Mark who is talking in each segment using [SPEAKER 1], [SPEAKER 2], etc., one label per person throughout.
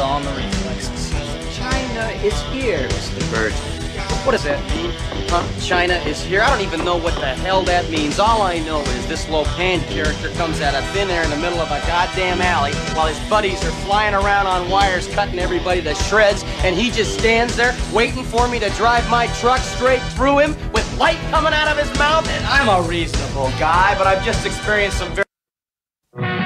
[SPEAKER 1] all marine places.
[SPEAKER 2] China is here.
[SPEAKER 1] The bird. What does that mean? Huh? China is here? I don't even know what the hell that means. All I know is this Lopan character comes out of thin air in the middle of a goddamn alley while his buddies are flying around on wires cutting everybody to shreds, and he just stands there waiting for me to drive my truck straight through him with light coming out of his mouth. And I'm a reasonable guy, but I've just experienced some very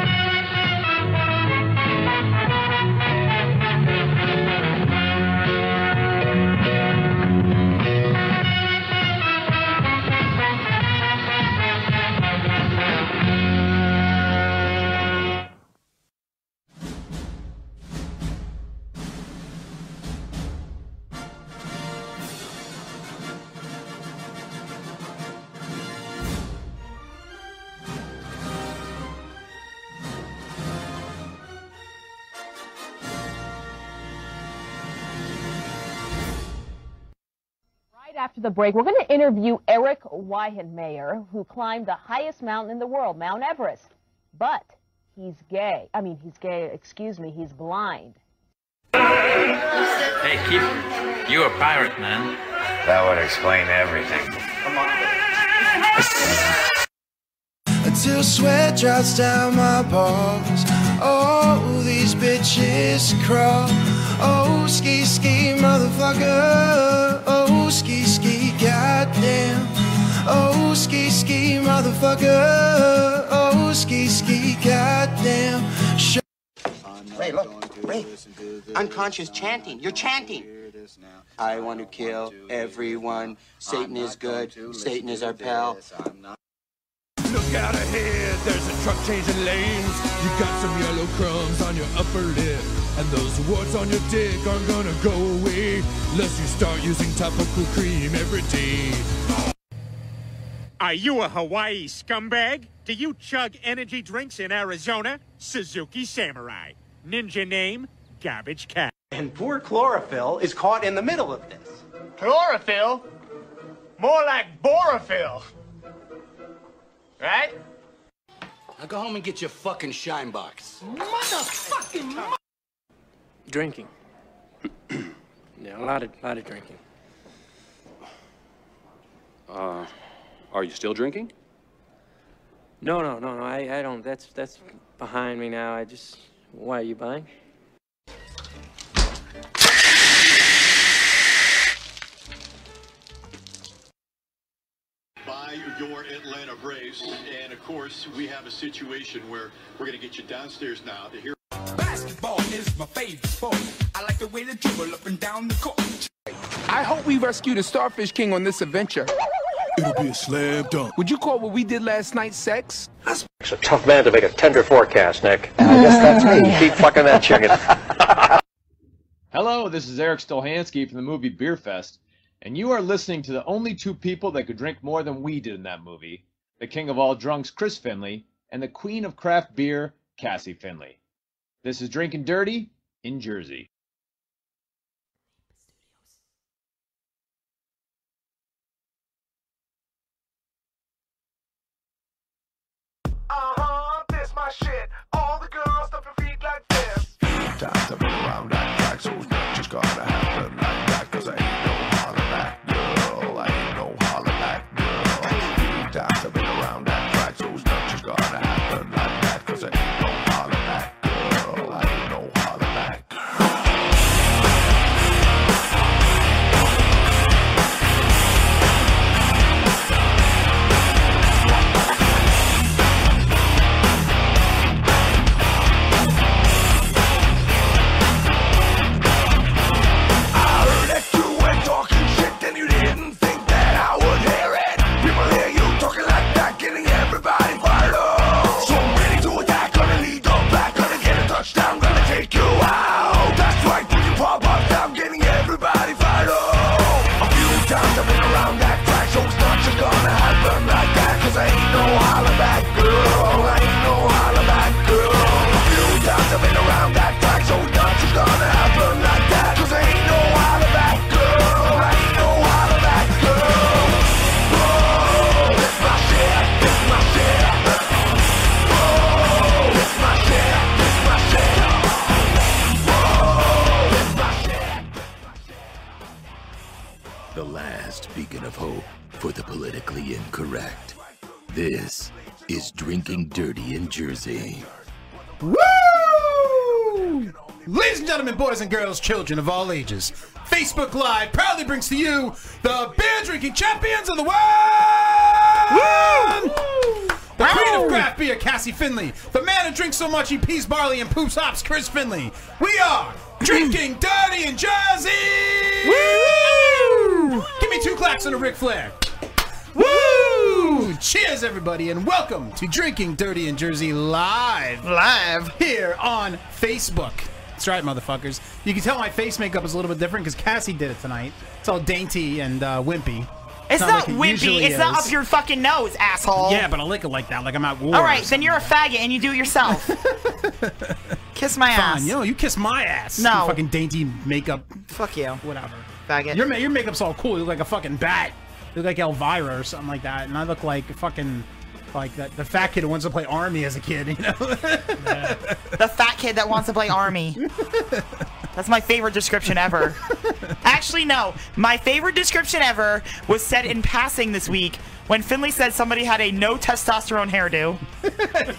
[SPEAKER 3] Right after the break, we're going to interview Eric Weihenmayer, who climbed the highest mountain in the world, Mount Everest. But he's gay. I mean, he's gay, excuse me, he's blind.
[SPEAKER 4] Hey, Keith, you a pirate, man.
[SPEAKER 5] That would explain everything.
[SPEAKER 6] Until sweat drops down my balls. Oh, these bitches crawl. Oh, ski, ski, motherfucker. Oh, ski, ski, goddamn. Oh, ski, ski, motherfucker. Oh, ski, ski, goddamn. Sh-
[SPEAKER 7] Ray, look, Ray, unconscious chanting. You're chanting. I want to kill everyone. Satan is good. Satan is our pal.
[SPEAKER 8] Look out ahead, there's a truck changing lanes. You got some yellow crumbs on your upper lip. And those warts on your dick aren't gonna go away unless you start using topical cream every day.
[SPEAKER 9] Are you a Hawaii scumbag? Do you chug energy drinks in Arizona? Suzuki Samurai. Ninja name, Garbage Cat.
[SPEAKER 10] And poor chlorophyll is caught in the middle of this.
[SPEAKER 11] Chlorophyll? More like borophyll. Right?
[SPEAKER 12] Now go home and get your fucking shine box.
[SPEAKER 11] Motherfucking mo-
[SPEAKER 13] Drinking. yeah, a lot of lot of drinking.
[SPEAKER 14] Uh, are you still drinking?
[SPEAKER 13] No, no, no, no. I, I don't. That's that's behind me now. I just. Why are you buying?
[SPEAKER 15] by your Atlanta Braves. And of course, we have a situation where we're going to get you downstairs now to hear.
[SPEAKER 16] Basketball is my favorite sport. I like the way they dribble up and down the court.
[SPEAKER 17] I hope we rescue the Starfish King on this adventure.
[SPEAKER 8] It'll be a slam dunk.
[SPEAKER 17] Would you call what we did last night sex?
[SPEAKER 18] It's a tough man to make a tender forecast, Nick. And I guess that's me. Keep fucking that chicken.
[SPEAKER 19] Hello, this is Eric Stolhansky from the movie Beer Fest, and you are listening to the only two people that could drink more than we did in that movie the king of all drunks, Chris Finley, and the queen of craft beer, Cassie Finley. This is Drinking Dirty in Jersey.
[SPEAKER 16] Uh-huh, this my shit. All the girls stop your feet like this.
[SPEAKER 6] Times have been around like that, so it's just gonna happen like that. Cause I ain't no holler at girl, I ain't no holler at girl. Times have been around that track, so it's not just gonna happen like that. Cause I ain't no holler at girl, I ain't no holler at girl.
[SPEAKER 20] and dirty in Jersey.
[SPEAKER 21] Woo! Ladies and gentlemen, boys and girls, children of all ages, Facebook Live proudly brings to you the beer drinking champions of the world! The queen of craft beer, Cassie Finley. The man who drinks so much he pees barley and poops hops, Chris Finley. We are drinking dirty in Jersey! Woo! Give me two claps and a Ric Flair. Woo! Cheers, everybody, and welcome to Drinking Dirty in Jersey live, live here on Facebook. That's right, motherfuckers. You can tell my face makeup is a little bit different because Cassie did it tonight. It's all dainty and uh, wimpy.
[SPEAKER 22] It's
[SPEAKER 21] like
[SPEAKER 22] not,
[SPEAKER 21] it
[SPEAKER 22] wimpy.
[SPEAKER 21] usually
[SPEAKER 22] It's not
[SPEAKER 21] is.
[SPEAKER 22] up your fucking nose, asshole.
[SPEAKER 21] Yeah, but I lick it like that, like I'm at war.
[SPEAKER 22] All right, then you're a faggot and you do it yourself. Kiss my ass.
[SPEAKER 21] Fine, yo, you kiss my ass.
[SPEAKER 22] No.
[SPEAKER 21] you fucking dainty makeup.
[SPEAKER 22] Fuck you.
[SPEAKER 21] Whatever.
[SPEAKER 22] Faggot.
[SPEAKER 21] Your ma- your makeup's all cool. You look like a fucking bat. You look like Elvira or something like that, and I look like fucking like that the fat kid who wants to play army as a kid. You know.
[SPEAKER 22] The fat kid that wants to play army. That's my favorite description ever. Actually, no. My favorite description ever was said in passing this week when Finley said somebody had a no testosterone hairdo.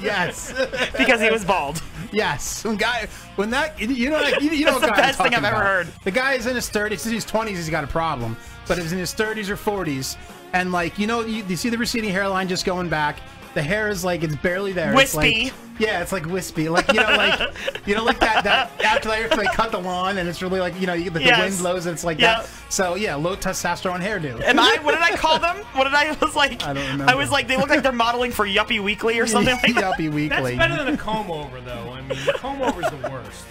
[SPEAKER 21] yes.
[SPEAKER 22] Because he was bald.
[SPEAKER 21] Yes, when guy, when that you- you know that- you, you know
[SPEAKER 22] That's
[SPEAKER 21] what guy
[SPEAKER 22] the
[SPEAKER 21] I'm
[SPEAKER 22] best thing
[SPEAKER 21] talking
[SPEAKER 22] I've ever
[SPEAKER 21] about.
[SPEAKER 22] heard.
[SPEAKER 21] The guy is in his thirties, he's in his twenties, he's got a problem. But he's in his thirties or forties, and like you know, you, you see the receding hairline just going back. The hair is like it's barely there. It's
[SPEAKER 22] Wispy.
[SPEAKER 21] like- yeah, it's like wispy. Like you know, like you know, like that. that after they, they cut the lawn, and it's really like you know, you, the,
[SPEAKER 22] Yes.
[SPEAKER 21] the wind blows, and it's like
[SPEAKER 22] Yeah.
[SPEAKER 21] that. So yeah, low testosterone hairdo.
[SPEAKER 22] And I, what did I call them? What did I, I was like?
[SPEAKER 21] I don't remember.
[SPEAKER 22] I was like, they look like they're modeling for Yuppie Weekly or something like that.
[SPEAKER 21] Yuppie Weekly.
[SPEAKER 10] That's better than a comb over, though. I mean, the comb over's the worst.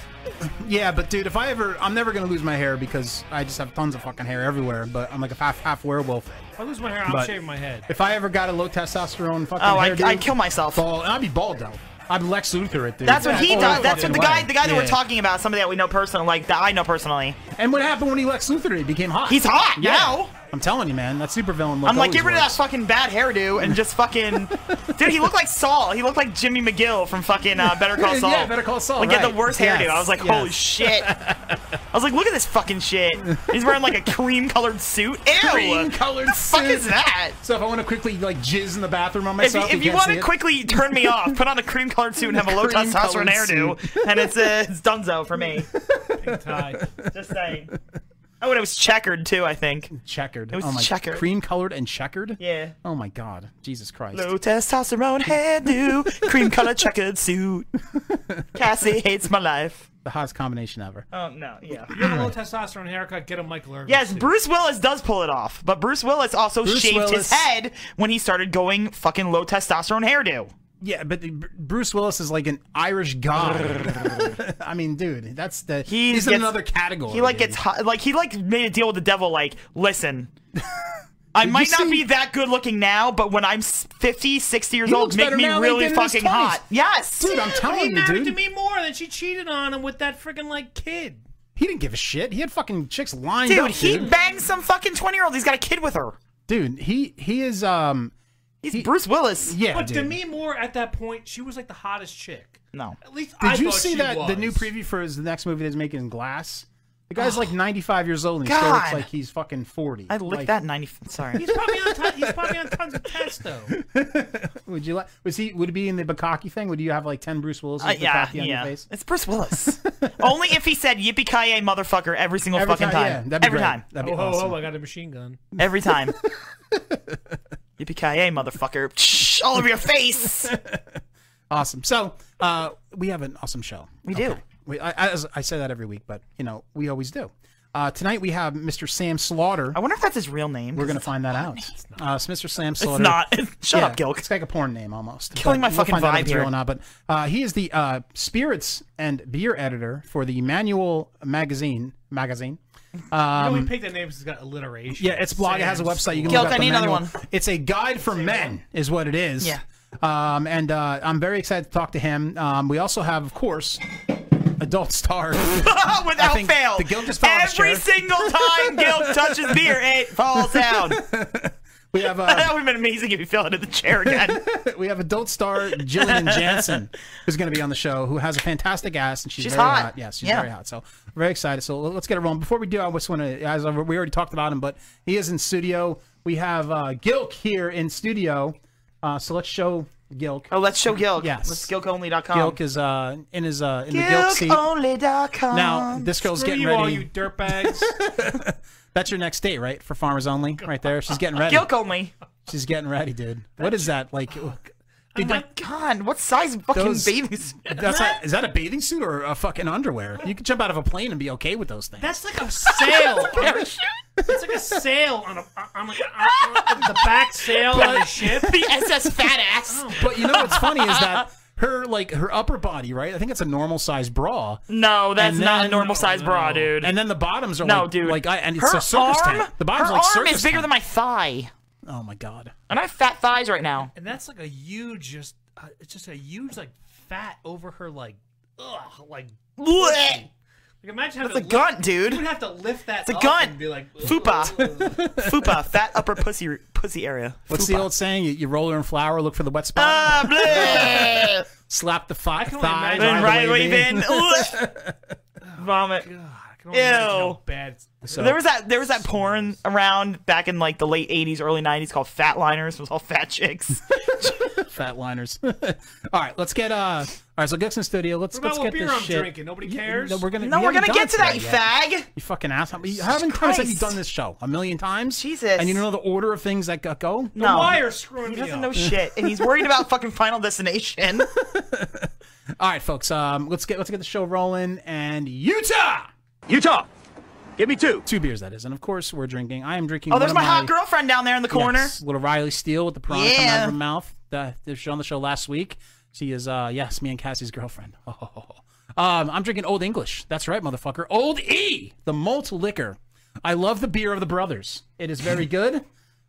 [SPEAKER 21] Yeah, but dude, if I ever, I'm never gonna lose my hair because I just have tons of fucking hair everywhere. But I'm like a half half werewolf.
[SPEAKER 10] If I lose my hair, I'm
[SPEAKER 21] But-
[SPEAKER 10] shaving my head.
[SPEAKER 21] If I ever got a low testosterone fucking
[SPEAKER 22] Oh, I-
[SPEAKER 21] hairdo,
[SPEAKER 22] I'd kill myself.
[SPEAKER 21] Bald, and I'd be bald though. I'd Lex Luthor it, dude.
[SPEAKER 22] That's what he
[SPEAKER 21] Oh,
[SPEAKER 22] does. That's what
[SPEAKER 21] fucking
[SPEAKER 22] the guy,
[SPEAKER 21] way.
[SPEAKER 22] the guy that we're
[SPEAKER 21] Yeah.
[SPEAKER 22] talking about, somebody that we know personally, like that I know personally.
[SPEAKER 21] And what happened when he Lex Luthor? He became hot.
[SPEAKER 22] He's hot
[SPEAKER 21] Yeah.
[SPEAKER 22] now.
[SPEAKER 21] I'm telling you, man, that supervillain look.
[SPEAKER 22] I'm like,
[SPEAKER 21] always
[SPEAKER 22] get rid of that
[SPEAKER 21] works.
[SPEAKER 22] fucking bad hairdo and just fucking. Dude, he looked like Saul. He looked like Jimmy McGill from fucking uh, Better Call
[SPEAKER 21] Yeah,
[SPEAKER 22] Saul.
[SPEAKER 21] Better Call Saul,
[SPEAKER 22] Like, get the
[SPEAKER 21] right.
[SPEAKER 22] worst
[SPEAKER 21] Yes,
[SPEAKER 22] hairdo. I was like,
[SPEAKER 21] yes.
[SPEAKER 22] holy shit. I was like, look at this fucking shit. He's wearing like a cream colored suit. Ew.
[SPEAKER 21] Green colored.
[SPEAKER 22] the fuck is that?
[SPEAKER 21] So if I want to quickly like jizz in the bathroom on
[SPEAKER 22] If you,
[SPEAKER 21] myself,
[SPEAKER 22] if you
[SPEAKER 21] can't
[SPEAKER 22] want
[SPEAKER 21] see
[SPEAKER 22] to
[SPEAKER 21] it.
[SPEAKER 22] quickly turn me off, put on a cream colored suit and have a low
[SPEAKER 21] Cream-colored
[SPEAKER 22] testosterone hairdo,
[SPEAKER 21] suit.
[SPEAKER 22] and it's uh, it's Dunzo for me. Just saying. Oh, and it was checkered too. I think
[SPEAKER 21] checkered.
[SPEAKER 22] It was
[SPEAKER 21] oh my,
[SPEAKER 22] checkered.
[SPEAKER 21] cream colored and checkered.
[SPEAKER 22] Yeah.
[SPEAKER 21] Oh my god, Jesus Christ.
[SPEAKER 22] Low testosterone hairdo, cream colored checkered suit. Cassie hates my life.
[SPEAKER 21] The hottest combination ever.
[SPEAKER 22] Oh no, yeah.
[SPEAKER 10] You have a low testosterone haircut, get a Michael Irvin.
[SPEAKER 22] Yes,
[SPEAKER 10] suit.
[SPEAKER 22] Bruce Willis does pull it off, but Bruce Willis also
[SPEAKER 21] Bruce
[SPEAKER 22] shaved his
[SPEAKER 21] Willis-
[SPEAKER 22] head when he started going fucking low testosterone hairdo.
[SPEAKER 21] Yeah, but the- Br- Bruce Willis is like an Irish god. I mean, dude, that's the
[SPEAKER 22] He
[SPEAKER 21] he's in
[SPEAKER 22] gets-
[SPEAKER 21] another category.
[SPEAKER 22] He like
[SPEAKER 21] dude.
[SPEAKER 22] gets hot, like he like made a deal with the devil. Like, listen, I
[SPEAKER 21] Did you
[SPEAKER 22] might not
[SPEAKER 21] see-
[SPEAKER 22] be that good looking now, but when I'm s- 50, 60 years
[SPEAKER 21] He
[SPEAKER 22] old,
[SPEAKER 21] looks
[SPEAKER 22] make
[SPEAKER 21] better
[SPEAKER 22] me
[SPEAKER 21] now than he
[SPEAKER 22] really
[SPEAKER 21] did in his
[SPEAKER 22] fucking
[SPEAKER 21] 20s.
[SPEAKER 22] hot. Yes,
[SPEAKER 21] dude, I'm
[SPEAKER 10] He
[SPEAKER 21] telling you, dude.
[SPEAKER 10] married to me more than she cheated on him with that freaking like kid.
[SPEAKER 21] He didn't give a shit. He had fucking chicks lined
[SPEAKER 22] dude,
[SPEAKER 21] up,
[SPEAKER 22] he
[SPEAKER 21] dude.
[SPEAKER 22] bangs some fucking twenty year old. He's got a kid with her.
[SPEAKER 21] dude, he he is um
[SPEAKER 22] He's Bruce Willis.
[SPEAKER 21] yeah,
[SPEAKER 10] but
[SPEAKER 21] dude.
[SPEAKER 10] Demi Moore at that point, she was like the hottest chick.
[SPEAKER 22] No.
[SPEAKER 10] At least
[SPEAKER 21] Did
[SPEAKER 10] I
[SPEAKER 21] you
[SPEAKER 10] thought
[SPEAKER 21] see
[SPEAKER 10] she
[SPEAKER 21] that
[SPEAKER 10] was.
[SPEAKER 21] the new preview for his the next movie that he's making in Glass? The guy's like 95 years old and he still
[SPEAKER 22] Ah, God.
[SPEAKER 21] looks like he's fucking 40.
[SPEAKER 22] I licked
[SPEAKER 21] Like,
[SPEAKER 22] that ninety. Sorry.
[SPEAKER 10] He's probably on. T- he's probably on tons of testo.
[SPEAKER 21] Would you like? Was he? Would it be in the Bakaki thing? Would you have like 10 Bruce Willis
[SPEAKER 22] Uh,
[SPEAKER 21] with
[SPEAKER 22] yeah,
[SPEAKER 21] Bukkake on your
[SPEAKER 22] yeah.
[SPEAKER 21] face?
[SPEAKER 22] It's Bruce Willis. Only if he said "Yippee ki yay, motherfucker" every single
[SPEAKER 21] Every
[SPEAKER 22] fucking
[SPEAKER 21] time,
[SPEAKER 22] time.
[SPEAKER 21] yeah, that'd be
[SPEAKER 22] every
[SPEAKER 21] great.
[SPEAKER 22] time.
[SPEAKER 21] That'd be
[SPEAKER 10] oh,
[SPEAKER 21] awesome.
[SPEAKER 10] oh, I got a machine gun.
[SPEAKER 22] Every time. Yippee ki yay, motherfucker! Shh, all over your face.
[SPEAKER 21] Awesome. So uh, we have an awesome show.
[SPEAKER 22] We do.
[SPEAKER 21] We, I, I, as I say that every week, but you know we always do. Uh, tonight we have Mr. Sam Slaughter.
[SPEAKER 22] I wonder if that's his real name.
[SPEAKER 21] We're
[SPEAKER 22] 'cause
[SPEAKER 21] gonna
[SPEAKER 22] it's-
[SPEAKER 21] find that out. Uh, it's Mr. Sam Slaughter.
[SPEAKER 22] It's not. Shut
[SPEAKER 21] Yeah,
[SPEAKER 22] up, Gilk.
[SPEAKER 21] It's like a porn name almost.
[SPEAKER 22] Killing my
[SPEAKER 21] we'll
[SPEAKER 22] fucking
[SPEAKER 21] find out if
[SPEAKER 22] vibe
[SPEAKER 21] it's
[SPEAKER 22] here.
[SPEAKER 21] real or not, but uh, he is the uh, spirits and beer editor for the Manual Magazine. Magazine.
[SPEAKER 10] You know, we
[SPEAKER 21] Um,
[SPEAKER 10] picked that name because it's got alliteration.
[SPEAKER 21] yeah, it's blog. It has a
[SPEAKER 10] Sam's
[SPEAKER 21] website. You can
[SPEAKER 22] Gilk,
[SPEAKER 21] look up
[SPEAKER 22] I
[SPEAKER 21] the
[SPEAKER 22] need another
[SPEAKER 21] manual.
[SPEAKER 22] one.
[SPEAKER 21] It's a guide for men, is what it is.
[SPEAKER 22] Yeah.
[SPEAKER 21] Um, and uh, I'm very excited to talk to him. Um, we also have, of course, adult star.
[SPEAKER 22] Without
[SPEAKER 21] think
[SPEAKER 22] fail.
[SPEAKER 21] the Gilk just fell off his
[SPEAKER 22] Every
[SPEAKER 21] chair.
[SPEAKER 22] single time Gilk touches beer, it falls down.
[SPEAKER 21] we have
[SPEAKER 22] that
[SPEAKER 21] uh,
[SPEAKER 22] would have been amazing if he fell into the chair again.
[SPEAKER 21] we have adult star Jillian Jansen, who's going to be on the show, who has a fantastic ass and she's,
[SPEAKER 22] She's
[SPEAKER 21] very
[SPEAKER 22] hot.
[SPEAKER 21] hot. Yes, she's
[SPEAKER 22] Yeah.
[SPEAKER 21] very hot. So very excited. So let's get it rolling. Before we do, I just want to, as I, we already talked about him, but he is in studio. We have uh, Gilk here in studio. Uh, so let's show Gilk.
[SPEAKER 22] Oh, let's show Gilk.
[SPEAKER 21] Yes.
[SPEAKER 22] Let's gilkonly.com.
[SPEAKER 21] Gilk is uh in his uh in the Gilk seat.
[SPEAKER 22] Gilkonly.com.
[SPEAKER 21] Now this girl's
[SPEAKER 22] Screw
[SPEAKER 21] getting
[SPEAKER 22] you
[SPEAKER 21] ready.
[SPEAKER 22] all, you
[SPEAKER 10] dirtbags.
[SPEAKER 21] That's your next date, right? For farmers only, right there. She's getting ready.
[SPEAKER 22] Gilk only.
[SPEAKER 21] She's getting ready, dude. What is that like?
[SPEAKER 22] Oh my god, what size fucking
[SPEAKER 21] Those-
[SPEAKER 22] bathing suit? is
[SPEAKER 21] That's
[SPEAKER 22] that?
[SPEAKER 21] not, is that a bathing suit or a fucking underwear? You could jump out of a plane and be okay with those things.
[SPEAKER 10] That's like a sail. on a- it's like a sail on a on like a, on the back sail on the ship. Oh
[SPEAKER 22] The SS fat ass.
[SPEAKER 21] But you know what's funny is that her like her upper body, right? I think it's a normal size bra.
[SPEAKER 22] No, that's
[SPEAKER 21] And
[SPEAKER 22] not a
[SPEAKER 21] then-
[SPEAKER 22] normal size bra, dude.
[SPEAKER 21] Oh. And then the bottoms are
[SPEAKER 22] no,
[SPEAKER 21] like,
[SPEAKER 22] dude.
[SPEAKER 21] like I, and it's
[SPEAKER 22] her
[SPEAKER 21] a circus
[SPEAKER 22] arm,
[SPEAKER 21] tank. The bottoms
[SPEAKER 22] her
[SPEAKER 21] are like
[SPEAKER 22] arm
[SPEAKER 21] circus
[SPEAKER 22] is bigger
[SPEAKER 21] tank.
[SPEAKER 22] than my thigh,
[SPEAKER 21] Oh my god.
[SPEAKER 22] and I have fat thighs right now.
[SPEAKER 10] And that's like a huge, just uh, it's just a huge like fat over her like, ugh, like.
[SPEAKER 22] Blech.
[SPEAKER 10] Like imagine having
[SPEAKER 22] That's a
[SPEAKER 10] to
[SPEAKER 22] gunt,
[SPEAKER 10] lift-
[SPEAKER 22] dude.
[SPEAKER 10] You would have to lift that.
[SPEAKER 22] It's a
[SPEAKER 10] up
[SPEAKER 22] gunt.
[SPEAKER 10] And be like, ugh.
[SPEAKER 22] Fupa, fupa, fat upper pussy pussy area. Ah,
[SPEAKER 21] What's the old saying? You, you roll her in flour, look for the wet spot.
[SPEAKER 22] bleh.
[SPEAKER 21] Slap the fi-
[SPEAKER 10] can only
[SPEAKER 21] thigh.
[SPEAKER 10] imagine-
[SPEAKER 21] drive
[SPEAKER 22] And
[SPEAKER 21] the
[SPEAKER 22] right
[SPEAKER 21] wave
[SPEAKER 22] wave in.
[SPEAKER 21] in.
[SPEAKER 22] Ugh. Vomit.
[SPEAKER 10] Oh, I can only
[SPEAKER 22] Ew.
[SPEAKER 10] imagine how Bad.
[SPEAKER 21] So-
[SPEAKER 22] there was that there was that porn around back in like the late 80s early 90s called fat liners it was all fat chicks
[SPEAKER 21] fat liners. all right, let's get uh. All right, so Gibson Studio. Let's
[SPEAKER 10] What about
[SPEAKER 21] let's
[SPEAKER 10] what
[SPEAKER 21] get
[SPEAKER 10] beer
[SPEAKER 21] this
[SPEAKER 10] I'm
[SPEAKER 21] shit.
[SPEAKER 10] drinking? Nobody
[SPEAKER 21] You-
[SPEAKER 10] cares.
[SPEAKER 21] No, we're gonna.
[SPEAKER 22] No,
[SPEAKER 21] we
[SPEAKER 22] we're
[SPEAKER 21] haven't
[SPEAKER 22] gonna
[SPEAKER 21] done
[SPEAKER 22] get to
[SPEAKER 21] yet.
[SPEAKER 22] that, you fag.
[SPEAKER 21] You fucking asshole! You- How many times have you
[SPEAKER 22] Christ.
[SPEAKER 21] done this show? A million times.
[SPEAKER 22] Jesus.
[SPEAKER 21] And you know the order of things that got go.
[SPEAKER 22] no
[SPEAKER 10] Wire screwing
[SPEAKER 22] he
[SPEAKER 10] me
[SPEAKER 22] doesn't
[SPEAKER 10] up.
[SPEAKER 22] know shit and he's worried about fucking final destination
[SPEAKER 21] All right, folks. Um, let's get let's get the show rolling. And Utah,
[SPEAKER 23] Utah, give me two.
[SPEAKER 21] two beers that is, and of course we're drinking. I am drinking.
[SPEAKER 22] oh there's
[SPEAKER 21] one
[SPEAKER 22] my,
[SPEAKER 21] of
[SPEAKER 22] hot girlfriend down there in the corner
[SPEAKER 21] Yes, little Riley Steele with the piranha coming out
[SPEAKER 22] Yeah.
[SPEAKER 21] of her mouth. That they was on the show last week. She is, uh, yes, me and Cassie's girlfriend. Um, I'm drinking Old English. That's right, motherfucker. Old E, the malt liquor. I love the beer of the brothers. It is very good.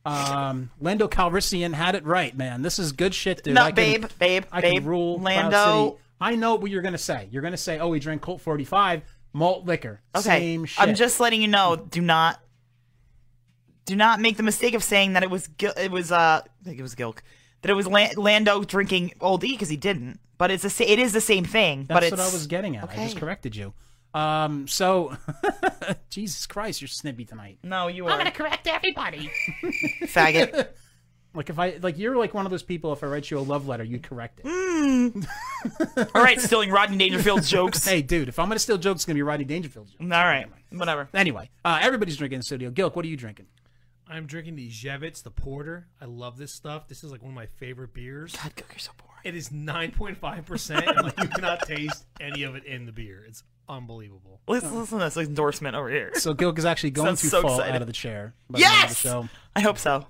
[SPEAKER 21] Um, Lando Calrissian had it right, man. This is good shit, dude.
[SPEAKER 22] no
[SPEAKER 21] I can-
[SPEAKER 22] babe babe
[SPEAKER 21] I
[SPEAKER 22] babe
[SPEAKER 21] can rule Cloud
[SPEAKER 22] lando
[SPEAKER 21] City. I know what you're gonna say. You're gonna say, "Oh, we drank Colt 45 malt liquor."
[SPEAKER 22] okay
[SPEAKER 21] Same shit.
[SPEAKER 22] i'm just letting you know do not do not make the mistake of saying that it was Gil- it was uh I think it was Gilk that it was Lan- Lando drinking Old E because he didn't but it's a sa- it is the same thing
[SPEAKER 21] That's
[SPEAKER 22] but it's
[SPEAKER 21] what I was getting at. I just
[SPEAKER 22] Okay.
[SPEAKER 21] corrected you. Um, so, Jesus Christ, you're snippy tonight.
[SPEAKER 22] no you are
[SPEAKER 3] correct everybody.
[SPEAKER 22] faggot
[SPEAKER 21] Like if I like, you're like one of those people. If I write you a love letter, you'd correct it.
[SPEAKER 22] All right, stealing Rodney Dangerfield jokes.
[SPEAKER 21] hey, dude, if I'm gonna steal jokes, it's gonna be Rodney Dangerfield jokes.
[SPEAKER 22] All right, whatever.
[SPEAKER 21] Anyway, uh, everybody's drinking in the studio. Gilk, what are you drinking?
[SPEAKER 10] I'm drinking the Jevits, the porter. I love this stuff. This is like one of my favorite beers.
[SPEAKER 22] God, Gilk, you're so boring.
[SPEAKER 10] It is 9.5%, and like you cannot taste any of it in the beer. It's unbelievable.
[SPEAKER 22] Listen, listen to this endorsement over here.
[SPEAKER 21] So Gilk is actually going
[SPEAKER 22] Sounds
[SPEAKER 21] to
[SPEAKER 22] so
[SPEAKER 21] fall
[SPEAKER 22] excited.
[SPEAKER 21] out of the chair. by the end of the
[SPEAKER 22] yes,
[SPEAKER 21] show.
[SPEAKER 22] I hope so.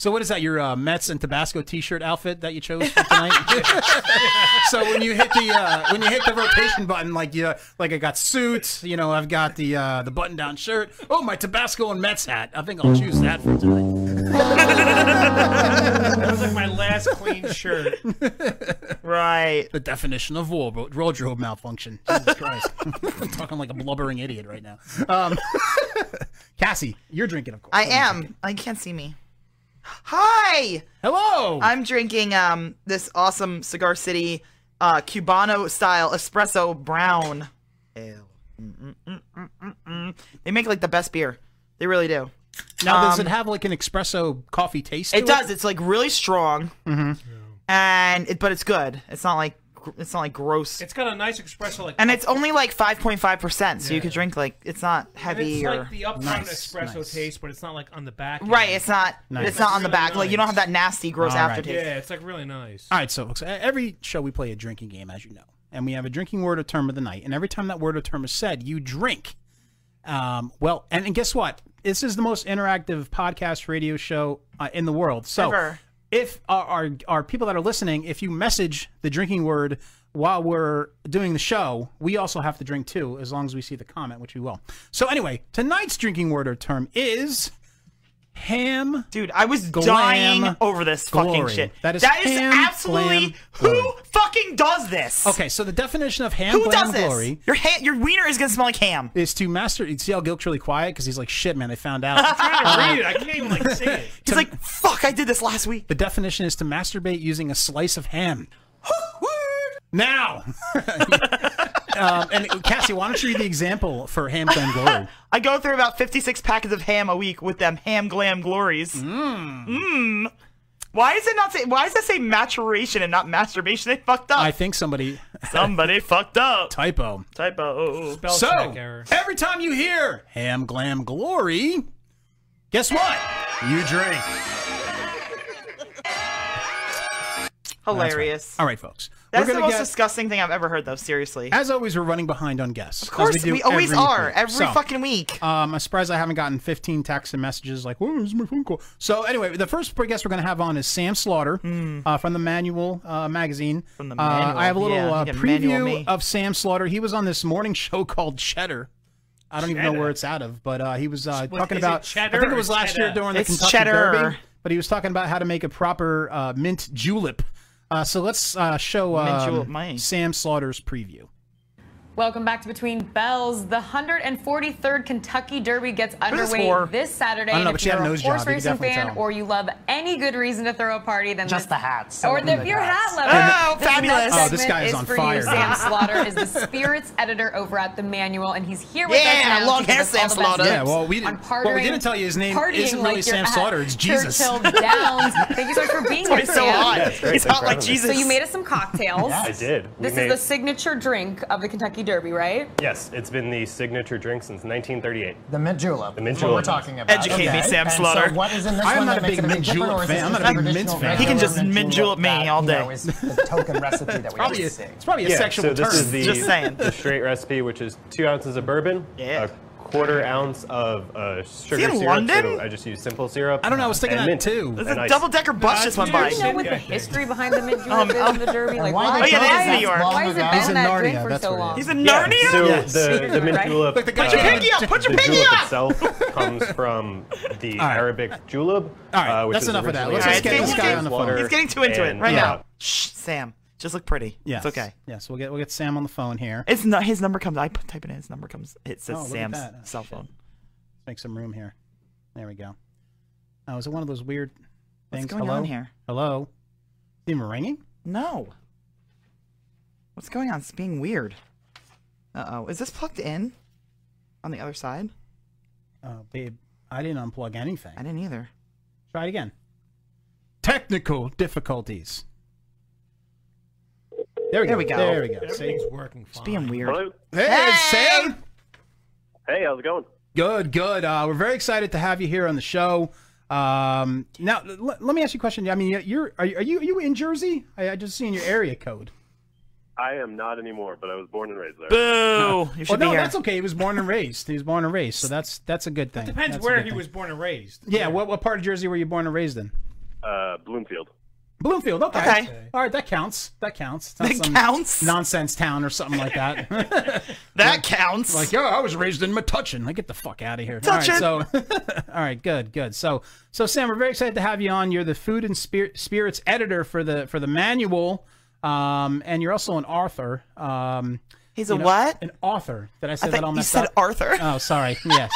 [SPEAKER 21] So what is that? Your uh, Mets and Tabasco T-shirt outfit that you chose for tonight? so when you hit the uh, when you hit the rotation button, like you like I got suits, you know, I've got the uh, the button down shirt. Oh, my Tabasco and Mets hat. I think I'll choose that for tonight.
[SPEAKER 10] That was like my last clean shirt.
[SPEAKER 22] Right.
[SPEAKER 21] The definition of war- wardrobe malfunction. Jesus Christ, I'm talking like a blubbering idiot right now. Um, Cassie, you're drinking, of course.
[SPEAKER 22] I am. I you can't see me. Hi.
[SPEAKER 21] Hello.
[SPEAKER 22] I'm drinking um this awesome Cigar City uh Cubano style espresso brown. Ew. Mm-mm-mm-mm-mm-mm. They make like the best beer. They really do.
[SPEAKER 21] now, does
[SPEAKER 22] um,
[SPEAKER 21] it have like an espresso coffee taste? to
[SPEAKER 22] It does. It's like really strong,
[SPEAKER 21] Mm-hmm.
[SPEAKER 22] and it, but it's good. It's not like gr- it's not like gross.
[SPEAKER 10] It's got a nice espresso, like
[SPEAKER 22] And it's only like 5.5%, so you could drink like it's not
[SPEAKER 10] and
[SPEAKER 22] heavy
[SPEAKER 10] it's
[SPEAKER 22] or
[SPEAKER 10] like the upfront
[SPEAKER 21] Nice,
[SPEAKER 10] espresso
[SPEAKER 21] nice.
[SPEAKER 10] taste, but it's not like on the back. end.
[SPEAKER 22] Right, it's not
[SPEAKER 21] Nice.
[SPEAKER 22] it's not on the back. Like you don't have that nasty gross
[SPEAKER 21] All right.
[SPEAKER 22] aftertaste.
[SPEAKER 10] Yeah, it's like really nice.
[SPEAKER 21] All right, so folks, every show we play a drinking game, as you know, and we have a drinking word or term of the night. And every time that word or term is said, you drink. Um, well, and, and guess what? This is the most interactive podcast radio show uh, in the world. So,
[SPEAKER 22] Ever.
[SPEAKER 21] if our, our our people that are listening, if you message the drinking word while we're doing the show, we also have to drink too, as long as we see the comment, which we will. So, anyway, tonight's drinking word or term is ham.
[SPEAKER 22] Dude, I was
[SPEAKER 21] Glam
[SPEAKER 22] dying over this fucking
[SPEAKER 21] glory.
[SPEAKER 22] shit.
[SPEAKER 21] That is ham,
[SPEAKER 22] absolutely
[SPEAKER 21] glam,
[SPEAKER 22] who
[SPEAKER 21] glory.
[SPEAKER 22] fucking does this?
[SPEAKER 21] Okay, so the definition of ham
[SPEAKER 22] Who
[SPEAKER 21] glam
[SPEAKER 22] does this?
[SPEAKER 21] glory
[SPEAKER 22] Your ha- your wiener is gonna smell like ham.
[SPEAKER 21] is to master. you See how Gilk's really quiet because he's like, "Shit, man, they found out." Um,
[SPEAKER 10] I'm trying to read it. I can't even like see it.
[SPEAKER 22] He's like, fuck, I did this last week.
[SPEAKER 21] the definition is to masturbate using a slice of ham. now, um, and Cassie, why don't you read the example for ham glam glory?
[SPEAKER 22] I go
[SPEAKER 21] Mm.
[SPEAKER 22] through about 56 packets of ham a week with them ham glam glories. Mmm. Why is it not say? Why does that say maturation and not masturbation? They fucked up.
[SPEAKER 21] I think somebody
[SPEAKER 22] somebody fucked up.
[SPEAKER 21] Typo.
[SPEAKER 22] Typo.
[SPEAKER 21] Spell So, check error. every time you hear ham glam glory, guess what? You drink.
[SPEAKER 22] Hilarious.
[SPEAKER 21] All right, folks.
[SPEAKER 22] That's
[SPEAKER 21] We're
[SPEAKER 22] the
[SPEAKER 21] gonna
[SPEAKER 22] most
[SPEAKER 21] get-
[SPEAKER 22] disgusting thing I've ever heard, though. Seriously.
[SPEAKER 21] As always, we're running behind on guests. Of
[SPEAKER 22] course, we always are, every
[SPEAKER 21] fucking
[SPEAKER 22] week.
[SPEAKER 21] Um, I'm surprised I haven't gotten 15 texts and messages like, "Where's my phone call?" So anyway, the first guest we're going to have on is Sam Slaughter uh, from the Manual uh, magazine. From
[SPEAKER 22] Hmm. the
[SPEAKER 21] I
[SPEAKER 22] Manual,
[SPEAKER 21] have a little
[SPEAKER 22] yeah,
[SPEAKER 21] uh,
[SPEAKER 22] you can manual
[SPEAKER 21] preview
[SPEAKER 22] me.
[SPEAKER 21] of Sam Slaughter. He was on this morning show called Cheddar. I don't even know
[SPEAKER 22] Cheddar?
[SPEAKER 21] where it's out of, but uh, he was uh,
[SPEAKER 22] What-
[SPEAKER 21] talking
[SPEAKER 22] is it
[SPEAKER 21] about.
[SPEAKER 22] cheddar
[SPEAKER 21] I think it
[SPEAKER 22] or
[SPEAKER 21] was last year
[SPEAKER 22] cheddar?
[SPEAKER 21] during the
[SPEAKER 22] It's
[SPEAKER 21] Kentucky
[SPEAKER 22] cheddar.
[SPEAKER 21] Derby, but he was talking about how to make a proper uh, mint julep. Uh, so let's uh, show
[SPEAKER 22] Mint
[SPEAKER 21] um,
[SPEAKER 22] julep,
[SPEAKER 21] Sam Slaughter's preview.
[SPEAKER 24] Welcome back to Between Bells. The 143rd Kentucky Derby gets
[SPEAKER 21] this
[SPEAKER 24] underway
[SPEAKER 21] whore.
[SPEAKER 24] this Saturday.
[SPEAKER 21] I don't know,
[SPEAKER 24] and
[SPEAKER 21] but
[SPEAKER 24] if
[SPEAKER 21] she had
[SPEAKER 24] you're
[SPEAKER 21] a
[SPEAKER 24] a
[SPEAKER 21] nose job,
[SPEAKER 24] horse
[SPEAKER 21] you could
[SPEAKER 24] racing
[SPEAKER 21] definitely
[SPEAKER 24] fan
[SPEAKER 21] tell.
[SPEAKER 24] or you love any good reason to throw a party, then
[SPEAKER 21] Just
[SPEAKER 24] this,
[SPEAKER 21] the hats.
[SPEAKER 24] Or
[SPEAKER 21] I love
[SPEAKER 24] if
[SPEAKER 21] the
[SPEAKER 24] you're a hat
[SPEAKER 21] hats.
[SPEAKER 24] lover,
[SPEAKER 21] Oh,
[SPEAKER 24] this next
[SPEAKER 21] fabulous. Oh, this
[SPEAKER 24] segment
[SPEAKER 21] guy is on
[SPEAKER 24] for
[SPEAKER 21] fire.
[SPEAKER 24] You. Sam Slaughter is the spirits editor over at the Manual, and he's here with us
[SPEAKER 21] Yeah,
[SPEAKER 24] now. to
[SPEAKER 21] long
[SPEAKER 24] give
[SPEAKER 21] hair
[SPEAKER 24] us
[SPEAKER 21] Sam
[SPEAKER 24] all the best
[SPEAKER 21] Slaughter.
[SPEAKER 24] tips
[SPEAKER 21] Yeah, well, we
[SPEAKER 24] on
[SPEAKER 21] didn't- well, we
[SPEAKER 24] partying-
[SPEAKER 21] didn't tell you his name
[SPEAKER 24] partying
[SPEAKER 21] isn't really
[SPEAKER 24] like
[SPEAKER 21] Sam
[SPEAKER 24] you're at
[SPEAKER 21] Slaughter, it's Jesus.
[SPEAKER 24] Churchill Downs. Thank you so much for being
[SPEAKER 22] That's why he's
[SPEAKER 24] here,
[SPEAKER 22] so
[SPEAKER 24] Sam.
[SPEAKER 22] hot. Yeah, it's great. He's Thanks hot for like having me. Jesus.
[SPEAKER 24] So you made us some cocktails.
[SPEAKER 25] I did. We
[SPEAKER 24] This
[SPEAKER 25] made-
[SPEAKER 24] is the signature drink of the Kentucky Derby, right?
[SPEAKER 25] Yes, it's been the signature drink since 1938.
[SPEAKER 20] The mint julep.
[SPEAKER 25] The mint
[SPEAKER 20] is what we're
[SPEAKER 25] julep.
[SPEAKER 20] talking about.
[SPEAKER 25] Educate me, Sam
[SPEAKER 20] And
[SPEAKER 25] Slaughter.
[SPEAKER 20] So what is in this
[SPEAKER 25] I am
[SPEAKER 20] one that
[SPEAKER 25] not a
[SPEAKER 20] makes
[SPEAKER 25] big
[SPEAKER 20] it
[SPEAKER 25] mint
[SPEAKER 20] mint julep
[SPEAKER 25] julep
[SPEAKER 20] or is
[SPEAKER 25] fan.
[SPEAKER 20] this
[SPEAKER 25] I'm
[SPEAKER 20] the
[SPEAKER 25] not a big mint
[SPEAKER 20] traditional
[SPEAKER 25] fan.
[SPEAKER 20] regular
[SPEAKER 25] He can just
[SPEAKER 20] mint
[SPEAKER 25] mint julep me
[SPEAKER 20] that,
[SPEAKER 25] all
[SPEAKER 20] you
[SPEAKER 25] day.
[SPEAKER 20] know, is the token recipe that we
[SPEAKER 25] Probably
[SPEAKER 20] always
[SPEAKER 25] a-
[SPEAKER 20] see.
[SPEAKER 25] it's
[SPEAKER 21] probably
[SPEAKER 25] yeah, so this is the, the straight recipe, which is two ounces of bourbon, a quarter ounce of uh, sugar
[SPEAKER 22] in
[SPEAKER 25] syrup.
[SPEAKER 22] London?
[SPEAKER 25] So I just use simple syrup.
[SPEAKER 21] I don't know, I was thinking
[SPEAKER 25] and
[SPEAKER 21] that
[SPEAKER 25] mint
[SPEAKER 21] too.
[SPEAKER 22] There's
[SPEAKER 25] and
[SPEAKER 22] a
[SPEAKER 25] ice.
[SPEAKER 22] double decker bus just went
[SPEAKER 24] Do
[SPEAKER 22] by.
[SPEAKER 24] you know what the history behind the mid
[SPEAKER 22] Um,
[SPEAKER 24] julep is in the Derby? Like, why,
[SPEAKER 22] Oh, yeah, that is
[SPEAKER 24] why
[SPEAKER 22] New York.
[SPEAKER 24] Why has it been that drink for so long?
[SPEAKER 22] He's in
[SPEAKER 25] Yeah,
[SPEAKER 22] Narnia?
[SPEAKER 25] So the, the mint julep.
[SPEAKER 22] Put your
[SPEAKER 25] uh,
[SPEAKER 22] pinky up! Put your
[SPEAKER 25] the
[SPEAKER 22] pinky
[SPEAKER 25] julep
[SPEAKER 22] up!
[SPEAKER 25] itself comes from the Arabic julep. uh, which
[SPEAKER 21] that's
[SPEAKER 25] is
[SPEAKER 21] enough of that.
[SPEAKER 25] originally
[SPEAKER 21] Let's
[SPEAKER 25] a
[SPEAKER 21] just get this
[SPEAKER 25] Japanese
[SPEAKER 21] guy on the phone.
[SPEAKER 25] water
[SPEAKER 21] He's
[SPEAKER 22] Getting too into it
[SPEAKER 25] and,
[SPEAKER 22] right
[SPEAKER 25] uh,
[SPEAKER 22] now. Shh, Sam, just look pretty.
[SPEAKER 21] Yeah,
[SPEAKER 22] It's okay.
[SPEAKER 21] Yes, we'll get we'll get Sam on the phone here.
[SPEAKER 22] It's not his number comes. I put- type it in. His number comes. It says
[SPEAKER 21] Oh, look at
[SPEAKER 22] Sam's
[SPEAKER 21] that. Oh,
[SPEAKER 22] cell phone.
[SPEAKER 21] Make some room here. There we go. Oh, is it one of those weird
[SPEAKER 22] What's
[SPEAKER 21] things?
[SPEAKER 22] going
[SPEAKER 21] Hello?
[SPEAKER 22] on here?
[SPEAKER 21] Hello? Is it even ringing?
[SPEAKER 22] No. What's going on? It's being weird. Uh oh. Is this plugged in? On the other side?
[SPEAKER 21] Oh, babe, I didn't unplug anything. I
[SPEAKER 22] didn't either.
[SPEAKER 21] Try it again. Technical difficulties. There we go.
[SPEAKER 22] There we go.
[SPEAKER 21] There we go.
[SPEAKER 22] Everything's
[SPEAKER 21] working
[SPEAKER 22] It's being weird.
[SPEAKER 21] Hello? Hey, Sam.
[SPEAKER 26] Hey, how's it going?
[SPEAKER 21] Good, good. Uh, we're very excited to have you here on the show. Um, now, l- let me ask you a question. I mean, you're are you are you, are you in Jersey? I, I just seen your area code.
[SPEAKER 26] I am not anymore, but I was born and raised there.
[SPEAKER 21] well, no, that's okay. He was born and raised. He was born and raised, so that's that's a good thing.
[SPEAKER 10] Depends
[SPEAKER 21] That's a
[SPEAKER 10] where
[SPEAKER 21] good
[SPEAKER 10] he
[SPEAKER 21] thing.
[SPEAKER 10] was born and raised.
[SPEAKER 21] Yeah. What what part of Jersey were you born and raised in?
[SPEAKER 26] Uh, Bloomfield.
[SPEAKER 21] Bloomfield. Okay.
[SPEAKER 22] Okay.
[SPEAKER 21] All right, that counts. That counts. It's not
[SPEAKER 22] That
[SPEAKER 21] some
[SPEAKER 22] counts?
[SPEAKER 21] Nonsense town or something like that.
[SPEAKER 22] that counts.
[SPEAKER 21] Like, yo, I was raised in Metuchen. Like, get the fuck out of here.
[SPEAKER 22] Metuchen.
[SPEAKER 21] All right, so, all right, good, good. So, so Sam, we're very excited to have you on. You're the food and spir- spirits editor for the for the manual, um, and you're also an author. Um,
[SPEAKER 22] He's
[SPEAKER 21] you
[SPEAKER 22] a
[SPEAKER 21] know,
[SPEAKER 22] what?
[SPEAKER 21] An author. Did I say
[SPEAKER 22] I
[SPEAKER 21] that
[SPEAKER 22] thought
[SPEAKER 21] all
[SPEAKER 22] you
[SPEAKER 21] messed
[SPEAKER 22] said
[SPEAKER 21] up?
[SPEAKER 22] Arthur.
[SPEAKER 21] Oh, sorry. Yes.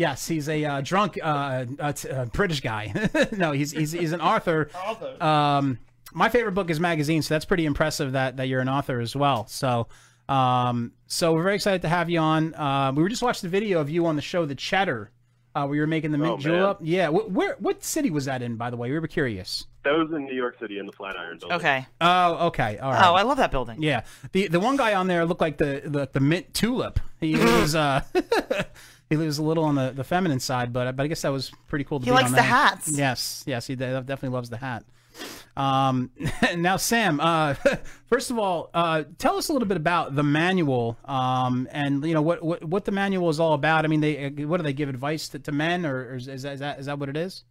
[SPEAKER 21] Yes, he's a uh, drunk uh, uh, t- uh, British guy. no, he's, he's he's an author.
[SPEAKER 22] Author.
[SPEAKER 21] Um, my favorite book is magazine, so that's pretty impressive that that you're an author as well. So, um, so we're very excited to have you on. Uh, we were just watching the video of you on the show, The Cheddar, uh, where you were making the mint
[SPEAKER 26] man.
[SPEAKER 21] julep. Yeah, wh- where what city was that in, by the way? We were curious.
[SPEAKER 26] That was in New York City in the Flatiron Building.
[SPEAKER 21] Oh, okay. All right.
[SPEAKER 22] Oh, I love that building.
[SPEAKER 21] Yeah, the the one guy on there looked like the the, the mint tulip. He was uh, he was a little on the, the feminine side, but but I guess that was pretty cool. To
[SPEAKER 22] He
[SPEAKER 21] be
[SPEAKER 22] likes
[SPEAKER 21] on
[SPEAKER 22] the
[SPEAKER 21] that.
[SPEAKER 22] hats.
[SPEAKER 21] Yes, yes, he de- definitely loves the hat. Um, now Sam, uh, first of all, uh, tell us a little bit about the manual, um, and you know what, what what the manual is all about. I mean, they uh, what do they give advice to, to men, or, or is, is that is that is that what it is?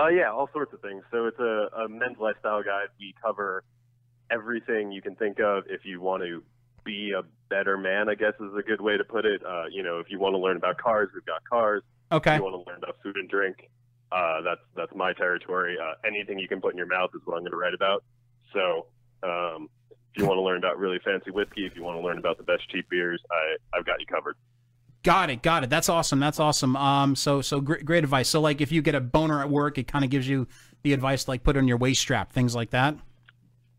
[SPEAKER 26] Uh, yeah, all sorts of things. So it's a, a men's lifestyle guide. We cover everything you can think of if you want to be a better man, I guess is a good way to put it. Uh, you know, if you want to learn about cars, we've got cars.
[SPEAKER 21] Okay.
[SPEAKER 26] If you want to learn about food and drink, uh, that's that's my territory. Uh, anything you can put in your mouth is what I'm going to write about. So um, if you want to learn about really fancy whiskey, if you want to learn about the best cheap beers, I, I've got you covered.
[SPEAKER 21] Got it, got it. That's awesome. That's awesome. Um, so so great, great advice. So like, if you get a boner at work, it kind of gives you the advice like put it on your waist strap, things like that.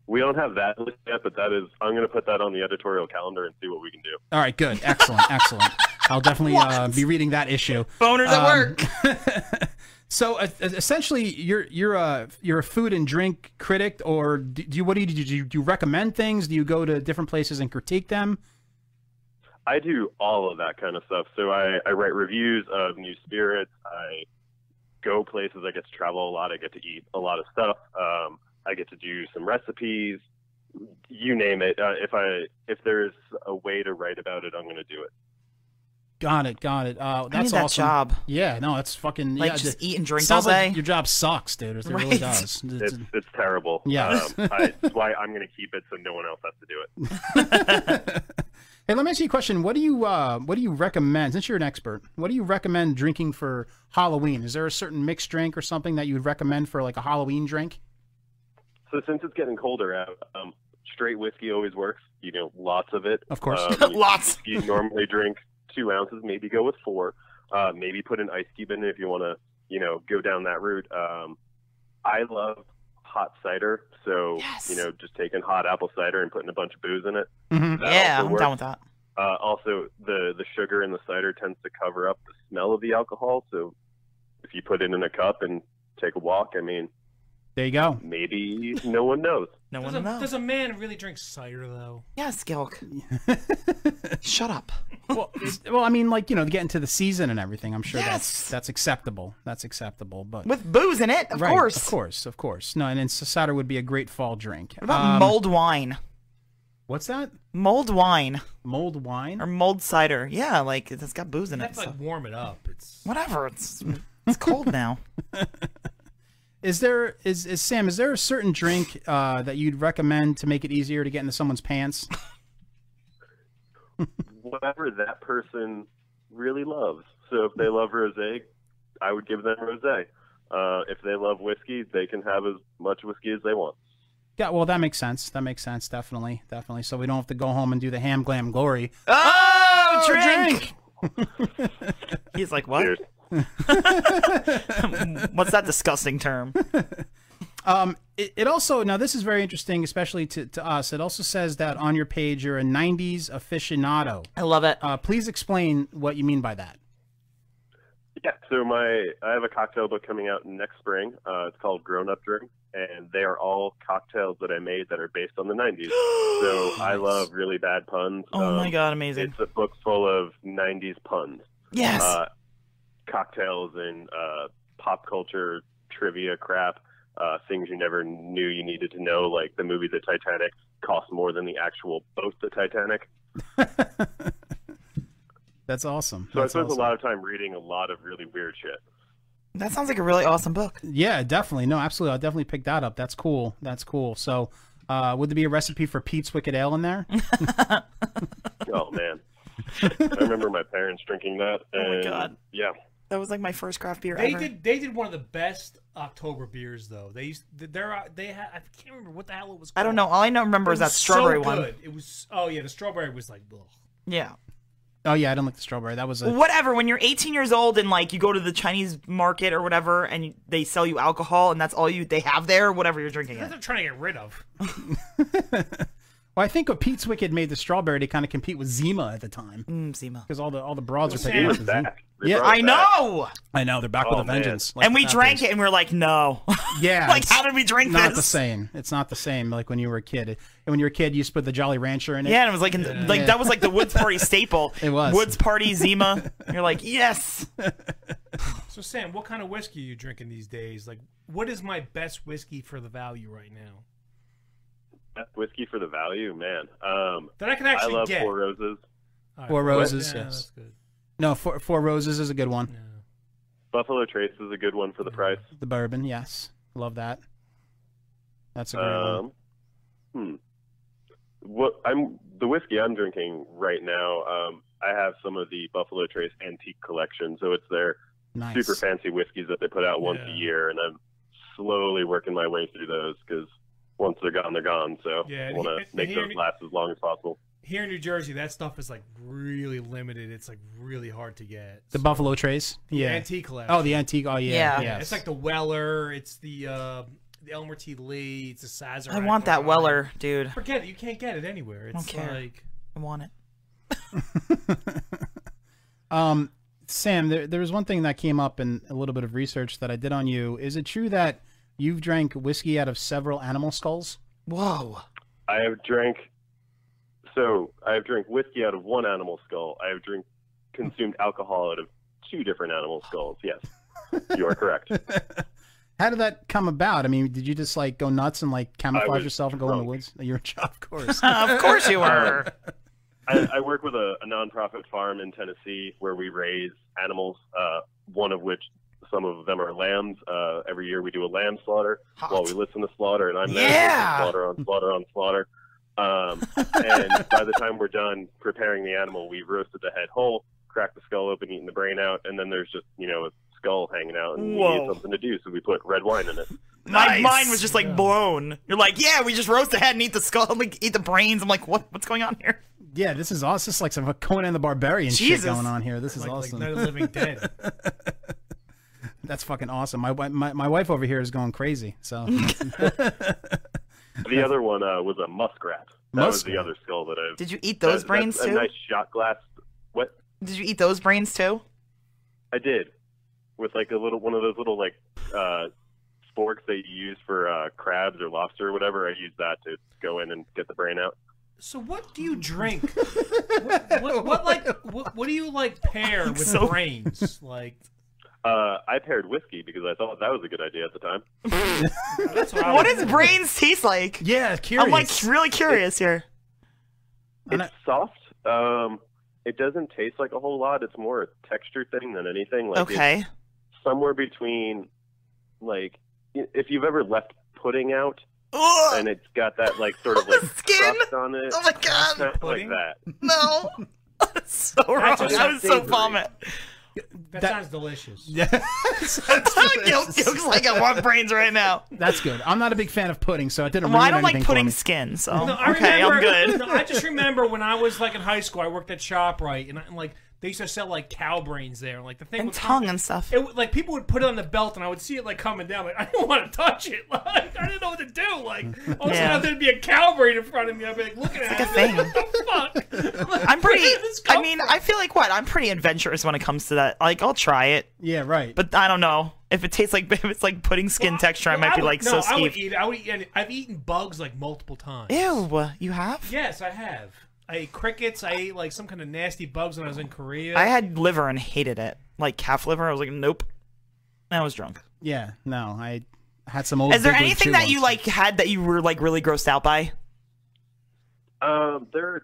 [SPEAKER 26] We don't have that list yet, but that is. I'm going to put that on the editorial calendar and see what we can do.
[SPEAKER 21] All right, good, excellent, excellent. I'll definitely uh, be reading that issue.
[SPEAKER 22] Boners at
[SPEAKER 21] work. so uh, essentially, you're you're a you're a food and drink critic, or do do you what do you do? You, do you recommend things? Do you go to different places and critique them?
[SPEAKER 26] I do all of that kind of stuff. So I, I write reviews of new spirits. I go places. I get to travel a lot. I get to eat a lot of stuff. Um, I get to do some recipes. You name it. Uh, if I if there's a way to write about it, I'm going to do it.
[SPEAKER 21] Got it, got it. Uh, that's
[SPEAKER 22] need that
[SPEAKER 21] awesome.
[SPEAKER 22] job.
[SPEAKER 21] Yeah, no, that's fucking
[SPEAKER 22] Like,
[SPEAKER 21] yeah,
[SPEAKER 22] just
[SPEAKER 21] the-
[SPEAKER 22] eat and drink
[SPEAKER 21] sounds
[SPEAKER 22] all
[SPEAKER 21] like
[SPEAKER 22] day.
[SPEAKER 21] your job sucks, dude. It really
[SPEAKER 22] Right.
[SPEAKER 21] does.
[SPEAKER 26] It's it's terrible.
[SPEAKER 21] Yeah.
[SPEAKER 26] Um, I, that's why I'm going to keep it so no one else has to do it.
[SPEAKER 21] Hey, let me ask you a question. What do you uh, what do you recommend? Since you're an expert, what do you recommend drinking for Halloween? Is there a certain mixed drink or something that you would recommend for like a Halloween drink?
[SPEAKER 26] So since it's getting colder out, um, straight whiskey always works. You know, lots of it.
[SPEAKER 21] Of course.
[SPEAKER 26] um, lots. You normally drink two ounces. Maybe go with four. Uh, maybe put an ice cube in it if you want to. You know, go down that route. Um, I love hot cider, so you know, just taking hot apple cider and putting a bunch of booze in it.
[SPEAKER 25] Mm-hmm.
[SPEAKER 21] Mm-hmm.
[SPEAKER 22] Mhm.
[SPEAKER 26] That
[SPEAKER 22] Yeah,
[SPEAKER 26] also
[SPEAKER 22] I'm
[SPEAKER 26] works.
[SPEAKER 22] down with that.
[SPEAKER 26] Uh, also, the the sugar in the cider tends to cover up the smell of the alcohol. So if you put it in a cup and take a walk, I mean,
[SPEAKER 21] There you go.
[SPEAKER 26] maybe no one knows.
[SPEAKER 22] No
[SPEAKER 10] Does a, does a man really drink cider though?
[SPEAKER 22] Yes, Gilk. Shut up.
[SPEAKER 21] Well, well, I mean, like you know, to get into the season and everything, I'm sure that's that's acceptable. That's acceptable, but
[SPEAKER 22] With booze in it, of
[SPEAKER 21] Right,
[SPEAKER 22] course.
[SPEAKER 21] of course, of course. No, and then cider would be a great fall drink. Um,
[SPEAKER 22] What about mulled wine?
[SPEAKER 21] What's that?
[SPEAKER 22] Mold wine.
[SPEAKER 21] Mold wine?
[SPEAKER 22] Or mold cider. Yeah, like it's got booze in it.
[SPEAKER 10] That's like warm it up. It's
[SPEAKER 22] Whatever. It's it's cold now.
[SPEAKER 21] Is there is, is Sam? Is there a certain drink uh, that you'd recommend to make it easier to get into someone's pants?
[SPEAKER 26] Whatever that person really loves. So if they love rosé, I would give them rosé. Uh, if they love whiskey, they can have as much whiskey as they want.
[SPEAKER 21] Yeah, well, that makes sense. That makes sense. Definitely, definitely. So we don't have to go home and do the ham glam glory.
[SPEAKER 22] Oh, drink. He's like, what? What's that disgusting term?
[SPEAKER 21] Um, it, it also now this is very interesting, especially to, to us. It also says that on your page you're a '90s aficionado.
[SPEAKER 22] I love it.
[SPEAKER 21] Uh, please explain what you mean by that.
[SPEAKER 26] Yeah, so my I have a cocktail book coming out next spring. Uh, it's called Grown Up Drink, and they are all cocktails that I made that are based on the 90s. so I love really bad puns. Um,
[SPEAKER 22] Oh my God, amazing.
[SPEAKER 26] It's a book full of 90s puns.
[SPEAKER 22] Yes.
[SPEAKER 26] Uh, cocktails and uh, pop culture trivia crap, uh, things you never knew you needed to know, like the movie The Titanic cost more than the actual boat The Titanic.
[SPEAKER 21] That's awesome.
[SPEAKER 26] So
[SPEAKER 21] That's
[SPEAKER 26] I spent
[SPEAKER 21] awesome.
[SPEAKER 26] a lot of time reading a lot of really weird shit.
[SPEAKER 22] That sounds like a really awesome book.
[SPEAKER 21] Yeah, definitely. No, absolutely. I'll definitely pick that up. That's cool. That's cool. So, uh, would there be a recipe for Pete's Wicked Ale in there?
[SPEAKER 26] Oh man, I remember my parents drinking that.
[SPEAKER 22] Oh, my
[SPEAKER 26] and,
[SPEAKER 22] God.
[SPEAKER 26] Yeah,
[SPEAKER 22] That was like my first craft beer
[SPEAKER 10] They
[SPEAKER 22] ever.
[SPEAKER 10] did. They did one of the best October beers though. They used. They're. They had. I can't remember what the hell it was.
[SPEAKER 22] I
[SPEAKER 10] Called.
[SPEAKER 22] don't know. All I know remember
[SPEAKER 10] It
[SPEAKER 22] is that
[SPEAKER 10] was so
[SPEAKER 22] strawberry one.
[SPEAKER 10] good. It was. Oh yeah, the strawberry was like. Ugh.
[SPEAKER 22] Yeah.
[SPEAKER 21] Oh yeah, I don't like the strawberry. That was a
[SPEAKER 22] Whatever. When you're 18 years old and like you go to the Chinese market or whatever, and they sell you alcohol, and that's all you they have there, whatever you're drinking.
[SPEAKER 10] That's what
[SPEAKER 22] It.
[SPEAKER 10] they're trying to get rid of.
[SPEAKER 21] Well, I think what Pete's Wicked made the strawberry to kind of compete with Zima at the time.
[SPEAKER 22] Mm, Zima.
[SPEAKER 21] Because all the all the broads were
[SPEAKER 22] Well,
[SPEAKER 21] picking
[SPEAKER 22] Sam-
[SPEAKER 21] up the Zima.
[SPEAKER 22] They brought it I back. know!
[SPEAKER 21] I know. They're back
[SPEAKER 22] Oh,
[SPEAKER 21] with a
[SPEAKER 22] man.
[SPEAKER 21] vengeance.
[SPEAKER 22] and we drank it, and we were like, no.
[SPEAKER 21] Yeah.
[SPEAKER 22] like,
[SPEAKER 21] it's
[SPEAKER 22] how did we drink
[SPEAKER 21] Not
[SPEAKER 22] this?
[SPEAKER 21] the same. It's not the same. Like when you were a kid. And when you were a kid, you used to put the Jolly Rancher in it.
[SPEAKER 22] Yeah, and it was like in the, like
[SPEAKER 21] Yeah.
[SPEAKER 22] that was like the Woods Party staple.
[SPEAKER 21] It was.
[SPEAKER 22] Woods Party Zima. You're like, yes.
[SPEAKER 10] So Sam, what kind of whiskey are you drinking these days? Like, what is my best whiskey for the value right now?
[SPEAKER 26] That's whiskey for the value, man. Um,
[SPEAKER 10] That I can actually
[SPEAKER 26] love
[SPEAKER 10] get.
[SPEAKER 26] Four Roses.
[SPEAKER 21] Four Roses.
[SPEAKER 26] Yeah,
[SPEAKER 21] yes. No, four, four Roses is a good one.
[SPEAKER 26] Buffalo Trace is a good one for the price.
[SPEAKER 21] The bourbon, yes. Love that. That's a great
[SPEAKER 22] Uh,
[SPEAKER 21] one.
[SPEAKER 26] Um, hmm. What I'm the whiskey I'm drinking right now. Um, I have some of the Buffalo Trace Antique Collection, so it's their
[SPEAKER 21] Nice.
[SPEAKER 26] super fancy whiskeys that they put out once a year, and I'm slowly working my way through those because once they're gone, they're gone. So
[SPEAKER 10] Yeah,
[SPEAKER 26] I
[SPEAKER 10] and
[SPEAKER 26] want
[SPEAKER 10] he-
[SPEAKER 26] to
[SPEAKER 10] and
[SPEAKER 26] make
[SPEAKER 10] here-
[SPEAKER 26] those last as long as possible.
[SPEAKER 10] Here in New Jersey, that stuff is like really limited. It's like really hard to get.
[SPEAKER 21] The Buffalo Trace.
[SPEAKER 10] The
[SPEAKER 21] Yeah.
[SPEAKER 10] antique collection.
[SPEAKER 21] Oh, the antique. Oh, yeah. yes.
[SPEAKER 10] It's like the Weller. It's the uh, the Elmer T. Lee, it's a Sazerac.
[SPEAKER 22] I want that Weller, dude.
[SPEAKER 10] Forget it. You can't get it anywhere.
[SPEAKER 22] I
[SPEAKER 10] It's
[SPEAKER 22] don't care.
[SPEAKER 10] like
[SPEAKER 22] I want it.
[SPEAKER 21] Um, Sam, there, there was one thing that came up in a little bit of research that I did on you. Is it true that you've drank whiskey out of several animal skulls?
[SPEAKER 22] Whoa.
[SPEAKER 26] I have drank. So I have drank whiskey out of one animal skull. I have drink consumed alcohol out of two different animal skulls. Yes, you are correct.
[SPEAKER 21] How did that come about? I mean, did you just like go nuts and like camouflage yourself and go in the woods? You're a job, of course.
[SPEAKER 26] I, I work with a, a nonprofit farm in Tennessee where we raise animals. Uh, one of which, some of them are lambs. Uh, every year we do a lamb slaughter while we listen to slaughter, and I'm there
[SPEAKER 27] Yeah!
[SPEAKER 26] slaughter on slaughter on slaughter. Um, and by the time we're done preparing the animal, we've roasted the head whole, cracked the skull open, eaten the brain out, and then there's just you know a skull hanging out, and we
[SPEAKER 22] Whoa.
[SPEAKER 26] need something to do, so we put red wine in it.
[SPEAKER 22] My mind was just like blown. You're like, yeah, we just roast the head and eat the skull, like eat the brains. I'm like, what? What's going on here?
[SPEAKER 21] yeah, this is awesome. This is like some Conan the Barbarian shit
[SPEAKER 22] Jesus.
[SPEAKER 21] going on here. This is awesome. Night of the Living Dead. That's fucking awesome. My, wi- my my wife over here is going crazy. So
[SPEAKER 26] The other one uh, was a muskrat. That was the
[SPEAKER 21] Muskrat.
[SPEAKER 26] other skull that I.
[SPEAKER 22] Did you eat those brains
[SPEAKER 26] that's
[SPEAKER 22] too?
[SPEAKER 26] A nice shot glass. What
[SPEAKER 22] Did you eat those brains too?
[SPEAKER 26] I did with like a little one of those little like uh, forks that you use for uh, crabs or lobster or whatever. I used that to go in and get the brain out.
[SPEAKER 10] So what do you drink? what, what, what like what, what do you like pair with
[SPEAKER 26] so-
[SPEAKER 10] brains? Like
[SPEAKER 26] Uh, I paired whiskey because I thought that was a good idea at the time.
[SPEAKER 22] what does brains taste like?
[SPEAKER 21] Yeah,
[SPEAKER 22] I'm like really curious here.
[SPEAKER 26] It's soft. Um, it doesn't taste like a whole lot. It's more a texture thing than anything. Like it's
[SPEAKER 22] Okay.
[SPEAKER 26] somewhere between, like, i- if you've ever left pudding out, and it's got that like sort of like crust on it.
[SPEAKER 22] Oh my God.
[SPEAKER 26] Kind of like that.
[SPEAKER 22] No. so wrong.
[SPEAKER 26] That's
[SPEAKER 22] I was so
[SPEAKER 26] savory.
[SPEAKER 22] vomit.
[SPEAKER 10] that, sounds delicious.
[SPEAKER 21] Yeah.
[SPEAKER 22] Guilt looks like I want brains right now.
[SPEAKER 21] That's good. I'm not a big fan of pudding, so I didn't.
[SPEAKER 22] Well, I
[SPEAKER 21] ruin
[SPEAKER 22] don't like
[SPEAKER 21] anything for
[SPEAKER 22] pudding
[SPEAKER 21] me.
[SPEAKER 22] skin, so-
[SPEAKER 10] No, I
[SPEAKER 22] Okay, I'm
[SPEAKER 10] remember,
[SPEAKER 22] good.
[SPEAKER 10] no, I just remember when I was like in high school, I worked at ShopRite, and, I, and like they used to sell like cow brains there, like the thing
[SPEAKER 22] And
[SPEAKER 10] would
[SPEAKER 22] tongue
[SPEAKER 10] come-
[SPEAKER 22] and stuff.
[SPEAKER 10] It would- like people would put it on the belt, and I would see it like coming down. Like I didn't want to touch it. Like I didn't know what to do. Like all of a
[SPEAKER 22] Yeah.
[SPEAKER 10] sudden there'd be a cow brain in front of me. I'd be like looking at it.
[SPEAKER 22] thing. I'm pretty. I mean, I feel like what? I'm pretty adventurous when it comes to that. Like, I'll try it.
[SPEAKER 21] Yeah, right.
[SPEAKER 22] But I don't know if it tastes like if it's like pudding skin texture. I might be
[SPEAKER 10] would-
[SPEAKER 22] like
[SPEAKER 10] no,
[SPEAKER 22] so
[SPEAKER 10] I would
[SPEAKER 22] skeeved.
[SPEAKER 10] eat. I would eat. any- I've eaten bugs like multiple times.
[SPEAKER 22] Ew, you have?
[SPEAKER 10] Yes, I have. I ate crickets. I ate like some kind of nasty bugs when I was in Korea.
[SPEAKER 22] I had liver and hated it, like calf liver. I was like, nope. I was drunk.
[SPEAKER 21] Yeah, no, I had some old.
[SPEAKER 22] Is there
[SPEAKER 21] Big League
[SPEAKER 22] anything
[SPEAKER 21] Chew
[SPEAKER 22] that
[SPEAKER 21] once.
[SPEAKER 22] you like had that you were like really grossed out by?
[SPEAKER 26] Um, there are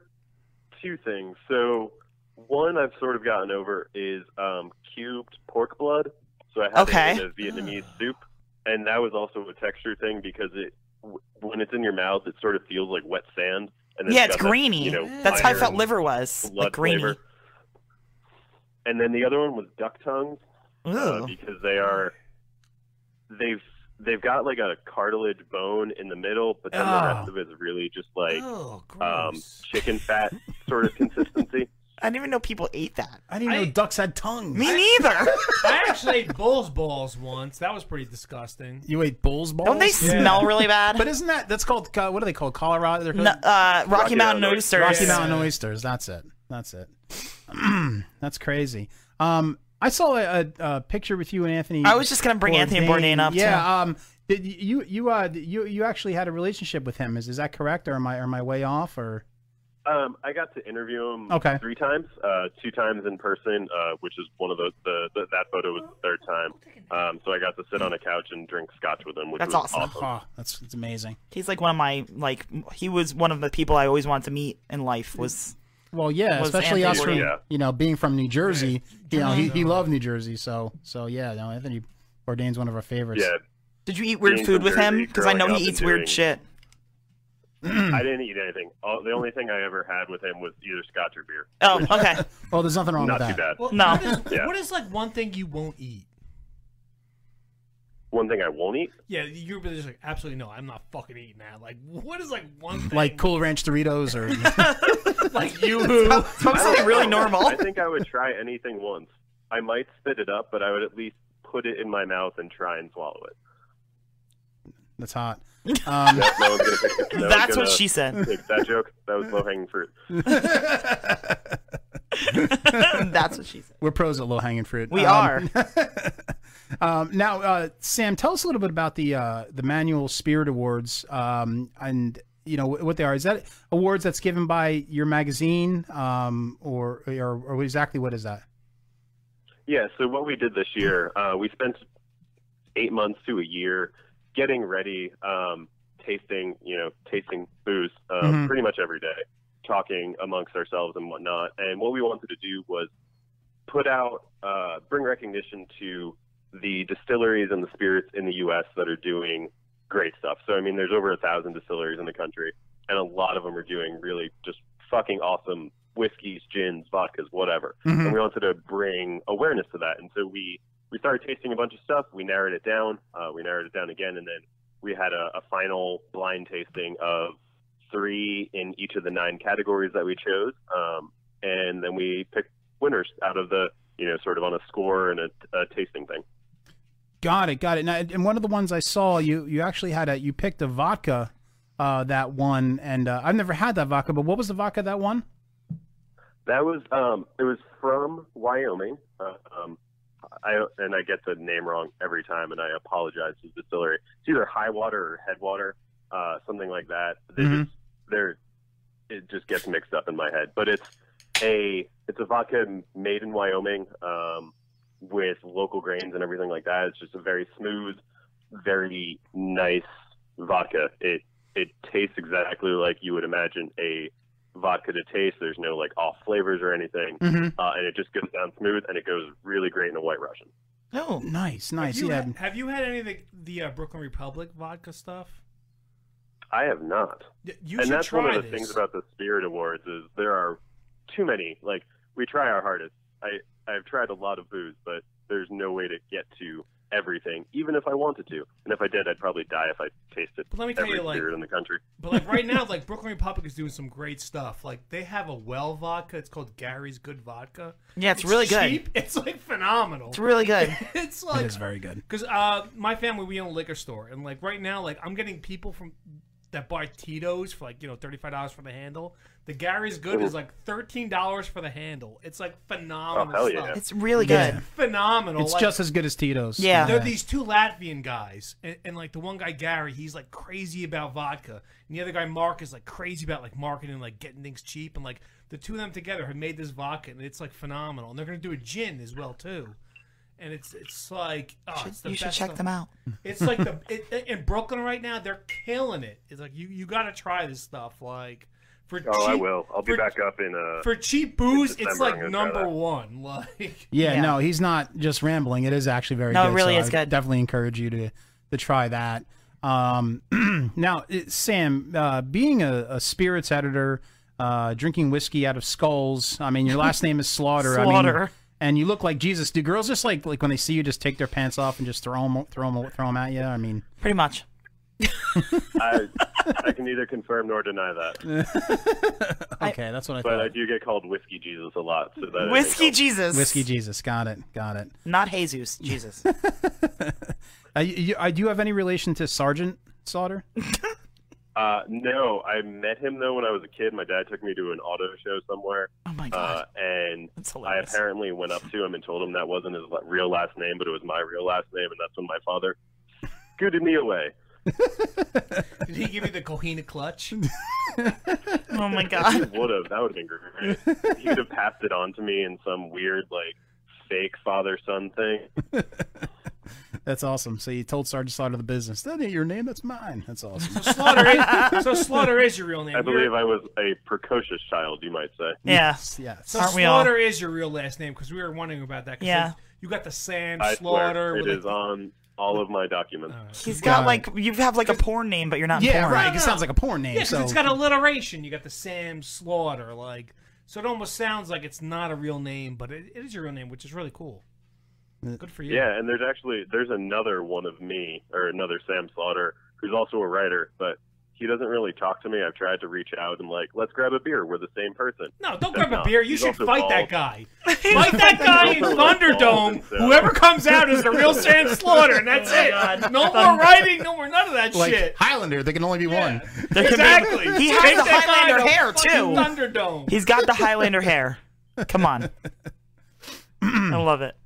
[SPEAKER 26] two things. So one I've sort of gotten over is um, cubed pork blood. So I had
[SPEAKER 22] Okay.
[SPEAKER 26] it in a Vietnamese soup, and that was also a texture thing because it w- when it's in your mouth, it sort of feels like wet sand. And
[SPEAKER 22] Yeah,
[SPEAKER 26] got
[SPEAKER 22] it's
[SPEAKER 26] that,
[SPEAKER 22] grainy.
[SPEAKER 26] you know,
[SPEAKER 22] That's how I
[SPEAKER 26] iron
[SPEAKER 22] felt liver was.
[SPEAKER 26] blood
[SPEAKER 22] Like grainy.
[SPEAKER 26] flavor. And then the other one was duck tongues uh, because they are they've they've got like a cartilage bone in the middle, but then the
[SPEAKER 22] Oh.
[SPEAKER 26] rest of it is really just like um, chicken fat sort of consistency.
[SPEAKER 22] I didn't even know people ate that.
[SPEAKER 21] I didn't know ducks had tongues.
[SPEAKER 22] Me neither.
[SPEAKER 10] I actually ate bull's balls once. That was pretty disgusting.
[SPEAKER 21] You ate bull's balls.
[SPEAKER 10] Don't they smell really
[SPEAKER 22] bad?
[SPEAKER 21] But isn't that that's called uh, what are they called? Colorado. They're
[SPEAKER 22] No,
[SPEAKER 21] called-
[SPEAKER 22] uh, Rocky Rocky Mountain Mountain Oysters. Oysters.
[SPEAKER 21] Rocky
[SPEAKER 22] Yeah.
[SPEAKER 21] Mountain oysters. That's it. That's it. that's crazy. Um, I saw a, a, a picture with you and Anthony.
[SPEAKER 22] I was just gonna bring Anthony Bourdain up,
[SPEAKER 21] Yeah.
[SPEAKER 22] too.
[SPEAKER 21] Um, did you you uh you you actually had a relationship with him? Is is that correct, or am I am I way off? Or
[SPEAKER 26] Um, I got to interview him
[SPEAKER 21] Okay.
[SPEAKER 26] three times, uh, two times in person, uh, which is one of those. The, the, that photo was the third time. Um, so I got to sit on a couch and drink scotch with him, which
[SPEAKER 22] That's
[SPEAKER 26] was
[SPEAKER 22] awesome.
[SPEAKER 21] Oh, that's it's amazing.
[SPEAKER 22] He's like one of my like he was one of the people I always wanted to meet in life was
[SPEAKER 21] Well, yeah,
[SPEAKER 22] Was
[SPEAKER 21] especially us from
[SPEAKER 22] Anthony- Yeah.
[SPEAKER 21] you know being from New Jersey. You know, he, he loved New Jersey, so so yeah. No, Anthony Bourdain's one of our favorites.
[SPEAKER 26] Yeah.
[SPEAKER 22] Did you eat weird
[SPEAKER 26] Being
[SPEAKER 22] food
[SPEAKER 26] from
[SPEAKER 22] with him?
[SPEAKER 26] Jersey,
[SPEAKER 22] 'Cause I know
[SPEAKER 26] growing
[SPEAKER 22] he
[SPEAKER 26] up
[SPEAKER 22] eats
[SPEAKER 26] and
[SPEAKER 22] weird
[SPEAKER 26] doing-
[SPEAKER 22] shit. Mm.
[SPEAKER 26] I didn't eat anything. All, the only thing I ever had with him was either scotch or beer.
[SPEAKER 22] Oh,
[SPEAKER 26] which-
[SPEAKER 21] well, there's nothing wrong
[SPEAKER 26] Not
[SPEAKER 21] with
[SPEAKER 26] too
[SPEAKER 21] that.
[SPEAKER 26] bad.
[SPEAKER 10] Well, What is,
[SPEAKER 26] Yeah.
[SPEAKER 10] what is like one thing you won't eat?
[SPEAKER 26] One thing I won't eat.
[SPEAKER 10] Yeah, you're just like absolutely no. I'm not fucking eating that. Like, what is like one thing?
[SPEAKER 21] Like Cool Ranch Doritos or
[SPEAKER 10] like you.
[SPEAKER 22] something really normal.
[SPEAKER 26] I think I would try anything once. I might spit it up, but I would at least put it in my mouth and try and swallow it.
[SPEAKER 21] That's hot. Um,
[SPEAKER 26] No, no one's gonna pick it. No one's
[SPEAKER 21] That's what
[SPEAKER 26] gonna
[SPEAKER 21] she said.
[SPEAKER 26] pick That joke. That was low hanging fruit. uh,
[SPEAKER 22] That's what she said.
[SPEAKER 21] We're pros at low hanging fruit.
[SPEAKER 22] We
[SPEAKER 21] are. um, now, uh, Sam, tell us a little bit about the uh, the Manual Spirit Awards um, and you know wh- what they are. Is that awards that's given by your magazine, um, or, or or exactly what is that?
[SPEAKER 26] Yeah, so what we did this year, uh, we spent eight months to a year getting ready, um, tasting, you know, tasting booze um,
[SPEAKER 27] Mhm.
[SPEAKER 26] pretty much every day, talking amongst ourselves and whatnot. And what we wanted to do was put out, uh, bring recognition to the distilleries and the spirits in the U.S. that are doing great stuff. So, I mean, there's over a thousand distilleries in the country, and a lot of them are doing really just fucking awesome whiskeys, gins, vodkas, whatever.
[SPEAKER 13] Mhm.
[SPEAKER 26] And we wanted to bring awareness to that. And so we, we started tasting a bunch of stuff. We narrowed it down. Uh, we narrowed it down again. And then we had a, a final blind tasting of three in each of the nine categories that we chose. Um, and then we picked winners out of the, you know, sort of on a score and a, a tasting thing.
[SPEAKER 21] Got it, got it. Now, and one of the ones I saw, you you actually had a you picked a vodka uh, that one, and uh, I've never had that vodka. But what was the vodka that one?
[SPEAKER 26] That was um, it was from Wyoming. Uh, um, I and I get the name wrong every time, and I apologize to the distillery. It's either High Water or Headwater, uh, something like that. They just they're it just gets mixed up in my head. But it's a it's a vodka made in Wyoming um, with local grains and everything like that. It's just a very smooth, very nice vodka. It it tastes exactly like you would imagine a vodka to taste. There's no like off flavors or anything,
[SPEAKER 21] Mhm.
[SPEAKER 26] uh, and it just goes down smooth and it goes really great in a White Russian.
[SPEAKER 21] Oh, nice,
[SPEAKER 10] Have
[SPEAKER 21] nice.
[SPEAKER 10] you,
[SPEAKER 21] yeah.
[SPEAKER 10] had, have you had any of the, the uh, Brooklyn Republic vodka stuff?
[SPEAKER 26] I have not.
[SPEAKER 10] Y- you
[SPEAKER 26] and
[SPEAKER 10] should
[SPEAKER 26] that's one of
[SPEAKER 10] try
[SPEAKER 26] the
[SPEAKER 10] this.
[SPEAKER 26] things about the Spirit Awards is there are too many. Like we try our hardest. I I've tried a lot of booze, but there's no way to get to everything, even if I wanted to. And if I did, I'd probably die if I tasted
[SPEAKER 10] But let me tell
[SPEAKER 26] every
[SPEAKER 10] you, like-
[SPEAKER 26] spirit in the country.
[SPEAKER 10] But like right now, like Brooklyn Republic is doing some great stuff. Like they have a well vodka. It's called Gary's Good Vodka.
[SPEAKER 22] Yeah, it's really good.
[SPEAKER 10] cheap. It's like phenomenal.
[SPEAKER 22] It's really good.
[SPEAKER 10] it's like
[SPEAKER 22] is very good.
[SPEAKER 10] Because uh, my family we own a liquor store, and like right now, like I'm getting people from that buy Tito's for like you know thirty five dollars for the handle. The Gary's Good is like thirteen dollars for the handle. It's like phenomenal.
[SPEAKER 21] hell
[SPEAKER 10] stuff.
[SPEAKER 21] yeah. It's really good.
[SPEAKER 10] Oh, phenomenal.
[SPEAKER 21] It's
[SPEAKER 10] like-
[SPEAKER 21] just as good as Tito's.
[SPEAKER 10] there are these two Latvian guys, and, and like the one guy Gary, he's like crazy about vodka, and the other guy Mark is like crazy about like marketing, like getting things cheap, and like the two of them together have made this vodka, and it's like phenomenal. And they're gonna do a gin as well too, and it's it's like oh,
[SPEAKER 22] Should-
[SPEAKER 10] it's the
[SPEAKER 22] you should
[SPEAKER 10] best
[SPEAKER 22] check
[SPEAKER 10] of-
[SPEAKER 22] them out.
[SPEAKER 10] It's like the it, it- in Brooklyn right now, they're killing it. It's like you you gotta try this stuff like for
[SPEAKER 26] Oh,
[SPEAKER 10] cheap,
[SPEAKER 26] I will. I'll be
[SPEAKER 10] for-
[SPEAKER 26] back up in uh
[SPEAKER 10] for cheap booze.
[SPEAKER 26] December,
[SPEAKER 10] It's
[SPEAKER 26] I'm
[SPEAKER 10] like
[SPEAKER 26] gonna try
[SPEAKER 10] number
[SPEAKER 26] that.
[SPEAKER 10] one. Like
[SPEAKER 21] Yeah, no, he's not just rambling. It is actually very
[SPEAKER 10] No, it
[SPEAKER 21] good.
[SPEAKER 10] really
[SPEAKER 21] so
[SPEAKER 10] is
[SPEAKER 21] I
[SPEAKER 10] good.
[SPEAKER 21] Definitely encourage you to to try that. Um, now, it- Sam, uh, being a, a spirits editor, uh, drinking whiskey out of skulls. I mean, your last name is Slaughter. I mean,
[SPEAKER 22] Slaughter.
[SPEAKER 21] and you look like Jesus. Do girls just like like when they see you, just take their pants off and just throw them throw them throw them at you? I mean,
[SPEAKER 22] pretty much.
[SPEAKER 26] I I can neither confirm nor deny that.
[SPEAKER 21] okay, that's what I
[SPEAKER 26] But
[SPEAKER 21] thought.
[SPEAKER 26] I do get called Whiskey Jesus a lot. So that I think helps.
[SPEAKER 21] Whiskey Jesus. Got it. Got it.
[SPEAKER 22] Not Jesus. Jesus.
[SPEAKER 21] Uh, you, you, uh, do you have any relation to Sergeant Slaughter?
[SPEAKER 26] Uh, no, I met him though when I was a kid. My dad took me to an auto show somewhere. Oh my god! Uh, and I apparently went up to him and told him that wasn't his la- real last name, but it was my real last name, and that's when my father scooted me away.
[SPEAKER 10] Did he give you the Kohina clutch?
[SPEAKER 22] oh my
[SPEAKER 26] If he would have. That would have been great. He would have passed it on to me in some weird like fake father son thing.
[SPEAKER 21] That's awesome. So you told Sergeant Slaughter the business. That ain't your name. That's mine. That's awesome.
[SPEAKER 10] So Slaughter is, so Slaughter is your real name.
[SPEAKER 26] I
[SPEAKER 10] You're-
[SPEAKER 26] believe I was a precocious child, you might say.
[SPEAKER 21] Yes.
[SPEAKER 10] So
[SPEAKER 21] Aren't we all?
[SPEAKER 10] Slaughter is your real last name because we were wondering about that. 'cause
[SPEAKER 26] Yeah.
[SPEAKER 10] they- you got the Sam
[SPEAKER 26] I
[SPEAKER 10] Slaughter.
[SPEAKER 26] swear, it
[SPEAKER 10] with
[SPEAKER 26] is
[SPEAKER 10] like,
[SPEAKER 26] on all of my documents.
[SPEAKER 22] He's got like you have like a porn name, but you're not. in
[SPEAKER 21] Yeah,
[SPEAKER 22] porn.
[SPEAKER 21] right, 'cause it sounds like a porn
[SPEAKER 10] yeah, 'cause it's got alliteration. You got the Sam Slaughter, like so. It almost sounds like it's not a real name, but it, it is your real name, which is really cool. Good for you.
[SPEAKER 26] Yeah, and there's actually there's another one of me or another Sam Slaughter who's also a writer, but he doesn't really talk to me. I've tried to reach out and like, let's grab a beer. We're the same person.
[SPEAKER 10] No,
[SPEAKER 26] don't
[SPEAKER 10] grab a beer. You should fight that guy. Fight that
[SPEAKER 26] that
[SPEAKER 10] guy
[SPEAKER 26] guy.
[SPEAKER 10] in
[SPEAKER 26] He's also, like, bald
[SPEAKER 10] Thunderdome.
[SPEAKER 26] and stuff.
[SPEAKER 10] Whoever comes out is the real Sam Slaughter, and that's
[SPEAKER 11] Oh my
[SPEAKER 10] it.
[SPEAKER 11] God.
[SPEAKER 10] No more
[SPEAKER 11] Thunder.
[SPEAKER 10] writing. No more none of that
[SPEAKER 11] like
[SPEAKER 10] shit.
[SPEAKER 11] Highlander, there can only be one.
[SPEAKER 10] Exactly.
[SPEAKER 22] He has
[SPEAKER 10] Take
[SPEAKER 22] the
[SPEAKER 10] that guy
[SPEAKER 22] Highlander
[SPEAKER 10] to
[SPEAKER 22] hair,
[SPEAKER 10] fucking
[SPEAKER 22] too.
[SPEAKER 10] Thunderdome.
[SPEAKER 22] He's got the Highlander hair. Come on. I love it.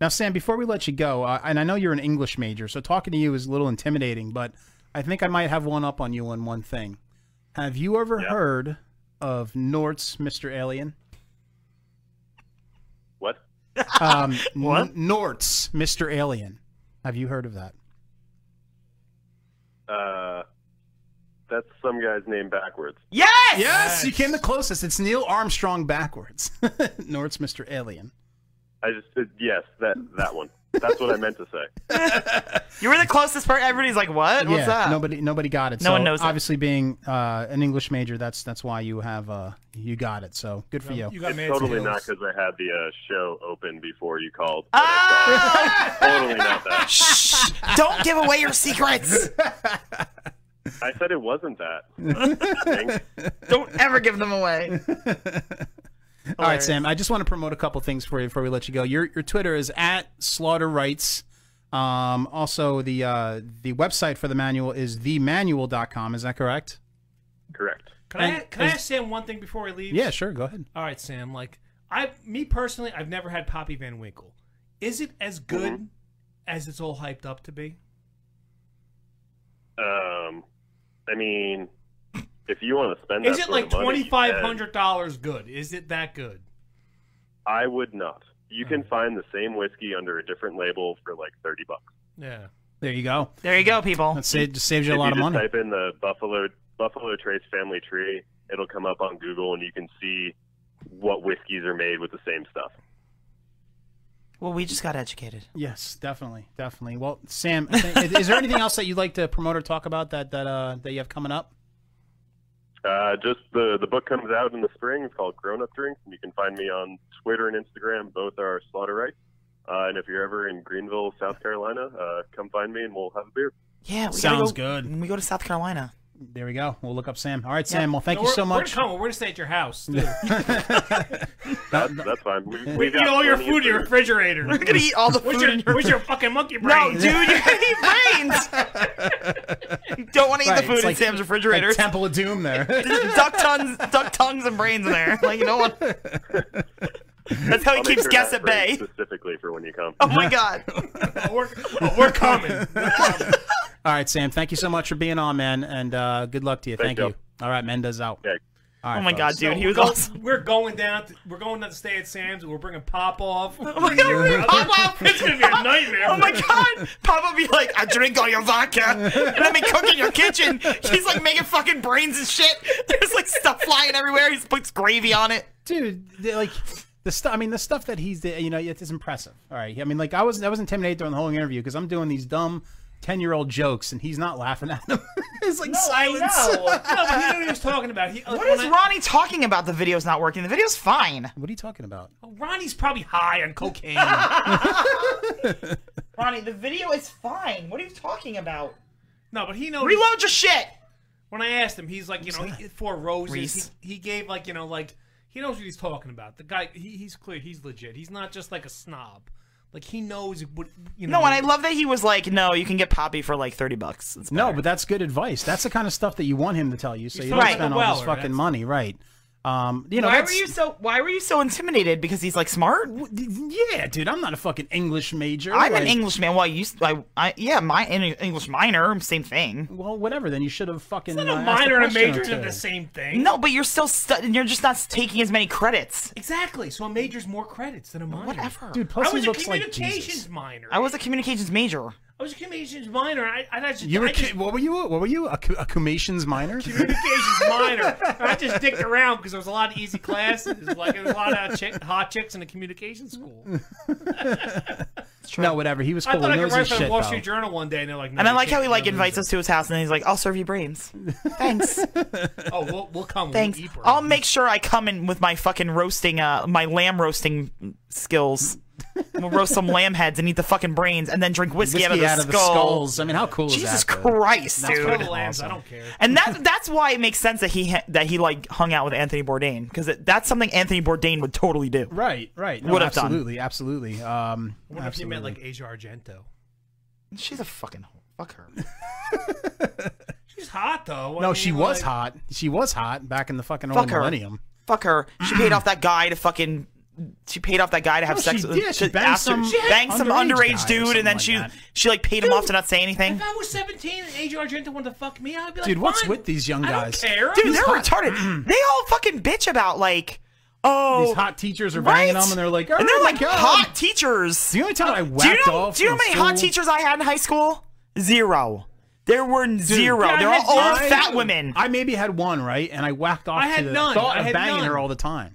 [SPEAKER 21] Now, Sam, before we let you go, uh, and I know you're an English major, so talking to you is a little intimidating, but I think I might have one up on you on one thing. Have you ever heard of Nort's Mr. Alien?
[SPEAKER 26] What?
[SPEAKER 21] Um, what? Nort's Mr. Alien. Have you heard of that?
[SPEAKER 26] Uh, that's some guy's name backwards.
[SPEAKER 21] Yes! Yes, you came the closest. It's Neil Armstrong backwards. Nort's Mr. Alien.
[SPEAKER 26] I just uh, yes, that that one. That's what I meant to say.
[SPEAKER 22] You were the closest part. Everybody's like, what? What's
[SPEAKER 21] yeah,
[SPEAKER 22] that?
[SPEAKER 21] nobody nobody got it.
[SPEAKER 22] No
[SPEAKER 21] so
[SPEAKER 22] one knows that.
[SPEAKER 21] Obviously, being uh, an English major, that's that's why you have uh, you got it. So good for you.
[SPEAKER 26] it's totally not because I had the uh, show open before you called. that
[SPEAKER 10] Ah!
[SPEAKER 26] I saw it. totally not that.
[SPEAKER 22] Shh! Don't give away your secrets.
[SPEAKER 26] I said it wasn't that.
[SPEAKER 22] Don't ever give them away.
[SPEAKER 21] All right, Sam. I just want to promote a couple things for you before we let you go. Your your Twitter is at Slaughter Rights. Um, also, the uh, the website for the manual is themanual.com. Is that correct?
[SPEAKER 26] Correct.
[SPEAKER 10] Can I
[SPEAKER 21] And
[SPEAKER 10] can I
[SPEAKER 21] is-
[SPEAKER 10] ask Sam one thing before we leave?
[SPEAKER 21] Yeah, sure. Go ahead.
[SPEAKER 10] All right, Sam. Like I, me personally, I've never had Poppy Van Winkle. Is it as
[SPEAKER 22] Mm-hmm.
[SPEAKER 10] good as it's all hyped up to be?
[SPEAKER 26] Um, I mean, if you want to spend,
[SPEAKER 10] Is
[SPEAKER 26] that
[SPEAKER 10] it
[SPEAKER 26] sort
[SPEAKER 10] like
[SPEAKER 26] of money,
[SPEAKER 10] twenty five hundred dollars good? Is it that good?
[SPEAKER 26] then I would not. You can find the same whiskey under a different label for like thirty bucks.
[SPEAKER 10] Yeah.
[SPEAKER 21] There you go.
[SPEAKER 22] There you go, people.
[SPEAKER 21] That saved, just saves you
[SPEAKER 26] If
[SPEAKER 21] a lot of
[SPEAKER 26] just
[SPEAKER 21] money.
[SPEAKER 26] Type in the Buffalo Buffalo Trace family tree. It'll come up on Google, and you can see what whiskeys are made with the same stuff.
[SPEAKER 22] Well, we just got educated.
[SPEAKER 21] Yes, definitely, definitely. Well, Sam, I think- is there anything else that you'd like to promote or talk about that that uh, that you have coming up?
[SPEAKER 26] Uh, just the the book comes out in the spring. It's called Grown Up Drinks, and you can find me on Twitter and Instagram. Both are Slaughter Rights. Uh, and if you're ever in Greenville, South Carolina, uh, come find me, and we'll have a beer.
[SPEAKER 22] Yeah, we
[SPEAKER 21] Sounds
[SPEAKER 22] gotta go, good. We go to South Carolina.
[SPEAKER 21] There we go. We'll look up Sam. All right, Sam. Well, thank
[SPEAKER 10] No,
[SPEAKER 21] you
[SPEAKER 10] we're-
[SPEAKER 21] so
[SPEAKER 10] We're
[SPEAKER 21] much.
[SPEAKER 10] gonna come. We're gonna stay at your house. too.
[SPEAKER 26] That's, that's fine. We,
[SPEAKER 10] We,
[SPEAKER 26] we've
[SPEAKER 10] eat
[SPEAKER 26] got
[SPEAKER 10] all your
[SPEAKER 26] plenty of
[SPEAKER 10] food in your refrigerator. We're
[SPEAKER 22] gonna eat all the
[SPEAKER 10] where's
[SPEAKER 22] food
[SPEAKER 10] Your,
[SPEAKER 22] in your-
[SPEAKER 10] where's your fucking monkey
[SPEAKER 22] No,
[SPEAKER 10] brain?
[SPEAKER 22] dude, you're gonna eat brains. you don't want to eat
[SPEAKER 21] Right,
[SPEAKER 22] the food
[SPEAKER 21] it's
[SPEAKER 22] in
[SPEAKER 21] like-
[SPEAKER 22] Sam's refrigerator.
[SPEAKER 21] like Temple of Doom there.
[SPEAKER 22] There's duck tongues, duck tongues, and brains in there. Like you know what? That's how he
[SPEAKER 26] I'll make
[SPEAKER 22] keeps
[SPEAKER 26] sure
[SPEAKER 22] guests
[SPEAKER 26] that
[SPEAKER 22] at bay.
[SPEAKER 26] phrase Specifically for when you come.
[SPEAKER 22] Oh my god.
[SPEAKER 10] we're, we're coming.
[SPEAKER 21] All right, Sam. Thank you so much for being on, man, and uh, good luck to you. Thank,
[SPEAKER 26] Thank you.
[SPEAKER 21] you. All right, Mendez out. All right,
[SPEAKER 22] Oh my God,
[SPEAKER 21] folks.
[SPEAKER 22] dude,
[SPEAKER 10] So
[SPEAKER 22] he
[SPEAKER 10] we're
[SPEAKER 22] was
[SPEAKER 10] go-
[SPEAKER 22] awesome.
[SPEAKER 10] We're going down. To, we're going down to stay at Sam's. and We're bringing Pop off.
[SPEAKER 22] Oh my God, we're bringing Pop off.
[SPEAKER 10] It's gonna be a nightmare.
[SPEAKER 22] Oh my god! Papa be like, I drink all your vodka, and let me cook in your kitchen. He's like making fucking brains and shit. There's like stuff flying everywhere. He just puts gravy on it.
[SPEAKER 21] dude. they- Like the stuff. I mean, the stuff that he's. You know, it's impressive. All right. I mean, like I was. I was intimidated during the whole interview because I'm doing these dumb ten-year-old jokes, and he's not laughing at them. it's like silence.
[SPEAKER 10] I know. No, but he knew what he was talking about. He, uh,
[SPEAKER 22] What
[SPEAKER 10] when
[SPEAKER 22] is
[SPEAKER 10] I-
[SPEAKER 22] Ronnie talking about? The video's not working. The video's fine.
[SPEAKER 21] What are you talking about?
[SPEAKER 10] Oh, Ronnie's probably high on cocaine.
[SPEAKER 22] Ronnie, the video is fine. What are you talking about?
[SPEAKER 10] No, but he knows.
[SPEAKER 22] Reload your shit.
[SPEAKER 10] When I asked him, he's like, you know, he, four roses.
[SPEAKER 22] Reese.
[SPEAKER 10] He, he gave like, you know, like he knows what he's talking about. The guy, he, he's clear. He's legit. He's not just like a snob. Like he knows what you know.
[SPEAKER 22] no, and I love that he was like, "No, you can get Poppy for like thirty bucks." It's
[SPEAKER 21] No, but that's good advice. That's the kind of stuff that you want him to tell you, so
[SPEAKER 22] He's
[SPEAKER 21] you don't
[SPEAKER 22] talking
[SPEAKER 21] spend
[SPEAKER 22] about the
[SPEAKER 21] all this
[SPEAKER 22] Weller,
[SPEAKER 21] fucking
[SPEAKER 22] that's-
[SPEAKER 21] money, right? Um, you know,
[SPEAKER 22] why were
[SPEAKER 21] that's-
[SPEAKER 22] you so? Why were you so intimidated? Because he's like smart.
[SPEAKER 21] Yeah, dude, I'm not a fucking English major.
[SPEAKER 22] I'm an
[SPEAKER 21] like-
[SPEAKER 22] Englishman. Well, you, I, I, yeah, my and an English minor, same thing.
[SPEAKER 21] Well, whatever. Then you should have fucking.
[SPEAKER 22] It's
[SPEAKER 21] not a uh, asked a minor and a question or major, they're two. the
[SPEAKER 10] same thing.
[SPEAKER 22] No, but you're still stu- and you're just not taking as many credits.
[SPEAKER 10] Exactly. So a major's more credits than a minor. Whatever.
[SPEAKER 22] Dude, plus
[SPEAKER 10] I was
[SPEAKER 22] he
[SPEAKER 10] a
[SPEAKER 22] looks like
[SPEAKER 10] communications
[SPEAKER 22] Jesus.
[SPEAKER 10] minor.
[SPEAKER 22] I was a communications major.
[SPEAKER 10] I was a communications minor. I, I, I just
[SPEAKER 21] You were
[SPEAKER 10] I just,
[SPEAKER 21] ki- what were you? What were you? A, cu- a communications minor?
[SPEAKER 10] communications minor. I just dicked around because there was a lot of easy classes. Like there was a lot of chick, hot chicks in the communications
[SPEAKER 22] Mm-hmm.
[SPEAKER 10] school.
[SPEAKER 21] no, whatever. He was
[SPEAKER 10] I
[SPEAKER 21] cool.
[SPEAKER 10] thought
[SPEAKER 21] He
[SPEAKER 10] I could
[SPEAKER 21] knows
[SPEAKER 10] write
[SPEAKER 21] his
[SPEAKER 10] for the
[SPEAKER 21] shit,
[SPEAKER 10] Wall
[SPEAKER 21] though.
[SPEAKER 10] Street Journal one day, and they're like, no,
[SPEAKER 22] and I
[SPEAKER 10] you
[SPEAKER 22] like how
[SPEAKER 10] can't-
[SPEAKER 22] he like
[SPEAKER 10] no, no,
[SPEAKER 22] invites us to his house, and he's like, "I'll serve you brains." Thanks.
[SPEAKER 10] Oh, we'll, we'll come.
[SPEAKER 22] Thanks.
[SPEAKER 10] We'll eat
[SPEAKER 22] I'll make sure I come in with my fucking roasting, uh, my lamb roasting skills. We'll roast some lamb heads and eat the fucking brains, and then drink whiskey, out of the
[SPEAKER 21] out of the
[SPEAKER 22] skull.
[SPEAKER 21] skulls. I mean, how cool is
[SPEAKER 22] Jesus
[SPEAKER 21] that, though?
[SPEAKER 22] Christ,
[SPEAKER 21] That's
[SPEAKER 22] dude!
[SPEAKER 21] fucking Lambs, I awesome. don't care.
[SPEAKER 22] And that's that's why it makes sense that he ha- that he like hung out with Anthony Bourdain because that's something Anthony Bourdain would totally do.
[SPEAKER 21] Right, right. No,
[SPEAKER 22] would have done.
[SPEAKER 21] absolutely, absolutely. Um,
[SPEAKER 10] I wonder if you
[SPEAKER 21] absolutely.
[SPEAKER 10] meant like Asia Argento.
[SPEAKER 22] She's a fucking hoe. fuck her.
[SPEAKER 10] She's hot though. I
[SPEAKER 21] no, she
[SPEAKER 10] mean,
[SPEAKER 21] was
[SPEAKER 10] like-
[SPEAKER 21] hot. She was hot back in the fucking
[SPEAKER 22] Fuck
[SPEAKER 21] old
[SPEAKER 22] her.
[SPEAKER 21] millennium.
[SPEAKER 22] Fuck her. She paid off that guy to fucking. She paid off that guy to have
[SPEAKER 21] No,
[SPEAKER 22] sex
[SPEAKER 21] she
[SPEAKER 22] with.
[SPEAKER 21] did. She
[SPEAKER 22] to-
[SPEAKER 21] banged some
[SPEAKER 22] she banged some
[SPEAKER 21] underage
[SPEAKER 22] underage
[SPEAKER 21] guy or
[SPEAKER 22] dude, and then she she like paid him off to not say anything.
[SPEAKER 10] If I was 17 and Asia Argento wanted to fuck me, I'd be like,
[SPEAKER 22] Dude, what's
[SPEAKER 10] fine.
[SPEAKER 22] with these young
[SPEAKER 10] I don't
[SPEAKER 22] guys?
[SPEAKER 10] care.
[SPEAKER 22] Dude,
[SPEAKER 10] He's
[SPEAKER 22] they're
[SPEAKER 10] hot.
[SPEAKER 22] retarded. They all fucking bitch about like, oh,
[SPEAKER 21] Mm-hmm. These hot teachers are banging
[SPEAKER 22] right?
[SPEAKER 21] them, and they're like,
[SPEAKER 22] and they're
[SPEAKER 21] "Oh my
[SPEAKER 22] like
[SPEAKER 21] God."
[SPEAKER 22] hot teachers.
[SPEAKER 21] The only time I
[SPEAKER 22] do you
[SPEAKER 21] whacked
[SPEAKER 22] know,
[SPEAKER 21] off
[SPEAKER 22] do you know how
[SPEAKER 21] in
[SPEAKER 22] many hot
[SPEAKER 21] school-
[SPEAKER 22] teachers I had in high school? Zero. There were zero.
[SPEAKER 21] Dude,
[SPEAKER 22] they're
[SPEAKER 21] I had
[SPEAKER 22] all old
[SPEAKER 21] none.
[SPEAKER 22] fat women.
[SPEAKER 21] I maybe had one, right? And I whacked off
[SPEAKER 22] I had
[SPEAKER 21] to the
[SPEAKER 22] none.
[SPEAKER 21] thought
[SPEAKER 22] I
[SPEAKER 21] of
[SPEAKER 22] had
[SPEAKER 21] banging her
[SPEAKER 22] none.
[SPEAKER 21] all the time.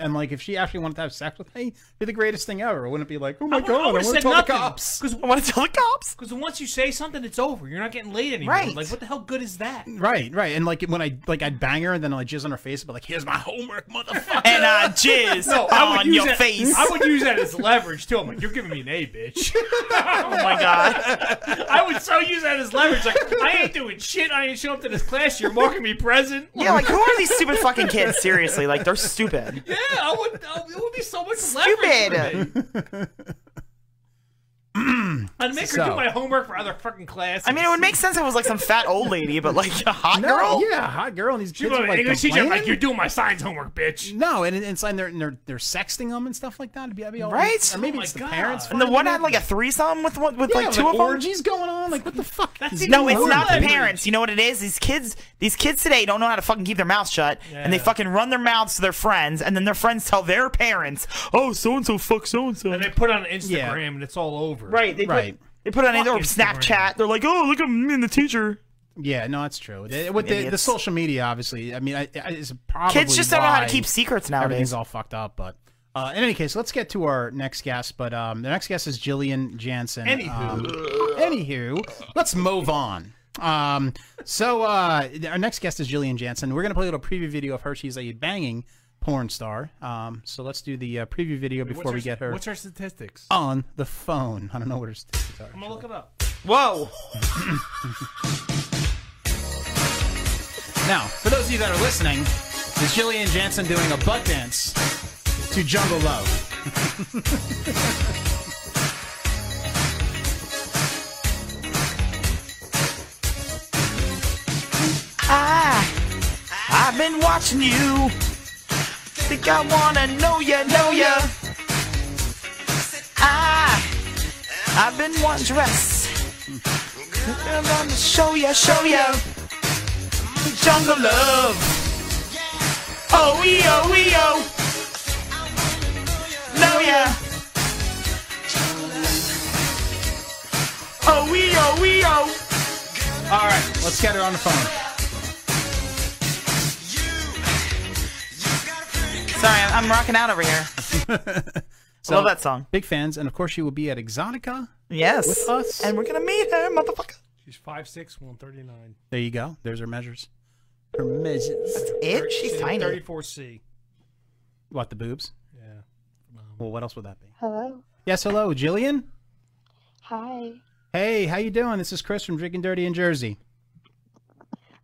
[SPEAKER 21] And like, if she actually wanted to have sex with me, it'd be the greatest thing ever. It wouldn't be like, oh my god, I
[SPEAKER 10] would've
[SPEAKER 21] want to
[SPEAKER 10] said
[SPEAKER 21] tell
[SPEAKER 10] nothing.
[SPEAKER 21] the cops.
[SPEAKER 10] Because
[SPEAKER 22] I want to tell the cops.
[SPEAKER 10] Because once you say something, it's over. You're not getting laid anymore.
[SPEAKER 21] Right.
[SPEAKER 10] Like, what the hell good is that?
[SPEAKER 21] Right, right. And like when I like I'd bang her and then I'd jizz on her face, but like, here's my homework, motherfucker.
[SPEAKER 22] And I jizz on
[SPEAKER 10] use
[SPEAKER 22] your
[SPEAKER 10] that-
[SPEAKER 22] face.
[SPEAKER 10] I would use that as leverage too. I'm like, you're giving me an A, bitch.
[SPEAKER 22] oh my god.
[SPEAKER 10] I would so use that as leverage. Like, I ain't doing shit. I ain't showing up to this class. You're marking me present.
[SPEAKER 22] Yeah, like who are these stupid fucking kids? Seriously, like they're stupid.
[SPEAKER 10] Yeah, I would. I, it would be so much leverage. for me.
[SPEAKER 22] Stupid.
[SPEAKER 10] I'd make her
[SPEAKER 22] So-
[SPEAKER 10] do my homework for other fucking classes.
[SPEAKER 22] I mean, it would make sense if it was like some fat old lady, but like a hot
[SPEAKER 21] No,
[SPEAKER 22] girl.
[SPEAKER 21] yeah, hot girl, and these
[SPEAKER 10] She
[SPEAKER 21] kids
[SPEAKER 10] was
[SPEAKER 21] are
[SPEAKER 10] an
[SPEAKER 21] like,
[SPEAKER 10] English teacher. I'm like,
[SPEAKER 21] complaining?
[SPEAKER 10] you're doing my science homework, bitch.
[SPEAKER 21] No, and and, and they're, they're they're sexting them and stuff like that. It'd be, I'd be all
[SPEAKER 22] Right?
[SPEAKER 21] Or maybe it's the parents.
[SPEAKER 22] And the
[SPEAKER 21] finding
[SPEAKER 22] one
[SPEAKER 21] out.
[SPEAKER 22] had like a threesome with one with
[SPEAKER 21] Yeah,
[SPEAKER 22] like two
[SPEAKER 21] like
[SPEAKER 22] of them.
[SPEAKER 21] orgies going on. Like what the fuck? is
[SPEAKER 22] no,
[SPEAKER 21] going
[SPEAKER 22] it's
[SPEAKER 21] on?
[SPEAKER 22] not the parents. You know what it is? These kids, these kids today don't know how to fucking keep their mouths shut, and they
[SPEAKER 21] Yeah.
[SPEAKER 22] fucking run their mouths to their friends, and then their friends tell their parents, "Oh, so and so fuck so and so," and
[SPEAKER 10] they put on Instagram and it's all over.
[SPEAKER 22] Right? They
[SPEAKER 21] Right.
[SPEAKER 22] Put, they put it on
[SPEAKER 21] Fuck
[SPEAKER 22] either or
[SPEAKER 21] Instagram.
[SPEAKER 22] Snapchat. They're like, "Oh, look at me and the teacher."
[SPEAKER 21] Yeah, no, that's true. They- With the, the
[SPEAKER 22] Idiots.
[SPEAKER 21] social media, obviously, I mean, I, I, it's probably
[SPEAKER 22] Kids just don't know how to
[SPEAKER 21] why
[SPEAKER 22] keep secrets nowadays.
[SPEAKER 21] Everything's all fucked up. But uh, in any case, let's get to our next guest. But um, the next guest is Jillian Jansen. Anywho. Um, anywho, let's move on. Um, so uh, our next guest is Jillian Jansen. We're gonna play a little preview video of her. She's a banging porn star. Um, so let's do the uh, preview video
[SPEAKER 10] Wait, what's
[SPEAKER 21] before
[SPEAKER 10] her-
[SPEAKER 21] we get her
[SPEAKER 10] What's her statistics?
[SPEAKER 21] on the phone. I don't know what her statistics are.
[SPEAKER 10] I'm gonna look it up.
[SPEAKER 22] Whoa.
[SPEAKER 21] Now, for those of you that are listening, is Jillian Jansen doing a butt dance to Jungle Love?
[SPEAKER 22] I, Ah, I've been watching you. Think I wanna know ya, know ya. Ah. I, I've been one dress. I'm gonna show ya, show ya. Jungle love. Oh, we, oh, we, oh. Know ya. Oh, we, oh, we, oh.
[SPEAKER 21] All right, let's get her on the phone.
[SPEAKER 22] Sorry, I'm, I'm rocking out over here.
[SPEAKER 21] So,
[SPEAKER 22] Love that song.
[SPEAKER 21] Big fans, and of course, she will be at Exotica.
[SPEAKER 22] Yes.
[SPEAKER 21] With us.
[SPEAKER 22] And we're gonna meet her, motherfucker.
[SPEAKER 10] She's five six, one thirty nine.
[SPEAKER 21] There you go. There's her measures. Her measures. That's
[SPEAKER 22] it? She's
[SPEAKER 10] Thirty four C.
[SPEAKER 21] What, the boobs?
[SPEAKER 10] Yeah.
[SPEAKER 21] Well, what else would that be?
[SPEAKER 27] Hello.
[SPEAKER 21] Yes, hello, Jillian?
[SPEAKER 27] Hi.
[SPEAKER 21] Hey, how you doing? This is Chris from Drinking Dirty in Jersey.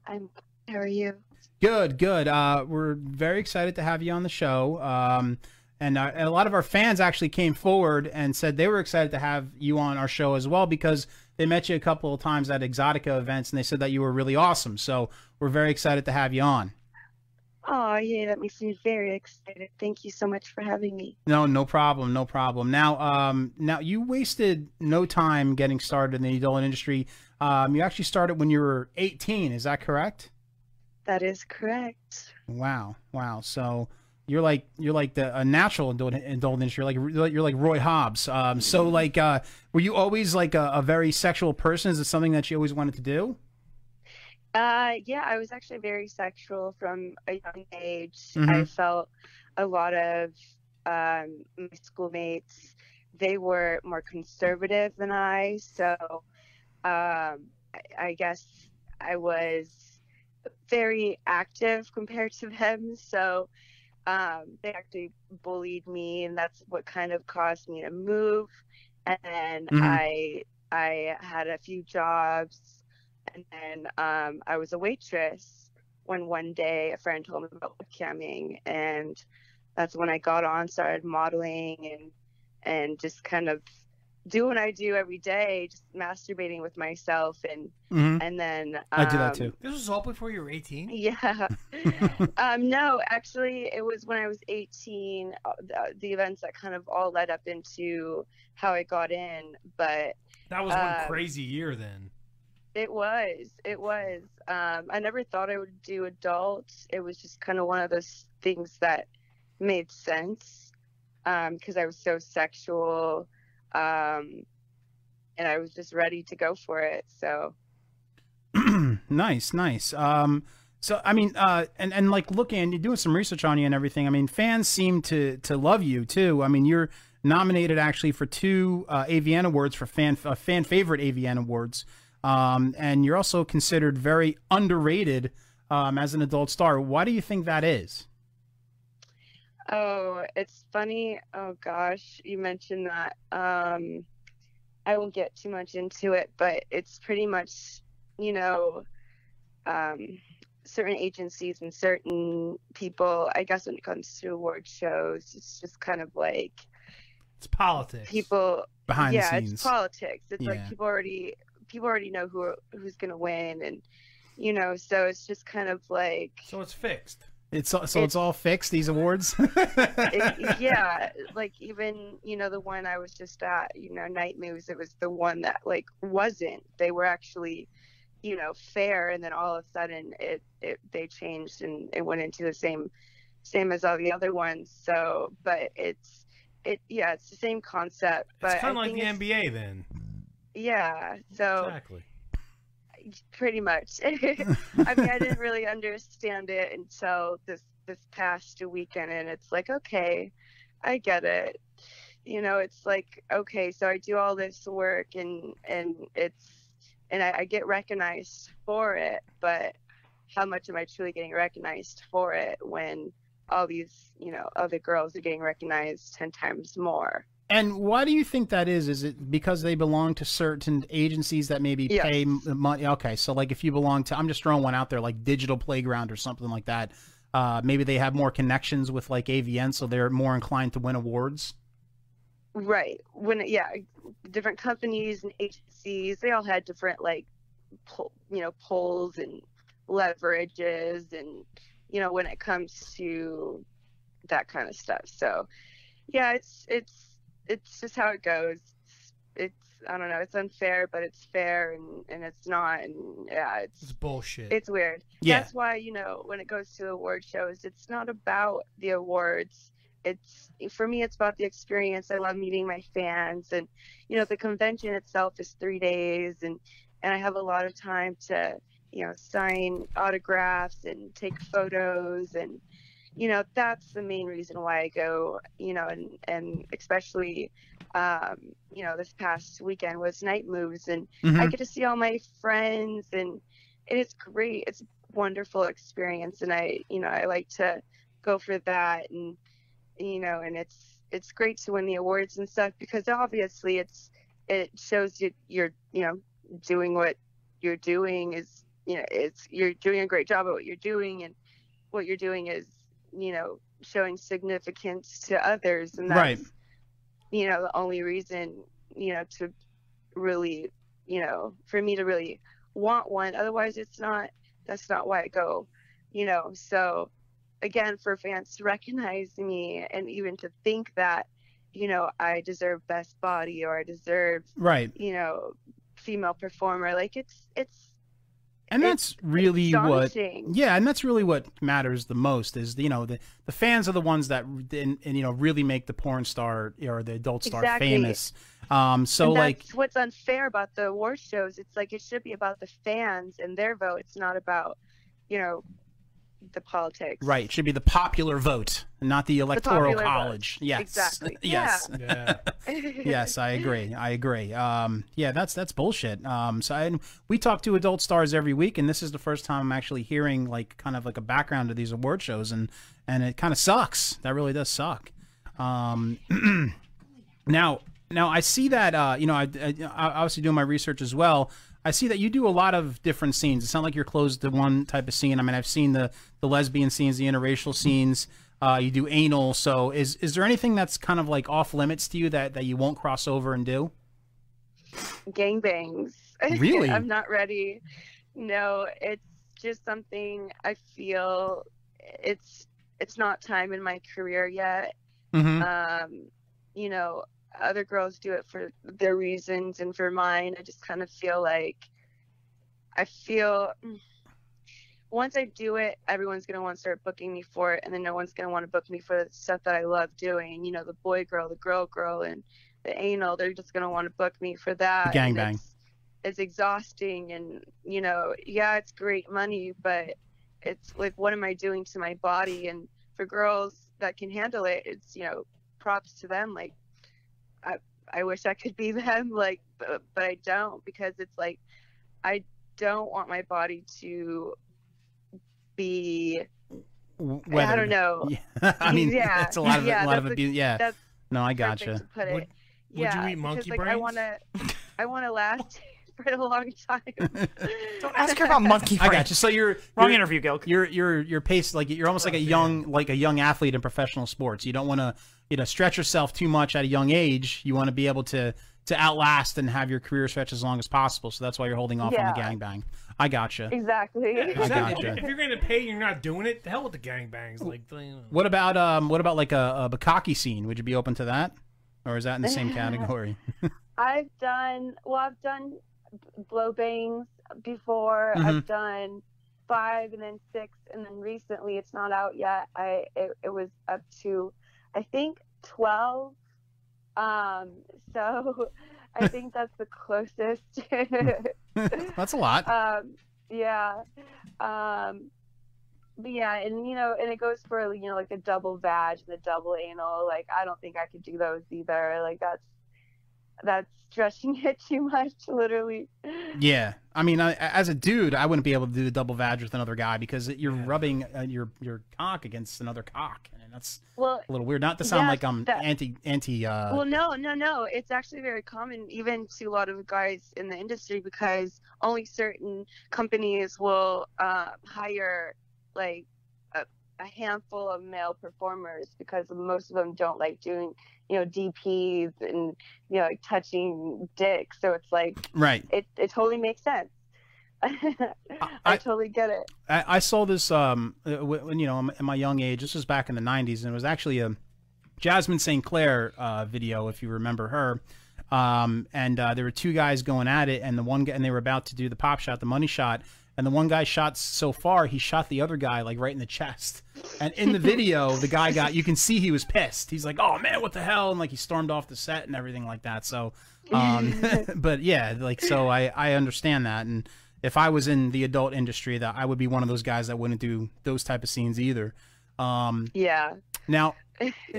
[SPEAKER 27] I'm. How are you?
[SPEAKER 21] Good, good. Uh, we're very excited to have you on the show. Um, and, uh, and a lot of our fans actually came forward and said they were excited to have you on our show as well because they met you a couple of times at Exotica events and they said that you were really awesome. So we're very excited to have you on.
[SPEAKER 27] Oh, yeah, that makes me very excited. Thank you so much for having me.
[SPEAKER 21] No, no problem, no problem. Now, um, now you wasted no time getting started in the adult industry. Um, you actually started when you were 18. Is that correct?
[SPEAKER 27] That is correct.
[SPEAKER 21] Wow, wow. So you're like you're like the a natural adult, adult industry. You're like you're like Roy Hobbs. Um, so like, uh, were you always like a, a very sexual person? Is it something that you always wanted to do?
[SPEAKER 27] Uh, yeah, I was actually very sexual from a young age. I
[SPEAKER 21] Mhm.
[SPEAKER 27] felt a lot of um, my schoolmates, they were more conservative than I. So um, I, I guess I was very active compared to them. So Um, they actually bullied me, and that's what kind of caused me to move. And
[SPEAKER 13] Mhm.
[SPEAKER 27] I I had a few jobs, and then um, I was a waitress. When one day a friend told me about webcamming, and that's when I got on, started modeling, and and just kind of do what I do every day, just masturbating with myself, and
[SPEAKER 10] Mhm.
[SPEAKER 27] and then
[SPEAKER 10] I do that
[SPEAKER 27] um,
[SPEAKER 10] too. This was all before you were 18.
[SPEAKER 27] yeah. um, no, actually, it was when I was 18, uh, the, the events that kind of all led up into how I got in. But
[SPEAKER 10] That was one
[SPEAKER 27] um,
[SPEAKER 10] crazy year then.
[SPEAKER 27] It was. It was. Um, I never thought I would do adults. It was just kind of one of those things that made sense because I was so sexual um, and I was just ready to go for it. So.
[SPEAKER 21] nice, nice. Um, so I mean, uh, and and like looking and doing some research on you and everything. I mean, fans seem to to love you too. I mean, you're nominated actually for two uh, AVN awards for fan uh, fan favorite AVN awards, um, and you're also considered very underrated um, as an adult star. Why do you think that is?
[SPEAKER 27] Oh, it's funny. Oh gosh, you mentioned that. Um, I won't get too much into it, but it's pretty much, you know, um, certain agencies and certain people. I guess when it comes to award shows, it's just kind of like
[SPEAKER 10] It's politics.
[SPEAKER 27] people
[SPEAKER 10] Behind the
[SPEAKER 27] yeah,
[SPEAKER 10] scenes.
[SPEAKER 27] it's politics. It's
[SPEAKER 10] Yeah.
[SPEAKER 27] like people already people already know who who's gonna win, and you know, so it's just kind of like
[SPEAKER 10] so it's fixed.
[SPEAKER 21] It's so it's, all fixed these awards.
[SPEAKER 27] it, yeah, like even you know the one I was just at, you know, Night Moves. It was the one that like wasn't. They were actually, you know, fair, and then all of a sudden it, it they changed and it went into the same same as all the other ones. So, but it's it yeah, it's the same concept. But
[SPEAKER 10] It's kind of
[SPEAKER 27] I
[SPEAKER 10] like
[SPEAKER 27] think
[SPEAKER 10] the
[SPEAKER 27] it's-
[SPEAKER 10] NBA then.
[SPEAKER 27] Yeah, so
[SPEAKER 10] Exactly.
[SPEAKER 27] pretty much. I mean, I didn't really understand it until this this past weekend, and it's like, okay, I get it. You know, it's like, okay, so I do all this work, and and it's and I, I get recognized for it, but how much am I truly getting recognized for it when all these you know other girls are getting recognized ten times more?
[SPEAKER 21] And why do you think that is? Is it because they belong to certain agencies that maybe
[SPEAKER 27] Yes.
[SPEAKER 21] pay m- money? Okay, so like if you belong to, I'm just throwing one out there, like Digital Playground or something like that. Uh, maybe they have more connections with like AVN, so they're more inclined to win awards.
[SPEAKER 27] Right. When it- yeah, different companies and agencies, they all had different like, pull, you know, polls and leverages, and you know when it comes to that kind of stuff. So yeah, it's it's it's just how it goes. It's I don't know. It's unfair, but it's fair, and and it's not, and yeah, it's
[SPEAKER 10] It's bullshit.
[SPEAKER 27] it's weird.
[SPEAKER 10] Yeah.
[SPEAKER 27] That's why, you know, when it goes to award shows, it's not about the awards. It's for me, it's about the experience. I love meeting my fans, and you know, the convention itself is three days, and and I have a lot of time to, you know, sign autographs and take photos, and you know, that's the main reason why I go. You know, and and especially, um, you know, this past weekend was night moves, and I
[SPEAKER 13] Mhm.
[SPEAKER 27] get to see all my friends and it is great. It's a wonderful experience, and I, you know, I like to go for that, and you know, and it's it's great to win the awards and stuff because obviously it's it shows you you're you know doing what you're doing is you know it's you're doing a great job at what you're doing, and what you're doing is you know showing significance to others, and that's
[SPEAKER 21] Right.
[SPEAKER 27] you know the only reason you know to really you know for me to really want one otherwise it's not that's not why i go you know so again for fans to recognize me and even to think that you know i deserve best body or i deserve
[SPEAKER 21] Right.
[SPEAKER 27] you know female performer like it's it's
[SPEAKER 21] and that's really what
[SPEAKER 27] daunting.
[SPEAKER 21] yeah and that's really what matters the most is you know the, the fans are the ones that and, and you know really make the porn star or the adult star
[SPEAKER 27] Exactly.
[SPEAKER 21] famous um so
[SPEAKER 27] and
[SPEAKER 21] like
[SPEAKER 27] that's what's unfair about the award shows. It's like it should be about the fans and their vote. It's not about, you know, the politics.
[SPEAKER 21] Right. It should be the popular vote, not the electoral
[SPEAKER 27] popular vote.
[SPEAKER 21] college. Yes.
[SPEAKER 27] Exactly.
[SPEAKER 21] yes.
[SPEAKER 27] Yeah.
[SPEAKER 21] yes, I agree. I agree. Um, yeah, that's that's bullshit. Um, so I, we talk to adult stars every week, and this is the first time I'm actually hearing like kind of like a background to these award shows, and and it kind of sucks. That really does suck. Um, now, now I see that uh, you know I, I, I obviously doing my research as well. I see that you do a lot of different scenes. It's not like you're closed to one type of scene. I mean, I've seen the the lesbian scenes, the interracial scenes. Uh, you do anal. So is is there anything that's kind of like off limits to you that that you won't cross over and do?
[SPEAKER 27] gangbangs.
[SPEAKER 21] Really?
[SPEAKER 27] I'm not ready. No, it's just something I feel it's it's not time in my career yet.
[SPEAKER 21] Mm-hmm.
[SPEAKER 13] Mhm.
[SPEAKER 27] Um, you know, other girls do it for their reasons and for mine. I just kind of feel like I feel mm, once I do it, everyone's gonna want to start booking me for it, and then no one's gonna want to book me for the stuff that I love doing. You know, the boy girl, the girl girl, and the anal. They're just gonna want to book me for that.
[SPEAKER 21] The
[SPEAKER 27] Ah, and
[SPEAKER 21] gangbang.
[SPEAKER 27] It's, it's exhausting, and you know, yeah, it's great money, but it's like, what am I doing to my body? And for girls that can handle it, it's you know, props to them. Like, I I wish I could be them, like, but, but I don't because it's like, I don't want my body to be
[SPEAKER 21] W-
[SPEAKER 27] I
[SPEAKER 21] weathered.
[SPEAKER 27] don't know.
[SPEAKER 21] Yeah. I mean,
[SPEAKER 27] Yeah.
[SPEAKER 21] that's a lot of a
[SPEAKER 27] Yeah,
[SPEAKER 21] lot of
[SPEAKER 27] that's a-
[SPEAKER 21] abuse. Yeah.
[SPEAKER 27] that's
[SPEAKER 21] No, I
[SPEAKER 27] perfect
[SPEAKER 21] gotcha.
[SPEAKER 27] to put it.
[SPEAKER 10] would you
[SPEAKER 27] yeah,
[SPEAKER 10] eat
[SPEAKER 27] because,
[SPEAKER 10] monkey
[SPEAKER 27] like, I
[SPEAKER 10] brains?
[SPEAKER 27] want to, I want to last for a long time.
[SPEAKER 22] Don't ask her about monkey.
[SPEAKER 21] I
[SPEAKER 22] brain.
[SPEAKER 21] gotcha. So you're
[SPEAKER 22] Wrong
[SPEAKER 21] you're-
[SPEAKER 22] interview, Gil.
[SPEAKER 21] You're you're you're paced like you're almost like a young like a young athlete in professional sports. You don't want to you know stretch yourself too much at a young age. You want to be able to to outlast and have your career stretch as long as possible. So that's why you're holding off on the
[SPEAKER 27] Yeah.
[SPEAKER 21] gangbang. I gotcha.
[SPEAKER 27] Exactly.
[SPEAKER 21] I gotcha.
[SPEAKER 10] If you're gonna pay, and you're not doing it. The hell with the gangbangs. Like, you know.
[SPEAKER 21] What about um what about like a, a bukkake scene? Would you be open to that? Or is that in the same category?
[SPEAKER 27] I've done well. I've done b- blow bangs before. I've
[SPEAKER 21] Mhm.
[SPEAKER 27] done five and then six, and then recently it's not out yet. I it, it was up to, I think twelve. Um, so I think that's the closest.
[SPEAKER 21] that's a lot.
[SPEAKER 27] Um, yeah. Um, but yeah, and you know, and it goes for you know like the double vag and the double anal. Like I don't think I could do those either. Like that's that's stretching it too much, literally.
[SPEAKER 21] Yeah, I mean, I, as a dude, I wouldn't be able to do the double vag with another guy because you're rubbing uh, your your cock against another cock, and that's
[SPEAKER 27] Well,
[SPEAKER 21] a little weird. Not to sound
[SPEAKER 27] yeah,
[SPEAKER 21] like I'm
[SPEAKER 27] that-
[SPEAKER 21] anti anti. Uh,
[SPEAKER 27] well, no, no, no. It's actually very common, even to a lot of guys in the industry, because only certain companies will uh, hire like a, a handful of male performers because most of them don't like doing, you know, DPs and you know, like touching dicks. So it's like
[SPEAKER 21] right.
[SPEAKER 27] it it totally makes sense. I totally get it.
[SPEAKER 21] I, I saw this um uh, wh- when you know at my young age. This was back in the '90s, and it was actually a Jasmine St. Clair uh, video, if you remember her. Um, and uh, there were two guys going at it, and the one guy, and they were about to do the pop shot, the money shot, and the one guy shot so far, he shot the other guy like right in the chest. And in the video, the guy got you can see he was pissed. He's like, "Oh man, what the hell?" And like he stormed off the set and everything like that. So, um, but yeah, like so I I understand that, and if I was in the adult industry, that I would be one of those guys that wouldn't do those type of scenes either. Um,
[SPEAKER 27] Yeah.
[SPEAKER 21] now,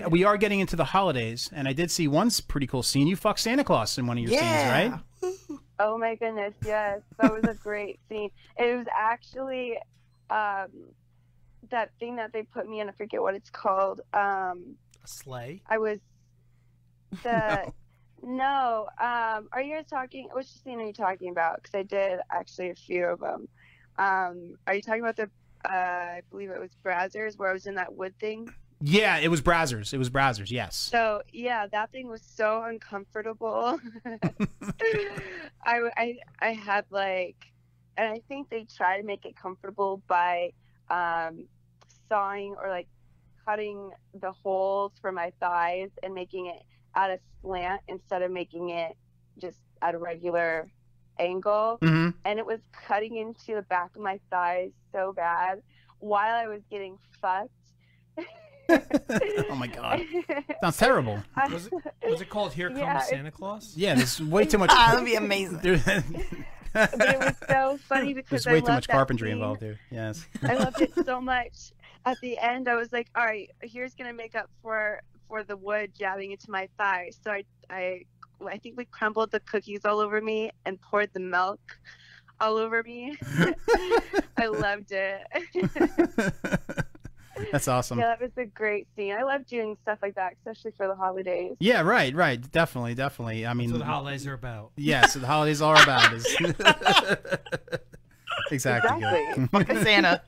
[SPEAKER 21] we are getting into the holidays, and I did see one s- pretty cool scene. You fucked Santa Claus in one of your
[SPEAKER 27] Yeah.
[SPEAKER 21] scenes, right?
[SPEAKER 27] Oh my goodness, yes. That was a great scene. It was actually um, that thing that they put me in, I forget what it's called. Um,
[SPEAKER 10] A sleigh.
[SPEAKER 27] I was the. no. um, are you guys talking? Which scene are you talking about? Because I did actually a few of them. Um, are you talking about the, uh, I believe it was Brazzers, where I was in that wood thing?
[SPEAKER 21] Yeah, it was Brazzers. It was Brazzers. Yes.
[SPEAKER 27] So yeah, that thing was so uncomfortable. I, I I had like, and I think they try to make it comfortable by um, sawing or like cutting the holes for my thighs and making it at a slant instead of making it just at a regular angle.
[SPEAKER 21] Mhm.
[SPEAKER 27] And it was cutting into the back of my thighs so bad while I was getting fucked.
[SPEAKER 21] Oh my god, sounds terrible.
[SPEAKER 10] Was it, was it called "Here Comes
[SPEAKER 27] Yeah, it-
[SPEAKER 10] Santa Claus"?
[SPEAKER 21] Yeah, there's way too much.
[SPEAKER 10] Ah, that'd be amazing.
[SPEAKER 21] There-
[SPEAKER 27] but it was so funny because
[SPEAKER 21] There's way
[SPEAKER 27] I
[SPEAKER 21] too
[SPEAKER 27] loved
[SPEAKER 21] much
[SPEAKER 27] that
[SPEAKER 21] carpentry
[SPEAKER 27] scene.
[SPEAKER 21] involved here. Yes.
[SPEAKER 27] I loved it so much. At the end, I was like, "All right, here's gonna make up for for the wood jabbing into my thigh." So I I I think we crumbled the cookies all over me and poured the milk all over me. I loved it.
[SPEAKER 21] That's awesome.
[SPEAKER 27] Yeah, that was a great scene. I love doing stuff like that, especially for the holidays.
[SPEAKER 21] Yeah, right, right. Definitely, definitely. I mean,
[SPEAKER 10] what the holidays are about.
[SPEAKER 21] Yeah, so the holidays are about is exactly.
[SPEAKER 22] Exactly.
[SPEAKER 21] good.
[SPEAKER 22] Fucking Santa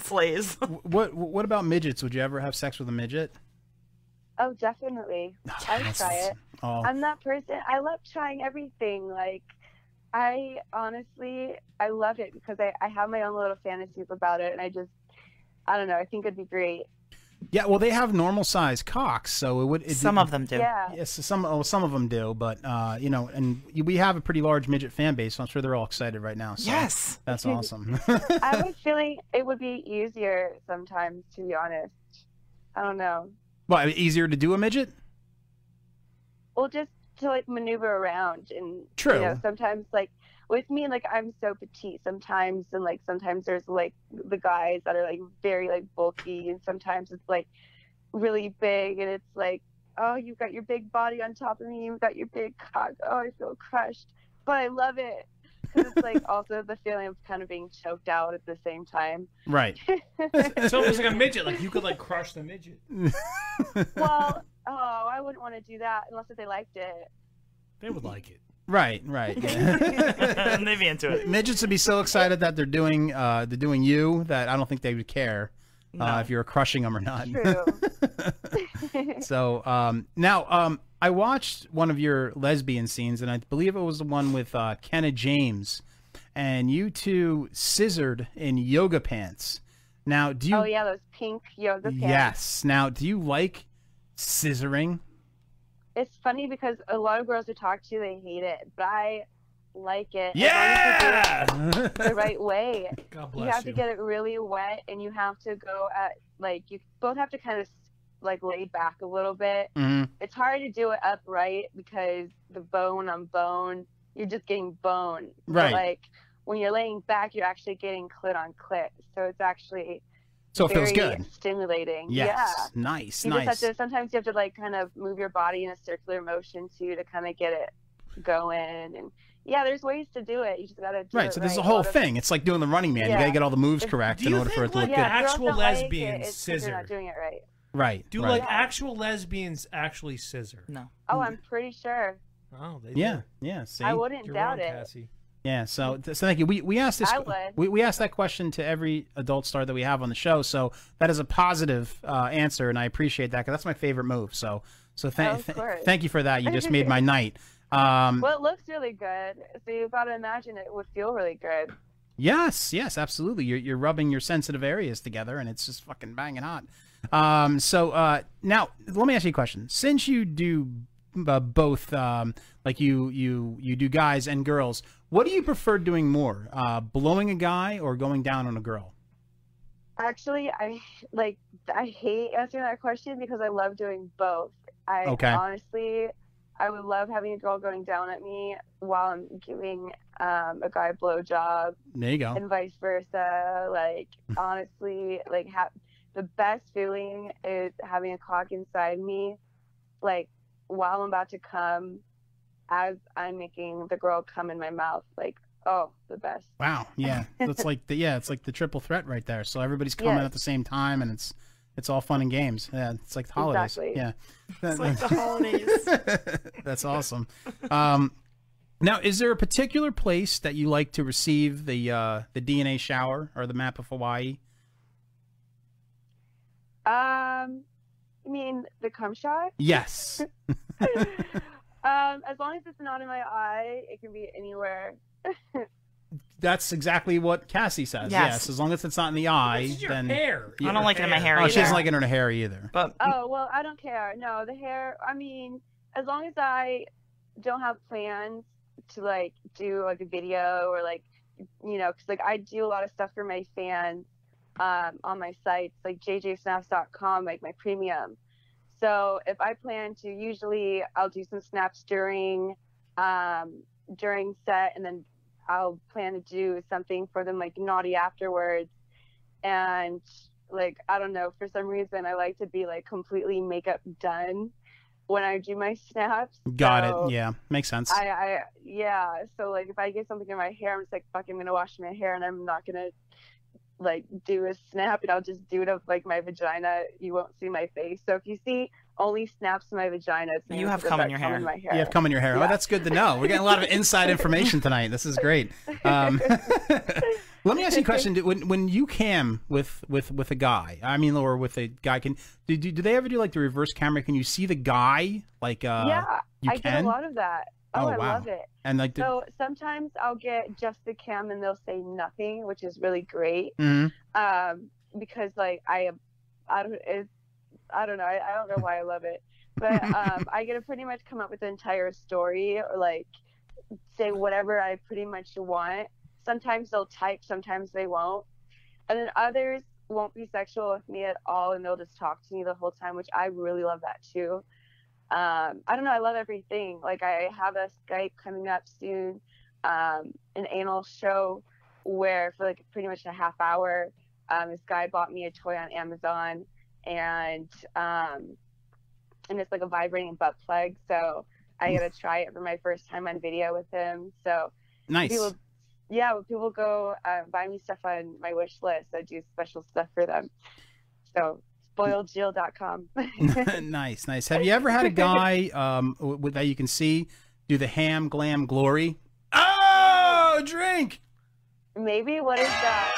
[SPEAKER 22] slays.
[SPEAKER 21] What What about midgets? Would you ever have sex with a midget?
[SPEAKER 27] Oh, definitely. I would
[SPEAKER 21] That's-
[SPEAKER 27] try it.
[SPEAKER 21] oh.
[SPEAKER 27] I'm that person. I love trying everything. Like, I honestly, I love it because I, I have my own little fantasies about it, and I just, I don't know. I think it'd be great.
[SPEAKER 21] Yeah, well, they have normal size cocks, so it would. It,
[SPEAKER 27] Some of them do. Yeah.
[SPEAKER 21] Yes, some oh, some of them do, but uh, you know, and we have a pretty large midget fan base, so I'm sure they're all excited right now. So
[SPEAKER 27] Yes.
[SPEAKER 21] that's awesome.
[SPEAKER 27] I was feeling it would be easier sometimes, to be honest. I don't know.
[SPEAKER 21] well, easier to do a midget?
[SPEAKER 27] Well, just to like maneuver around and
[SPEAKER 21] True.
[SPEAKER 27] you know sometimes like with me like I'm so petite sometimes and like sometimes there's like the guys that are like very like bulky and sometimes it's like really big and it's like oh you've got your big body on top of me you've got your big cock oh I feel crushed but I love it 'Cause it's like also the feeling of kind of being choked out at the same time
[SPEAKER 21] Right.
[SPEAKER 10] it's almost like a midget. Like you could like crush the midget.
[SPEAKER 27] well oh I wouldn't want to do that unless if they liked it
[SPEAKER 10] They would like it.
[SPEAKER 21] Right, right.
[SPEAKER 22] They'd be into it.
[SPEAKER 21] Midgets would be so excited that they're doing uh, they're doing you that I don't think they would care
[SPEAKER 22] No.
[SPEAKER 21] uh, if you were crushing them or not.
[SPEAKER 27] True.
[SPEAKER 21] so um, now um, I watched one of your lesbian scenes, and I believe it was the one with uh, Kenna James, and you two scissored in yoga pants. Now, do you?
[SPEAKER 27] oh yeah those pink yoga pants
[SPEAKER 21] Yes. Now, do you like scissoring?
[SPEAKER 27] it's funny because a lot of girls who talk to you they hate it, but I like it. as long as you do it
[SPEAKER 21] Yeah.
[SPEAKER 27] the right way.
[SPEAKER 21] God
[SPEAKER 27] you have to get it really wet, and you have to go at like you both have to kind of like lay back a little bit.
[SPEAKER 21] Mhm.
[SPEAKER 27] It's hard to do it upright because the bone on bone, you're just getting bone. But,
[SPEAKER 21] Right.
[SPEAKER 27] like when you're laying back, you're actually getting clit on clit, so it's actually
[SPEAKER 21] So it feels
[SPEAKER 27] very
[SPEAKER 21] good.
[SPEAKER 27] stimulating.
[SPEAKER 21] Yes.
[SPEAKER 27] Yeah.
[SPEAKER 21] Nice.
[SPEAKER 27] You
[SPEAKER 21] nice.
[SPEAKER 27] just have to sometimes you have to like kind of move your body in a circular motion too to kind of get it going and yeah, there's ways to do it. You just gotta do
[SPEAKER 21] Right,
[SPEAKER 27] it
[SPEAKER 21] so there's
[SPEAKER 27] right.
[SPEAKER 21] a
[SPEAKER 27] lot
[SPEAKER 21] whole
[SPEAKER 27] of-
[SPEAKER 21] thing. It's like doing the running man. You gotta
[SPEAKER 27] Yeah.
[SPEAKER 21] get all the moves
[SPEAKER 27] If-
[SPEAKER 21] correct
[SPEAKER 27] do
[SPEAKER 21] in
[SPEAKER 27] you
[SPEAKER 21] order for it
[SPEAKER 10] think,
[SPEAKER 21] to look
[SPEAKER 10] like,
[SPEAKER 21] good.
[SPEAKER 10] Yeah.
[SPEAKER 27] girls
[SPEAKER 10] actual
[SPEAKER 27] don't like it,
[SPEAKER 10] lesbians
[SPEAKER 27] it's 'cause they're
[SPEAKER 10] scissor.
[SPEAKER 27] not doing it right.
[SPEAKER 21] Right.
[SPEAKER 10] Do
[SPEAKER 21] right.
[SPEAKER 10] like actual lesbians actually scissor?
[SPEAKER 22] No.
[SPEAKER 27] Oh, I'm pretty sure.
[SPEAKER 10] Oh, they
[SPEAKER 21] Mm. Yeah,
[SPEAKER 10] do.
[SPEAKER 21] yeah, see?
[SPEAKER 27] I wouldn't
[SPEAKER 10] You're
[SPEAKER 27] doubt
[SPEAKER 10] wrong,
[SPEAKER 27] it.
[SPEAKER 10] Cassie.
[SPEAKER 21] Yeah, so th- so thank you. We we asked this
[SPEAKER 27] I would.
[SPEAKER 21] we, we asked that question to every adult star that we have on the show, so that is a positive uh, answer, and I appreciate that because that's my favorite move. So so
[SPEAKER 27] Oh,
[SPEAKER 21] thank
[SPEAKER 27] of course.
[SPEAKER 21] thank you for that. You just made my night. Um,
[SPEAKER 27] well, it looks really good, so you gotta imagine it would feel really good.
[SPEAKER 21] Yes, yes, absolutely. You're you're rubbing your sensitive areas together, and it's just fucking banging hot. Um, so uh, now let me ask you a question. Since you do uh, both, um, like you you you do guys and girls, what do you prefer doing more, uh, blowing a guy or going down on a girl?
[SPEAKER 27] Actually, I like I hate answering that question because I love doing both. I
[SPEAKER 21] Okay.
[SPEAKER 27] honestly, I would love having a girl going down at me while I'm giving um, a guy a blowjob.
[SPEAKER 21] There you go. Hmm.
[SPEAKER 27] And vice versa. Like honestly, like ha- the best feeling is having a cock inside me, like while I'm about to come, as I'm making the girl come in my mouth. Like oh, the best.
[SPEAKER 21] Wow, yeah, that's like the yeah, it's like the triple threat right there. So everybody's coming
[SPEAKER 27] Yes.
[SPEAKER 21] at the same time, and it's it's all fun and games. Yeah, it's like the holidays.
[SPEAKER 27] Exactly.
[SPEAKER 21] Yeah,
[SPEAKER 27] It's like the
[SPEAKER 21] holidays. that's awesome. Um, now, is there a particular place that you like to receive the uh, the DNA shower or the map of Hawaii?
[SPEAKER 27] Um, you mean the cum shot?
[SPEAKER 21] Yes.
[SPEAKER 27] Um, as long as it's not in my eye, it can be anywhere.
[SPEAKER 21] That's exactly what Cassie says. Yes.
[SPEAKER 22] Yes.
[SPEAKER 21] as long as it's not in the eye,
[SPEAKER 22] This is your
[SPEAKER 21] then
[SPEAKER 22] hair. I don't like it in my hair
[SPEAKER 21] Oh, she doesn't
[SPEAKER 22] either.
[SPEAKER 21] like it in her hair either.
[SPEAKER 22] But
[SPEAKER 27] Oh well, I don't care. No, the hair. I mean, as long as I don't have plans to like do like a video or like you know, 'cause like I do a lot of stuff for my fans um, on my sites, like jjsnaps.com, like my premium. So if I plan to, usually I'll do some snaps during um, during set, and then I'll plan to do something for them like naughty afterwards. And like I don't know, for some reason I like to be like completely makeup done when I do my snaps.
[SPEAKER 21] Got
[SPEAKER 27] So
[SPEAKER 21] it. Yeah, makes sense.
[SPEAKER 27] I, I yeah. So like if I get something in my hair, I'm just like fuck. I'm gonna wash my hair and I'm not gonna like do a snap and I'll just do it of like my vagina. You won't see my face. So if you see only snaps in my vagina, it's me
[SPEAKER 22] You have
[SPEAKER 27] because
[SPEAKER 22] cum in
[SPEAKER 27] I've
[SPEAKER 22] your hair.
[SPEAKER 27] my hair.
[SPEAKER 21] You have cum in your hair. Oh, that's good to know. We're getting a lot of inside information tonight. This is great. Um, let me ask you a question. Do- When when you cam with with with a guy, I mean, or with a guy, can do, do, do they ever do like the reverse camera? Can you see the guy? Like, uh,
[SPEAKER 27] yeah,
[SPEAKER 21] you
[SPEAKER 27] I
[SPEAKER 21] can.
[SPEAKER 27] get a lot of that. Oh,
[SPEAKER 21] Oh,
[SPEAKER 27] I
[SPEAKER 21] wow.
[SPEAKER 27] love it.
[SPEAKER 21] And, like, the-
[SPEAKER 27] so sometimes I'll get just the cam and they'll say nothing, which is really great.
[SPEAKER 21] Mhm.
[SPEAKER 27] Um, because like I, I don't, it's, I don't know, I, I don't know why I love it, but um, I get to pretty much come up with an entire story or like say whatever I pretty much want. Sometimes they'll type, sometimes they won't, and then others won't be sexual with me at all, and they'll just talk to me the whole time, which I really love that too um, I don't know. I love everything. Like I have a Skype coming up soon, um, an anal show where for like pretty much a half hour, um, this guy bought me a toy on Amazon, and um, and it's like a vibrating butt plug. So I got to try it for my first time on video with him. So
[SPEAKER 21] Nice.
[SPEAKER 27] People, yeah, when people go uh, buy me stuff on my wish list. I do special stuff for them. So spoiledjill.com.
[SPEAKER 21] nice, nice. Have you ever had a guy um, w- with that you can see do the ham glam glory? Oh, drink.
[SPEAKER 27] Maybe what is that?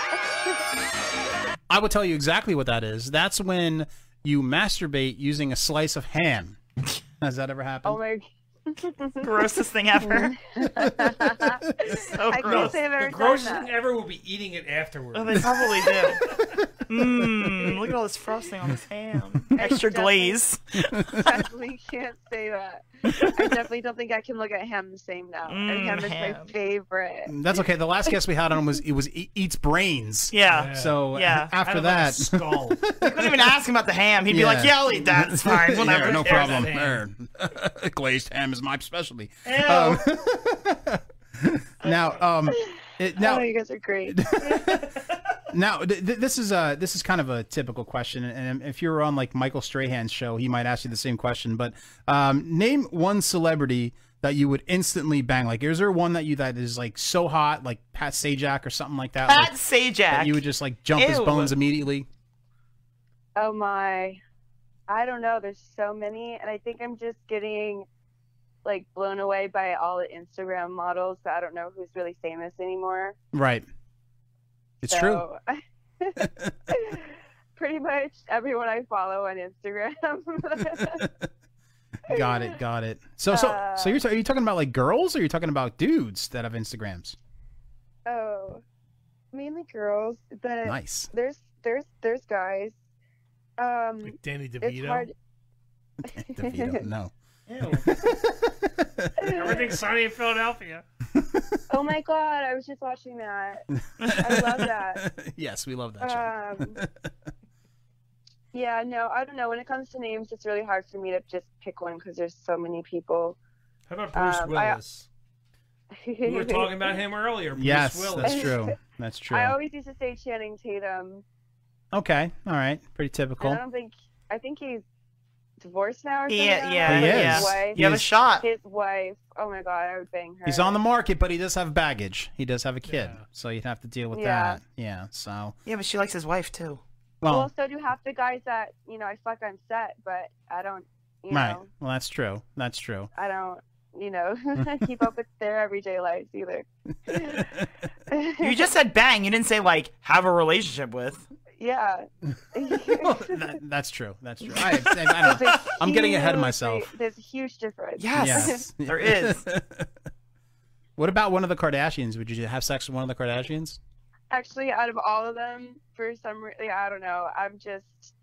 [SPEAKER 21] I will tell you exactly what that is. That's when you masturbate using a slice of ham. Has that ever happened?
[SPEAKER 27] oh my
[SPEAKER 22] Grossest thing ever.
[SPEAKER 27] so I can't say I've ever
[SPEAKER 10] the grossest
[SPEAKER 27] done
[SPEAKER 10] thing ever will be eating it afterwards.
[SPEAKER 22] Oh, they probably do. Mmm, look at all this frosting on this ham. Extra glaze.
[SPEAKER 27] that. definitely can't say that. I definitely don't think I can look at ham the same now. and
[SPEAKER 22] Mm,
[SPEAKER 27] ham is
[SPEAKER 22] ham.
[SPEAKER 27] my favorite.
[SPEAKER 21] That's okay. The last guest we had on was it was e- eats brains.
[SPEAKER 22] Yeah.
[SPEAKER 21] So
[SPEAKER 22] Yeah.
[SPEAKER 21] after
[SPEAKER 22] Out of, like, a
[SPEAKER 21] that,
[SPEAKER 22] skull. I couldn't even ask him about the ham. He'd be like, "Yeah, I'll eat that. It's fine.
[SPEAKER 21] Yeah,
[SPEAKER 22] Whatever.
[SPEAKER 21] no
[SPEAKER 22] There's
[SPEAKER 21] problem.
[SPEAKER 22] that
[SPEAKER 21] There. Glazed ham is my specialty.
[SPEAKER 22] Ew.
[SPEAKER 21] Um, now, um, it- now
[SPEAKER 27] oh, you guys are great.
[SPEAKER 21] Now, th- th- this is a this is kind of a typical question, and if you were on like Michael Strahan's show, he might ask you the same question. But um, name one celebrity that you would instantly bang. Like, is there one that you that is like so hot, like Pat Sajak or something like that?
[SPEAKER 22] Pat
[SPEAKER 21] like,
[SPEAKER 22] Sajak.
[SPEAKER 21] that you would just like jump his
[SPEAKER 22] Ew.
[SPEAKER 21] bones immediately.
[SPEAKER 27] Oh my. I don't know. There's so many. And I think I'm just getting like blown away by all the Instagram models. So I don't know who's really famous anymore.
[SPEAKER 21] Right. It's true.
[SPEAKER 22] uh,
[SPEAKER 27] true. pretty much everyone I follow on Instagram.
[SPEAKER 21] Got it. Got it. So so so
[SPEAKER 22] uh,
[SPEAKER 21] you're ta- are you talking about like girls or you're talking about dudes that have Instagrams?
[SPEAKER 27] oh, mainly girls, but
[SPEAKER 21] Nice.
[SPEAKER 27] There's there's there's guys. Um, like
[SPEAKER 10] Danny
[SPEAKER 27] It's
[SPEAKER 10] DeVito?
[SPEAKER 27] hard.
[SPEAKER 21] DeVito, no.
[SPEAKER 10] Everything's sunny in Philadelphia.
[SPEAKER 27] oh my god! I was just watching that. I love that.
[SPEAKER 21] Yes, we love that show.
[SPEAKER 27] Um, yeah, no, I don't know. When it comes to names, it's really hard for me to just pick one because there's so many people.
[SPEAKER 10] How about Bruce
[SPEAKER 27] Um, I-
[SPEAKER 10] Willis? We were talking about him earlier. Bruce
[SPEAKER 21] Yes,
[SPEAKER 10] Willis.
[SPEAKER 21] that's true. That's true.
[SPEAKER 27] I always used to say Channing Tatum.
[SPEAKER 21] Okay. All right. Pretty typical.
[SPEAKER 27] I don't think. I think he's divorced now or something.
[SPEAKER 22] Yeah,
[SPEAKER 27] I don't
[SPEAKER 21] yeah,
[SPEAKER 27] know.
[SPEAKER 21] He
[SPEAKER 27] His
[SPEAKER 21] is.
[SPEAKER 27] wife-
[SPEAKER 21] You have a
[SPEAKER 27] his-
[SPEAKER 22] shot.
[SPEAKER 27] His wife. Oh my god, I would bang her.
[SPEAKER 21] He's on the market, but he does have baggage. He does have a kid, so you'd have to deal with
[SPEAKER 27] Yeah.
[SPEAKER 21] that. Yeah. So
[SPEAKER 22] Yeah, but she likes his wife too.
[SPEAKER 27] Well,
[SPEAKER 21] well,
[SPEAKER 27] so do half the guys that you know I fuck on set, but I don't. You
[SPEAKER 21] right.
[SPEAKER 27] know,
[SPEAKER 21] Well, that's true. That's true.
[SPEAKER 27] I don't. You know, keep up with their everyday lives either.
[SPEAKER 22] You just said bang. You didn't say like have a relationship with.
[SPEAKER 27] Yeah.
[SPEAKER 21] That, that's true. That's true. I, I, I don't know. I'm getting ahead of myself.
[SPEAKER 27] There's a huge difference.
[SPEAKER 21] Yes. Yes. There is. What about one of the Kardashians? Would you have sex with one of the Kardashians?
[SPEAKER 27] Actually, out of all of them, for some reason, I don't know. I'm just.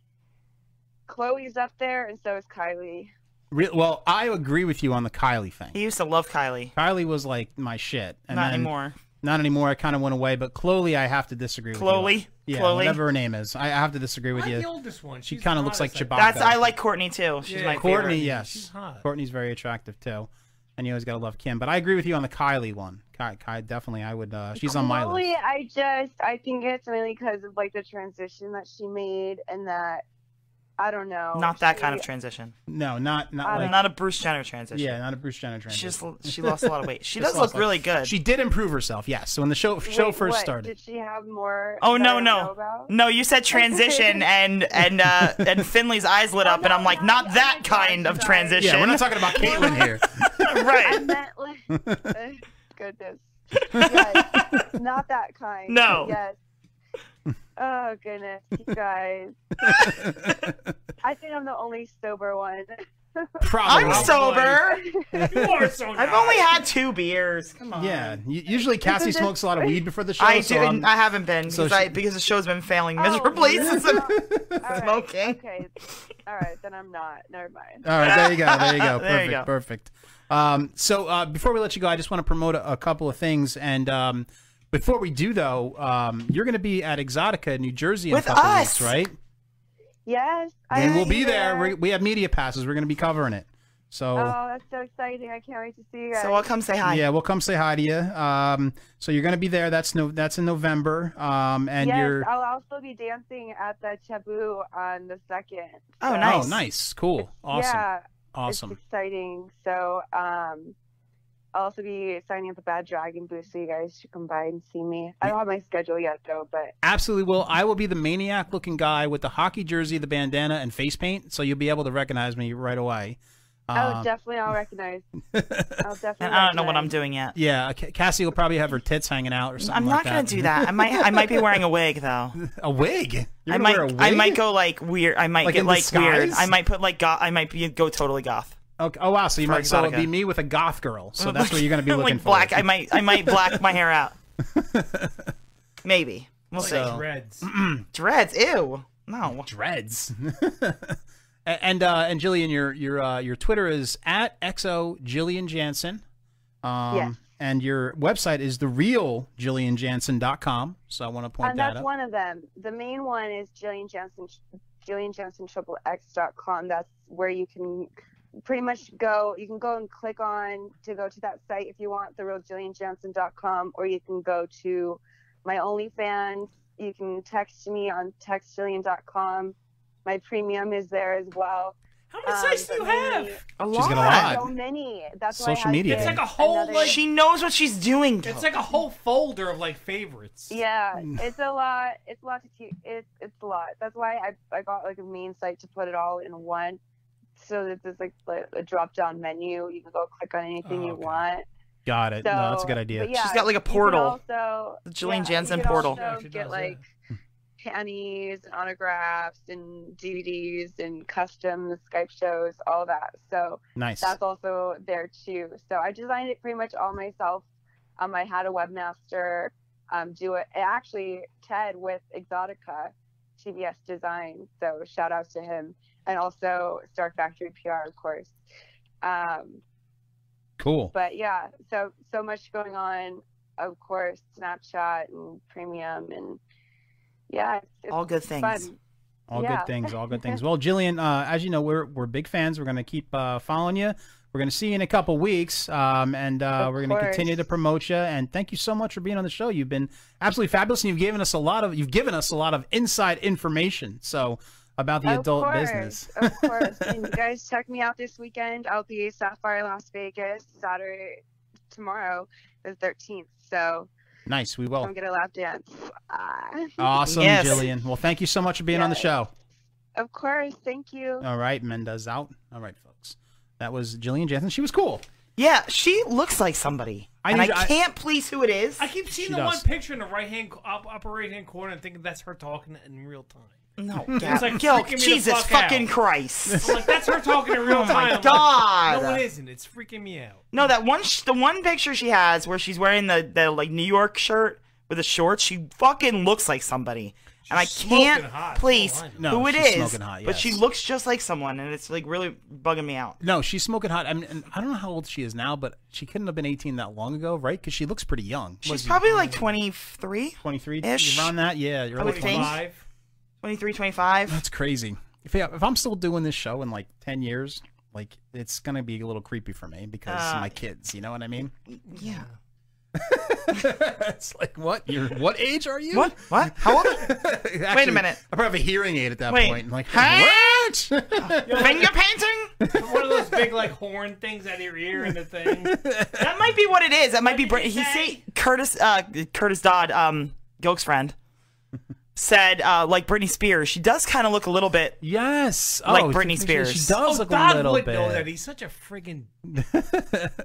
[SPEAKER 27] Chloe's up there, and so is Kylie.
[SPEAKER 21] Re- well, I agree with you on the Kylie thing.
[SPEAKER 22] He used to love Kylie.
[SPEAKER 21] Kylie was like my shit. And
[SPEAKER 22] Not
[SPEAKER 21] then-
[SPEAKER 22] anymore.
[SPEAKER 21] Not anymore. I kind of went away, but Chloe, I have to disagree with you.
[SPEAKER 22] Chloe?
[SPEAKER 21] Yeah,
[SPEAKER 22] Chloe?
[SPEAKER 21] whatever her name is. I I have to disagree with
[SPEAKER 10] I
[SPEAKER 21] you.
[SPEAKER 10] the oldest one.
[SPEAKER 21] She
[SPEAKER 10] She's
[SPEAKER 21] kind of
[SPEAKER 10] hot
[SPEAKER 21] looks like
[SPEAKER 10] as I-
[SPEAKER 21] Chewbacca.
[SPEAKER 22] That's I like Courtney too. She's my
[SPEAKER 21] Courtney,
[SPEAKER 22] favorite.
[SPEAKER 21] yes.
[SPEAKER 10] She's hot.
[SPEAKER 21] Courtney's very attractive too. and you always gotta love Kim. But I agree with you on the Kylie one. Kai, Kai definitely. I would. Uh, she's on my list.
[SPEAKER 27] Chloe, I just I think it's mainly because of like the transition that she made and that I don't know.
[SPEAKER 22] Not that
[SPEAKER 27] she-
[SPEAKER 22] kind of transition.
[SPEAKER 21] No, not
[SPEAKER 27] I
[SPEAKER 21] not
[SPEAKER 27] don't
[SPEAKER 21] like,
[SPEAKER 27] know. Not
[SPEAKER 22] a Bruce Jenner transition.
[SPEAKER 21] Yeah, not a Bruce Jenner
[SPEAKER 22] She just-
[SPEAKER 21] transition.
[SPEAKER 22] she lost a lot of weight. She
[SPEAKER 21] Just
[SPEAKER 22] does look
[SPEAKER 21] lost a lot.
[SPEAKER 22] really good.
[SPEAKER 21] She did improve herself. Yes. So when the show show
[SPEAKER 27] Wait,
[SPEAKER 21] first
[SPEAKER 27] what?
[SPEAKER 21] started,
[SPEAKER 27] Did she have more?
[SPEAKER 22] Oh
[SPEAKER 27] that
[SPEAKER 22] no
[SPEAKER 27] I know
[SPEAKER 22] no
[SPEAKER 27] about?
[SPEAKER 22] no! You said transition and and uh, and Finley's eyes
[SPEAKER 27] Oh,
[SPEAKER 22] lit up, and I'm like, not that kind of transition.
[SPEAKER 21] yeah, we're not talking about Caitlyn here.
[SPEAKER 27] I
[SPEAKER 22] right?
[SPEAKER 27] meant like goodness. Yes. Not that kind.
[SPEAKER 22] No.
[SPEAKER 27] Yes. Oh goodness, you guys. I think I'm the only sober one.
[SPEAKER 21] Probably.
[SPEAKER 22] I'm sober.
[SPEAKER 21] You are so
[SPEAKER 22] I've only had two beers. Come on.
[SPEAKER 21] Yeah. u- Usually Cassie
[SPEAKER 22] Isn't it-
[SPEAKER 21] smokes a lot of weed before the show.
[SPEAKER 22] I
[SPEAKER 21] so I'm-
[SPEAKER 22] didn't. I haven't been because
[SPEAKER 21] so
[SPEAKER 22] I
[SPEAKER 21] she-
[SPEAKER 22] because the show's been
[SPEAKER 21] Oh,
[SPEAKER 22] failing miserably since I'm smoking.
[SPEAKER 27] Okay. All right, then I'm not. Never mind.
[SPEAKER 21] All right, there you go. There you go.
[SPEAKER 22] There you
[SPEAKER 21] Perfect.
[SPEAKER 22] go.
[SPEAKER 21] Perfect. Um, so uh, before we let you go, I just want to promote a, a couple of things. And um, before we do, though, um, you're going to be at Exotica, in New Jersey, in
[SPEAKER 27] With
[SPEAKER 21] a couple
[SPEAKER 27] us.
[SPEAKER 21] weeks, right?
[SPEAKER 27] Yes. I
[SPEAKER 21] And
[SPEAKER 27] will
[SPEAKER 21] we'll be there. we we have media passes. We're going to be covering it. So.
[SPEAKER 27] Oh, that's so exciting! I can't wait to see you guys.
[SPEAKER 22] So I'll come say hi.
[SPEAKER 21] Yeah, we'll come say hi to you. Um, so you're going to be there. That's no. That's in November. Um, and
[SPEAKER 27] yes, oh,
[SPEAKER 21] you're.
[SPEAKER 27] I'll also be dancing at the Chabu on the second. so-
[SPEAKER 21] Oh, nice. Cool. Awesome.
[SPEAKER 27] Yeah,
[SPEAKER 21] Awesome.
[SPEAKER 27] It's exciting. So um, I'll also be signing up the Bad Dragon booth, so you guys should come by and see me. I don't have my schedule yet though, but
[SPEAKER 21] Absolutely will. I will be the maniac looking guy with the hockey jersey, the bandana, and face paint, so you'll be able to recognize me right away.
[SPEAKER 27] oh,
[SPEAKER 21] Um,
[SPEAKER 27] definitely I'll recognize. I'll definitely.
[SPEAKER 22] And I don't know what
[SPEAKER 27] recognize.
[SPEAKER 22] I'm doing yet.
[SPEAKER 21] yeah, Ca- Cassie will probably have her tits hanging out or something.
[SPEAKER 22] I'm not
[SPEAKER 21] like
[SPEAKER 22] gonna do that. I might. I might be wearing a wig though.
[SPEAKER 21] a wig. You're
[SPEAKER 22] I
[SPEAKER 21] gonna
[SPEAKER 22] might.
[SPEAKER 21] wear a wig?
[SPEAKER 22] I might go like weird. I might
[SPEAKER 21] Like
[SPEAKER 22] get
[SPEAKER 21] in
[SPEAKER 22] like weird.
[SPEAKER 21] disguise?
[SPEAKER 22] I might put like. Goth, I might be go totally goth.
[SPEAKER 21] Okay. Oh wow. So you
[SPEAKER 22] For
[SPEAKER 21] might. So it'll
[SPEAKER 22] Exotica.
[SPEAKER 21] be me with a goth girl. So
[SPEAKER 22] Like-
[SPEAKER 21] that's what you're gonna be looking
[SPEAKER 22] like
[SPEAKER 21] for.
[SPEAKER 22] black. I might. I might black my hair out. Maybe. We'll
[SPEAKER 21] Like
[SPEAKER 22] see.
[SPEAKER 21] dreads.
[SPEAKER 22] dreads. Ew. No.
[SPEAKER 21] Dreads. A- And uh, and Jillian, your your uh, your Twitter is at xo Jillian Jansen. Um,
[SPEAKER 27] Yes.
[SPEAKER 21] And your website is therealjillianjansen.com. So I want to point
[SPEAKER 27] and
[SPEAKER 21] that
[SPEAKER 27] that's
[SPEAKER 21] out.
[SPEAKER 27] one of them. The main one is Jillian Jensen, Jillian Jensen triple X dot com. That's where you can pretty much go. You can go and click on to go to that site if you want the real dot com, or you can go to my OnlyFans. You can text me on textjillian.com. My premium is there as well. How many sites do you have?
[SPEAKER 22] A
[SPEAKER 21] She's got a
[SPEAKER 22] lot.
[SPEAKER 27] So many. That's why I
[SPEAKER 21] Social
[SPEAKER 27] had
[SPEAKER 21] media
[SPEAKER 27] to-
[SPEAKER 21] It's like a
[SPEAKER 10] whole,
[SPEAKER 27] another-
[SPEAKER 22] She knows what she's doing.
[SPEAKER 10] It's like a whole folder of like favorites.
[SPEAKER 27] Yeah,
[SPEAKER 22] mm.
[SPEAKER 27] it's a lot. It's a lot to keep. It's it's a lot. That's why I I got like a main site to put it all in one, so that there's like, like, a drop down menu. You can go click on anything you want.
[SPEAKER 21] Got it. no, that's a
[SPEAKER 27] So,
[SPEAKER 21] good idea.
[SPEAKER 27] but yeah,
[SPEAKER 22] She's got, like, a
[SPEAKER 27] you can
[SPEAKER 22] portal.
[SPEAKER 27] Also,
[SPEAKER 22] The
[SPEAKER 27] yeah,
[SPEAKER 22] Jillian
[SPEAKER 27] you
[SPEAKER 22] Jansen
[SPEAKER 27] can
[SPEAKER 22] portal.
[SPEAKER 27] also
[SPEAKER 22] Yeah, she
[SPEAKER 27] get
[SPEAKER 22] does,
[SPEAKER 27] like panties and autographs and DVDs and custom Skype shows, all that. So
[SPEAKER 21] Nice.
[SPEAKER 27] That's also there too. So I designed it pretty much all myself. Um, I had a webmaster um, do it. Actually, Ted with Exotica, TBS Design. So shout out to him, and also Star Factory PR, of course. Um,
[SPEAKER 21] Cool.
[SPEAKER 27] but yeah, so so much going on. Of course, Snapchat and Premium and yeah, it's, it's
[SPEAKER 22] All good
[SPEAKER 27] fun.
[SPEAKER 22] things.
[SPEAKER 21] All
[SPEAKER 27] Yeah.
[SPEAKER 21] good things. All good things. Well, Jillian, uh, as you know, we're we're big fans. We're gonna keep uh, following you. We're gonna see you in a couple weeks, um, and uh,
[SPEAKER 27] Of
[SPEAKER 21] we're gonna continue
[SPEAKER 27] course.
[SPEAKER 21] to promote you. And thank you so much for being on the show. You've been absolutely fabulous, and you've given us a lot of you've given us a lot of inside information. So about the
[SPEAKER 27] Of
[SPEAKER 21] adult
[SPEAKER 27] course,
[SPEAKER 21] business.
[SPEAKER 27] of course. And you guys check me out this weekend. I'll be at Sapphire Las Vegas Saturday tomorrow, the 13th. So
[SPEAKER 21] Nice. We will.
[SPEAKER 27] come get a lap dance. Ah.
[SPEAKER 21] Awesome, Jillian. Well, thank you so much for being on the
[SPEAKER 27] Yes.
[SPEAKER 21] show.
[SPEAKER 27] Of course. Thank you.
[SPEAKER 21] All right, Mendez out. All right, folks. That was Jillian Jansen. She was cool.
[SPEAKER 22] Yeah, she looks like somebody.
[SPEAKER 21] I
[SPEAKER 22] and
[SPEAKER 21] need-
[SPEAKER 22] I
[SPEAKER 21] I-
[SPEAKER 22] can't please who it is.
[SPEAKER 10] I keep seeing
[SPEAKER 21] She
[SPEAKER 10] the
[SPEAKER 21] does.
[SPEAKER 10] one picture in the right hand up, upper right hand corner and thinking that's her talking in real time.
[SPEAKER 22] No,
[SPEAKER 10] it's like
[SPEAKER 22] Gil,
[SPEAKER 10] freaking me the
[SPEAKER 22] Jesus
[SPEAKER 10] fuck
[SPEAKER 22] fucking
[SPEAKER 10] out.
[SPEAKER 22] Christ.
[SPEAKER 10] I'm like that's her talking in real
[SPEAKER 22] Oh my
[SPEAKER 10] time. I'm like,
[SPEAKER 22] God.
[SPEAKER 10] no, it isn't. It's freaking me out.
[SPEAKER 22] No, that one, sh- the one picture she has where she's wearing the, the like New York shirt with the shorts, she fucking looks like somebody, and I can't
[SPEAKER 21] smoking hot.
[SPEAKER 22] place
[SPEAKER 21] Oh, I know.
[SPEAKER 22] who it
[SPEAKER 21] No,
[SPEAKER 22] is.
[SPEAKER 21] she's smoking hot,
[SPEAKER 22] But she
[SPEAKER 21] yes.
[SPEAKER 22] looks just like someone, and it's like really bugging me out.
[SPEAKER 21] No, she's smoking hot. I mean, and I don't know how old she is now, but she couldn't have been 18 that long ago, right? Because she looks pretty young.
[SPEAKER 22] She's probably like 23,
[SPEAKER 21] 23
[SPEAKER 22] ish.
[SPEAKER 21] around that. Yeah, you're
[SPEAKER 22] I would
[SPEAKER 21] like
[SPEAKER 22] think. 23, 25.
[SPEAKER 21] That's crazy. If, yeah, if I'm still doing this show in like 10 years, Like it's gonna be a little creepy for me because
[SPEAKER 22] Uh,
[SPEAKER 21] my kids. You know what I mean?
[SPEAKER 22] Yeah.
[SPEAKER 21] it's like what? You're what age are you?
[SPEAKER 22] What? What? How old?
[SPEAKER 21] Wait
[SPEAKER 22] a minute.
[SPEAKER 21] I probably have a hearing aid at that
[SPEAKER 22] Wait.
[SPEAKER 21] point. and Like
[SPEAKER 22] Huh?
[SPEAKER 21] Finger
[SPEAKER 22] painting?
[SPEAKER 10] One of those big like horn things out of your ear and the thing.
[SPEAKER 22] That might be what it is. That might be. Bra- he say Curtis uh, Curtis Dodd, um, Gilk's friend, said uh, like Britney Spears. She does kind of look a little bit.
[SPEAKER 21] Yes,
[SPEAKER 22] like
[SPEAKER 21] Oh,
[SPEAKER 22] Britney
[SPEAKER 21] she-
[SPEAKER 22] Spears.
[SPEAKER 21] She does look
[SPEAKER 10] God
[SPEAKER 21] a little
[SPEAKER 10] would
[SPEAKER 21] bit.
[SPEAKER 10] know that he's such a friggin'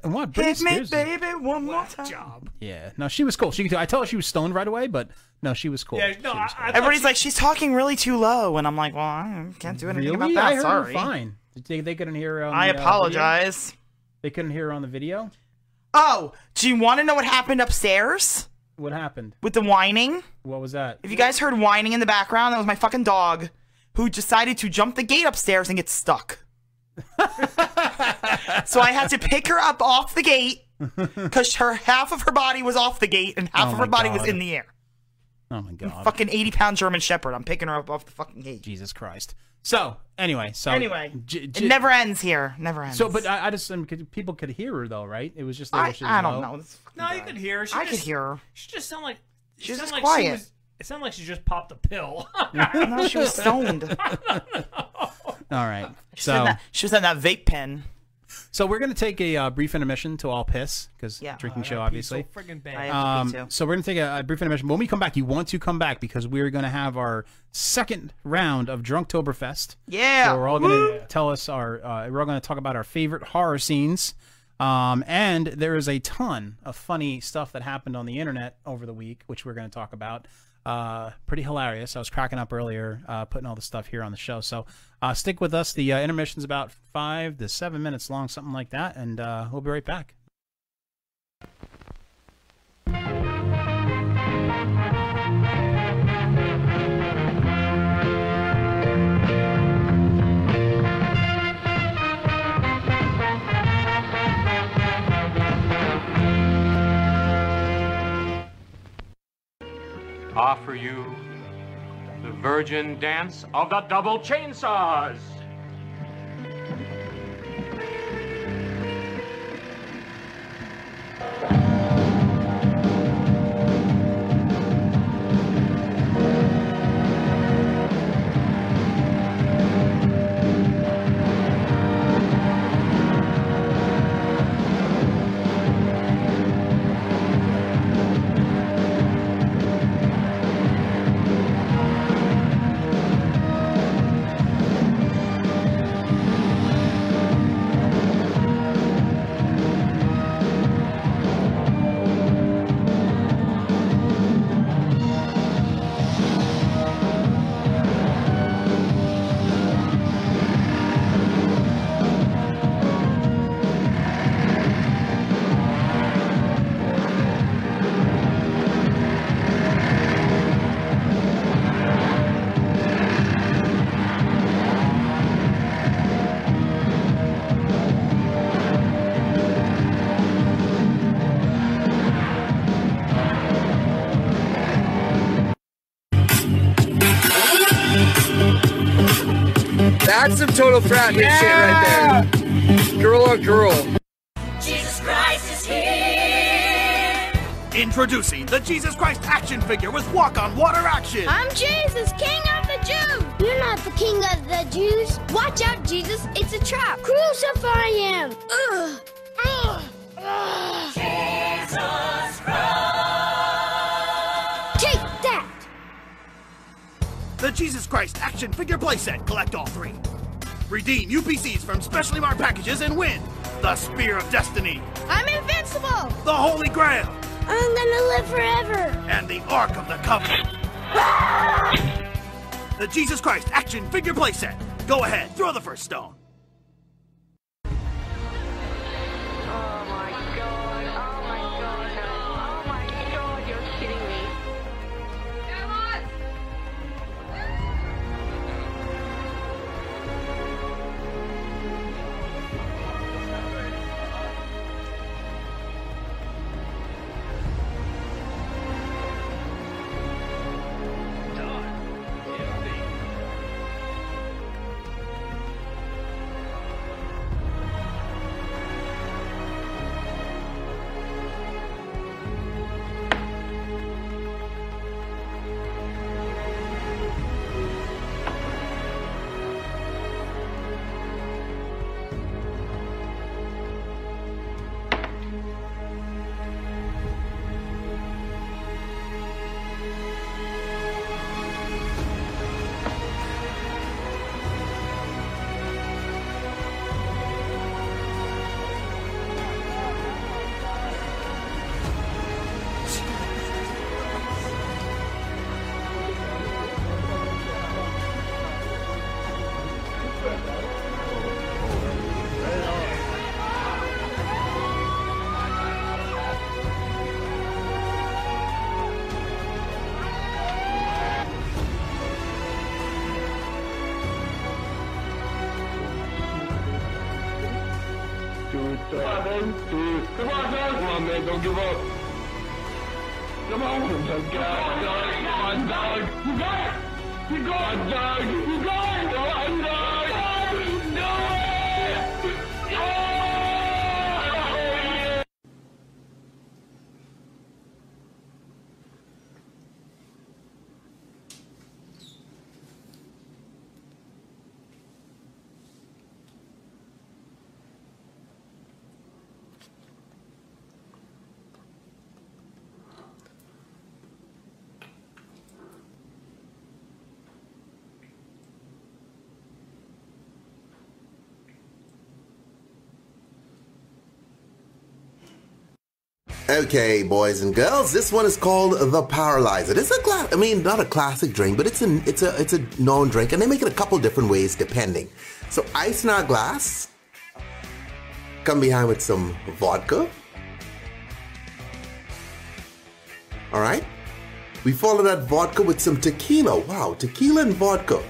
[SPEAKER 21] What? Britney
[SPEAKER 22] Hit me,
[SPEAKER 21] Spears is-
[SPEAKER 22] baby, one more time.
[SPEAKER 21] Yeah, no, she was cool. She, I tell her she was stoned right away, but no, she was cool.
[SPEAKER 10] no, I, I
[SPEAKER 22] Everybody's like, she's talking really too low, and I'm like, well, I can't do anything
[SPEAKER 21] Really?
[SPEAKER 22] about that.
[SPEAKER 21] I heard her
[SPEAKER 22] Sorry.
[SPEAKER 21] fine. They, they couldn't hear. her On
[SPEAKER 22] I
[SPEAKER 21] the, uh,
[SPEAKER 22] apologize.
[SPEAKER 21] video? they couldn't hear her on the video.
[SPEAKER 22] Oh, do you want to know what happened upstairs
[SPEAKER 21] What happened?
[SPEAKER 22] with the whining?
[SPEAKER 21] What was that?
[SPEAKER 22] If you guys heard whining in the background, that was my fucking dog who decided to jump the gate upstairs and get stuck. so I had to pick her up off the gate because her half of her body was off the gate and half
[SPEAKER 21] Oh
[SPEAKER 22] of
[SPEAKER 21] my
[SPEAKER 22] her body was
[SPEAKER 21] God.
[SPEAKER 22] in the air.
[SPEAKER 21] Oh my god!
[SPEAKER 22] Fucking 80 pound German Shepherd. I'm picking her up off the fucking gate.
[SPEAKER 21] Jesus Christ. So anyway, so
[SPEAKER 22] Anyway,
[SPEAKER 21] j-
[SPEAKER 22] it
[SPEAKER 21] j-
[SPEAKER 22] never ends here. Never ends.
[SPEAKER 21] So, but I, I just um, could, people could hear her though, right? It was just like
[SPEAKER 22] I- I don't know. This
[SPEAKER 10] No, you could hear her. She
[SPEAKER 22] I
[SPEAKER 10] just,
[SPEAKER 22] could hear her.
[SPEAKER 10] She just sounded like she
[SPEAKER 22] She's
[SPEAKER 10] sounded
[SPEAKER 22] just
[SPEAKER 10] like She
[SPEAKER 22] quiet.
[SPEAKER 10] was, it sounded like she just popped a pill.
[SPEAKER 22] no, she was stoned.
[SPEAKER 21] All right.
[SPEAKER 22] She
[SPEAKER 21] So
[SPEAKER 22] was in that- she was in that vape pen.
[SPEAKER 21] So we're gonna take a uh, brief intermission to all piss because
[SPEAKER 22] Yeah.
[SPEAKER 21] drinking
[SPEAKER 22] Oh, I
[SPEAKER 21] show,
[SPEAKER 22] gotta pee so
[SPEAKER 21] obviously.
[SPEAKER 22] friggin' bad. I have to pee, too.
[SPEAKER 21] Um, so we're gonna take a, a brief intermission. When we come back, you want to come back because we're gonna have our second round of Drunktoberfest.
[SPEAKER 22] Yeah.
[SPEAKER 21] So we're all gonna tell us our. Uh, we're all gonna talk about our favorite horror scenes. Um, and there is a ton of funny stuff that happened on the internet over the week, which we're going to talk about. Uh, pretty hilarious. I was cracking up earlier, uh, putting all the stuff here on the show. So uh, stick with us. The uh, intermission's about five to seven minutes long, something like that, and uh, we'll be right back. uh,
[SPEAKER 13] offer you the virgin dance of the double chainsaws.
[SPEAKER 1] That's some total fratness shit right there. Girl on girl.
[SPEAKER 11] Jesus Christ is here.
[SPEAKER 23] Introducing the Jesus Christ action figure with walk on water action.
[SPEAKER 9] I'm Jesus, King of the Jews. You're not the King of the Jews. Watch out, Jesus. It's a trap. Crucify him. Ugh. Ugh. Ugh. Take that.
[SPEAKER 23] The Jesus Christ action figure playset. Collect all three. Redeem UPCs from specially marked packages and win the Spear of Destiny,
[SPEAKER 9] I'm invincible.
[SPEAKER 23] the Holy Grail,
[SPEAKER 9] I'm gonna live forever.
[SPEAKER 23] and the Ark of the Covenant. the Jesus Christ action figure playset. Go ahead, throw the first stone.
[SPEAKER 12] One, two. Come on, guys. Come on, man. Don't give up. Come on. Come on, dog. Come on, dog. You got it. You got it, dog. You got it. Come on, dog. Do it. Yeah.
[SPEAKER 28] Okay, boys and girls, this one is called the Paralyzer. It's a class, I mean, not a classic drink, but it's a it's a it's a known drink, and they make it a couple different ways depending. So ice in our glass, come behind with some vodka. All right, we follow that vodka with some tequila. Wow, tequila and vodka.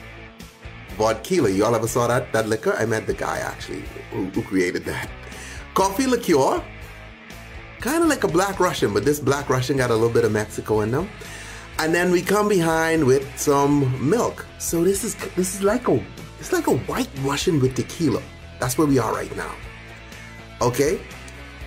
[SPEAKER 28] Vodka, you all ever saw that that liquor? I met the guy actually who, who created that. Coffee liqueur kind of like a black Russian, but this black Russian got a little bit of Mexico in them. And then we come behind with some milk. So this is this is like a it's like a white Russian with tequila. That's where we are right now. Okay,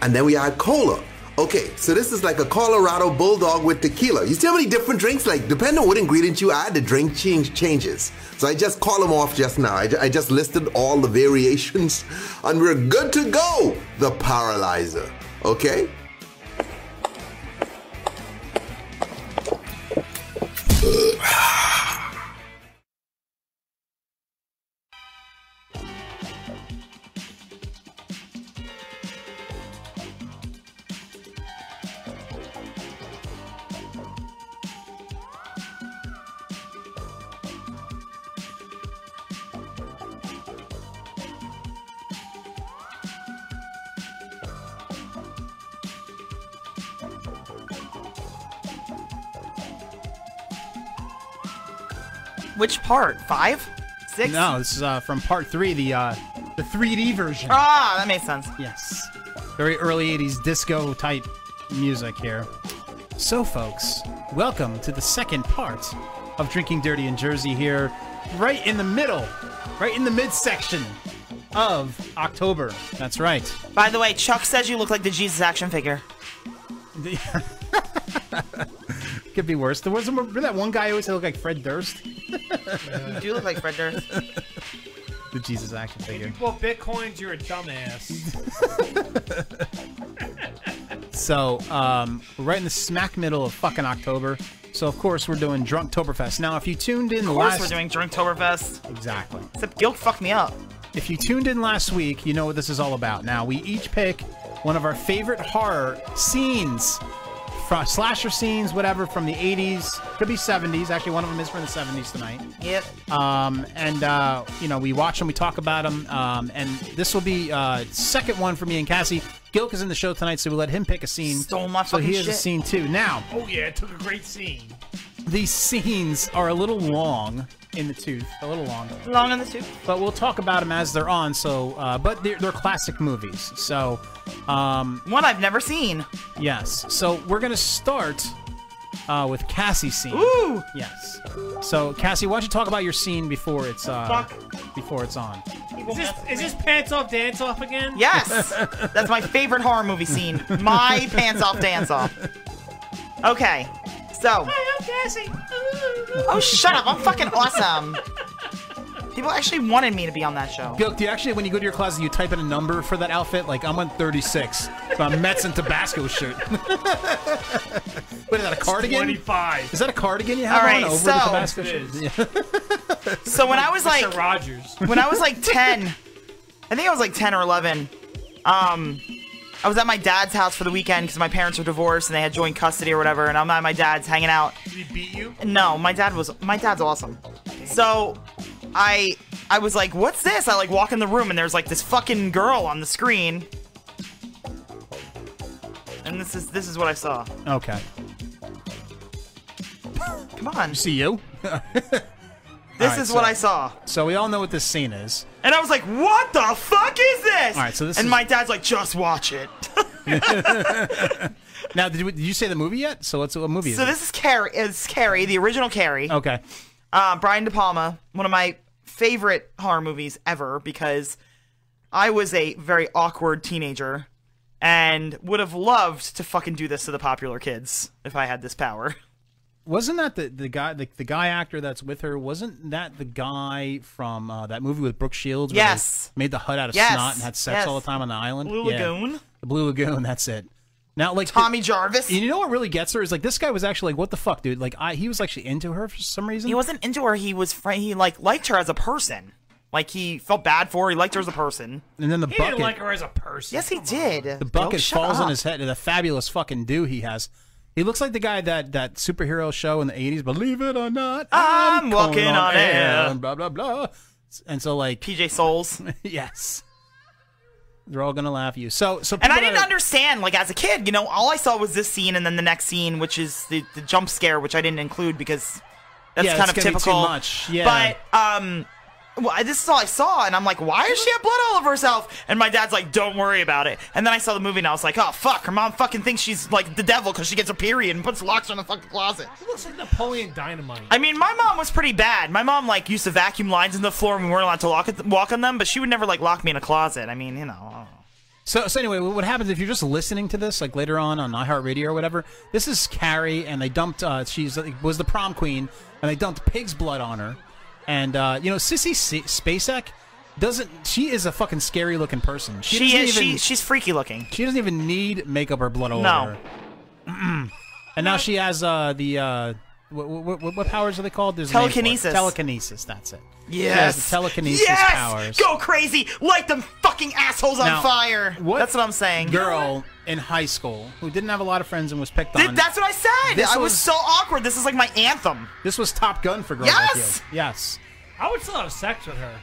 [SPEAKER 28] and then we add cola. Okay, so this is like a Colorado Bulldog with tequila. You see how many different drinks? Like, depending on what ingredient you add, the drink change changes. So I just call them off just now. I, ju- I just listed all the variations, and we're good to go. The Paralyzer. Okay.
[SPEAKER 22] Which part? Five? Six?
[SPEAKER 21] No, this is uh, from part three, the uh, the 3D version.
[SPEAKER 22] Ah, that makes sense.
[SPEAKER 21] Yes. Very early 80s disco type music here. So, folks, welcome to the second part of Drinking Dirty in Jersey here, right in the middle, right in the midsection of October. That's right.
[SPEAKER 22] By the way, Chuck says you look like the Jesus action figure.
[SPEAKER 21] Could be worse. There was remember that one guy who always said he looked like Fred Durst,
[SPEAKER 22] You do look like Fred Durst.
[SPEAKER 21] the Jesus action figure.
[SPEAKER 10] Well, bitcoins, you're a dumbass.
[SPEAKER 21] So, um, we're right in the smack middle of fucking October. So, of course, we're doing Drunktoberfest. Now, if you tuned in
[SPEAKER 22] Of
[SPEAKER 21] the
[SPEAKER 22] course,
[SPEAKER 21] last...
[SPEAKER 22] we're doing Drinktoberfest.
[SPEAKER 21] Exactly.
[SPEAKER 22] Except Guild fucked me up.
[SPEAKER 21] If you tuned in last week, you know what this is all about. Now, we each pick one of our favorite horror scenes, from slasher scenes, whatever, from the 80s, could be 70s. Actually, one of them is from the 70s tonight.
[SPEAKER 22] Yep.
[SPEAKER 21] Um, and, uh, you know, we watch them, we talk about them. Um, and this will be uh, second one for me and Cassie. Gilk is in the show tonight, so we let him pick a scene.
[SPEAKER 10] Stole my
[SPEAKER 21] So
[SPEAKER 10] fucking
[SPEAKER 21] he has
[SPEAKER 10] shit.
[SPEAKER 21] a scene too. Now,
[SPEAKER 10] oh yeah, it took a great scene.
[SPEAKER 21] these scenes are a little long in the tooth, a little long.
[SPEAKER 22] Long in the tooth.
[SPEAKER 21] But we'll talk about them as they're on. So, uh, but they're, they're classic movies. So, um,
[SPEAKER 22] one I've never seen.
[SPEAKER 21] Yes. So we're gonna start uh, with Cassie's scene.
[SPEAKER 22] Ooh.
[SPEAKER 21] Yes. So Cassie, why don't you talk about your scene before it's uh, before it's on?
[SPEAKER 10] Is this, is this pants off, dance off again?
[SPEAKER 22] Yes! That's my favorite horror movie scene. My pants off dance off. Okay, so.
[SPEAKER 10] Hi, I'm Cassie.
[SPEAKER 22] Oh, shut up. I'm fucking awesome. People actually wanted me to be on that show.
[SPEAKER 21] Gilk, do you actually, when you go to your closet, you type in a number for that outfit? Like, I'm on 36. So I'm Mets and Tabasco shirt. Wait, is that a cardigan?
[SPEAKER 10] 25.
[SPEAKER 21] Is that a cardigan you have
[SPEAKER 22] All right,
[SPEAKER 21] on over
[SPEAKER 22] so-
[SPEAKER 21] the Tabasco
[SPEAKER 22] It
[SPEAKER 21] shirt?
[SPEAKER 22] is.
[SPEAKER 21] Yeah.
[SPEAKER 22] So when I was
[SPEAKER 10] Mr.
[SPEAKER 22] like.
[SPEAKER 10] Rogers.
[SPEAKER 22] When I was like 10, I think I was like 10 or 11. Um, I was at my dad's house for the weekend because my parents were divorced and they had joint custody or whatever, and I'm at my dad's hanging out. Did
[SPEAKER 10] he beat you?
[SPEAKER 22] No, my dad was my dad's awesome. So I I was like, what's this? I like walk in the room and there's like this fucking girl on the screen. And this is this is what I saw.
[SPEAKER 21] Okay.
[SPEAKER 22] Come on.
[SPEAKER 21] See you.
[SPEAKER 22] This
[SPEAKER 21] All right,
[SPEAKER 22] is
[SPEAKER 21] so-
[SPEAKER 22] what I saw.
[SPEAKER 21] So we all know what this scene is.
[SPEAKER 22] And I was like, what the fuck is this?
[SPEAKER 21] All right, so this
[SPEAKER 22] and
[SPEAKER 21] is-
[SPEAKER 22] my dad's like, just watch it.
[SPEAKER 21] Now, did, we, did you say the movie yet? So what's what movie is
[SPEAKER 22] So
[SPEAKER 21] it?
[SPEAKER 22] this is Carrie. It's Carrie, the original Carrie.
[SPEAKER 21] Okay.
[SPEAKER 22] Uh, Brian De Palma, one of my favorite horror movies ever because I was a very awkward teenager and would have loved to fucking do this to the popular kids if I had this power.
[SPEAKER 21] Wasn't that the, the guy the, the guy actor that's with her? Wasn't that the guy from uh, that movie with Brooke Shields? where they
[SPEAKER 22] Yes.
[SPEAKER 21] made the hut out of
[SPEAKER 22] Yes.
[SPEAKER 21] snot and had sex
[SPEAKER 22] Yes.
[SPEAKER 21] all the time on the island.
[SPEAKER 22] Blue Lagoon?
[SPEAKER 21] The Blue Lagoon. That's it. Now, like
[SPEAKER 22] Tommy Jarvis.
[SPEAKER 21] You know what really gets her is like this guy was actually like, what the fuck, dude? Like I he was actually into her for some reason.
[SPEAKER 22] He wasn't into her. He was fr- he like liked her as a person. Like he felt bad for her. He liked her as a person.
[SPEAKER 21] And then the
[SPEAKER 22] He didn't
[SPEAKER 21] bucket.
[SPEAKER 22] like
[SPEAKER 10] her as a person.
[SPEAKER 22] Yes, he did.
[SPEAKER 21] The bucket falls on his head. The fabulous fucking do he has. He looks like the guy that that superhero show in the '80s. Believe it or not,
[SPEAKER 22] I'm
[SPEAKER 21] coming
[SPEAKER 22] walking on air.
[SPEAKER 21] And blah blah blah. And so like
[SPEAKER 22] PJ Souls.
[SPEAKER 21] yes, they're all gonna laugh at you. So so
[SPEAKER 22] And I
[SPEAKER 21] people
[SPEAKER 22] didn't
[SPEAKER 21] that-
[SPEAKER 22] understand, like as a kid, you know, all I saw was this scene and then the next scene, which is the, the jump scare, which I didn't include because that's
[SPEAKER 21] Yeah,
[SPEAKER 22] kind
[SPEAKER 21] it's
[SPEAKER 22] of
[SPEAKER 21] gonna be too
[SPEAKER 22] typical.
[SPEAKER 21] much, yeah.
[SPEAKER 22] But um, well, I- this is all I saw, and I'm like, why does she have blood all over herself? And my dad's like, don't worry about it. And then I saw the movie, and I was like, oh fuck, her mom fucking thinks she's like the devil because she gets a period and puts locks on the fucking closet.
[SPEAKER 10] He looks like Napoleon Dynamite.
[SPEAKER 22] I mean, my mom was pretty bad. My mom like used to vacuum lines in the floor, and we weren't allowed to lock it, walk on them. But she would never like lock me in a closet. I mean, you know. I don't know.
[SPEAKER 21] So, so anyway, what happens if you're just listening to this, like later on on iHeartRadio or whatever? This is Carrie, and they dumped. Uh, she's was the prom queen, and they dumped pig's blood on her. And uh, you know, Sissy S- Spacek doesn't. She is a fucking scary looking person. She,
[SPEAKER 22] She
[SPEAKER 21] doesn't
[SPEAKER 22] is-
[SPEAKER 21] even,
[SPEAKER 22] she- she's freaky looking.
[SPEAKER 21] She doesn't even need makeup or blood all
[SPEAKER 22] No.
[SPEAKER 21] over her. and now she has uh, the uh, what, what, what, what powers are they called? There's a name for it.
[SPEAKER 22] Telekinesis.
[SPEAKER 21] Telekinesis. That's it. She has
[SPEAKER 22] Yes.
[SPEAKER 21] the telekinesis
[SPEAKER 22] yes!
[SPEAKER 21] powers.
[SPEAKER 22] Go crazy. Light them fucking assholes on
[SPEAKER 21] Now,
[SPEAKER 22] fire. That's what I'm saying.
[SPEAKER 21] Girl in high school who didn't have a lot of friends and was picked
[SPEAKER 22] Th-
[SPEAKER 21] on.
[SPEAKER 22] that's what I said.
[SPEAKER 21] This
[SPEAKER 22] I was,
[SPEAKER 21] was-
[SPEAKER 22] so awkward. This is like my anthem.
[SPEAKER 21] This was Top Gun for girls.
[SPEAKER 22] Yes!
[SPEAKER 21] Like you. Yes.
[SPEAKER 10] I would still have sex with her.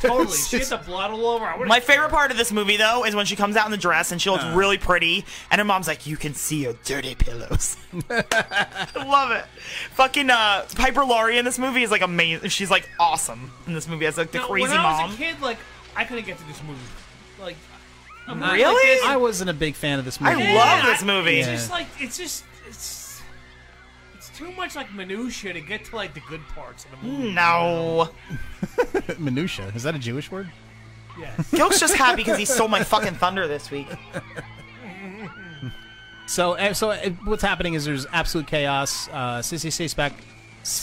[SPEAKER 10] totally. she had the blood all over. I would
[SPEAKER 22] My favorite part of this movie, though, is when she comes out in the dress and she looks
[SPEAKER 10] Uh.
[SPEAKER 22] really pretty, and her mom's like, "You can see your dirty pillows." I love it. Fucking uh, Piper Laurie in this movie is like amazing. She's like awesome in this movie as like the
[SPEAKER 10] Now,
[SPEAKER 22] crazy
[SPEAKER 10] when I
[SPEAKER 22] mom.
[SPEAKER 10] was a kid, like I couldn't get to this movie. Like, I'm not Like
[SPEAKER 22] Really?
[SPEAKER 10] this.
[SPEAKER 21] I wasn't a big fan of this
[SPEAKER 22] I
[SPEAKER 21] movie.
[SPEAKER 22] love this movie.
[SPEAKER 10] It's just like it's just it's it's too much like minutia to get to like the good parts of the movie.
[SPEAKER 22] No.
[SPEAKER 21] Minutia. Is that a Jewish word?
[SPEAKER 10] Yes.
[SPEAKER 22] Gilk's just happy because he stole my fucking thunder this week.
[SPEAKER 21] So, uh, so uh, what's happening is there's absolute chaos. Uh, Sissy Spacek.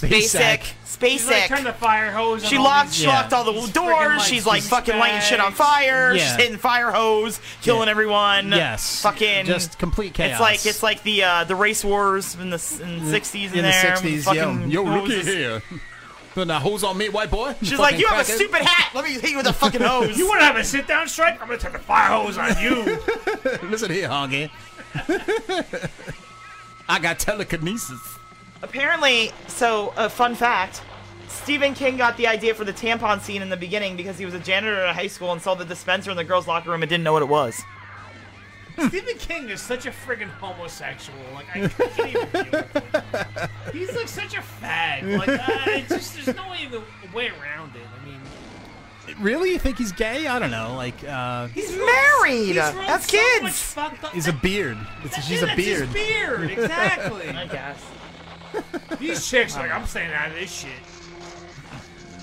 [SPEAKER 22] Basic.
[SPEAKER 10] She's like
[SPEAKER 22] Spacek.
[SPEAKER 10] turned the fire hose. on
[SPEAKER 22] She
[SPEAKER 10] all
[SPEAKER 22] locked,
[SPEAKER 10] these-
[SPEAKER 22] she locked all the
[SPEAKER 10] These friggin',
[SPEAKER 22] doors. she's like
[SPEAKER 10] these
[SPEAKER 22] fucking lighting shit on
[SPEAKER 10] bags.
[SPEAKER 22] fire.
[SPEAKER 21] Yeah.
[SPEAKER 22] She's hitting fire hose, killing
[SPEAKER 21] Yeah.
[SPEAKER 22] everyone.
[SPEAKER 21] Yes.
[SPEAKER 22] fucking
[SPEAKER 21] Just complete chaos.
[SPEAKER 22] It's like it's like the uh, the race wars in the s- in the sixties
[SPEAKER 21] in the
[SPEAKER 22] there.
[SPEAKER 21] 60s.
[SPEAKER 22] Fucking
[SPEAKER 21] yo, yo, rookie
[SPEAKER 22] hoses.
[SPEAKER 21] here. Put that hose on me, white boy.
[SPEAKER 22] She's like,
[SPEAKER 21] Fucking
[SPEAKER 22] you have a
[SPEAKER 21] crackhead."
[SPEAKER 22] stupid hat. Let me hit you with a fucking hose.
[SPEAKER 10] You want to have a sit down strike? I'm gonna turn the fire hose on you.
[SPEAKER 21] Listen here, honky. I got telekinesis.
[SPEAKER 22] Apparently, so a fun fact. Stephen King got the idea for the tampon scene in the beginning because he was a janitor at a high school and saw the dispenser in the girls' locker room and didn't know what it was.
[SPEAKER 10] Stephen King is such a friggin' homosexual. Like I can't even deal with him. He's like such a fag. Like uh, it's just there's no way, the way around it. I mean,
[SPEAKER 21] Really? You think he's gay? I don't know. Like, uh,
[SPEAKER 22] he's married.
[SPEAKER 21] That's
[SPEAKER 10] wrote so much fucked up-
[SPEAKER 21] He's a beard. It's,
[SPEAKER 10] That's
[SPEAKER 21] she's
[SPEAKER 10] it,
[SPEAKER 21] a
[SPEAKER 10] that's
[SPEAKER 21] beard.
[SPEAKER 10] his beard, exactly.
[SPEAKER 22] I guess.
[SPEAKER 10] These chicks, like, I'm staying out of this shit.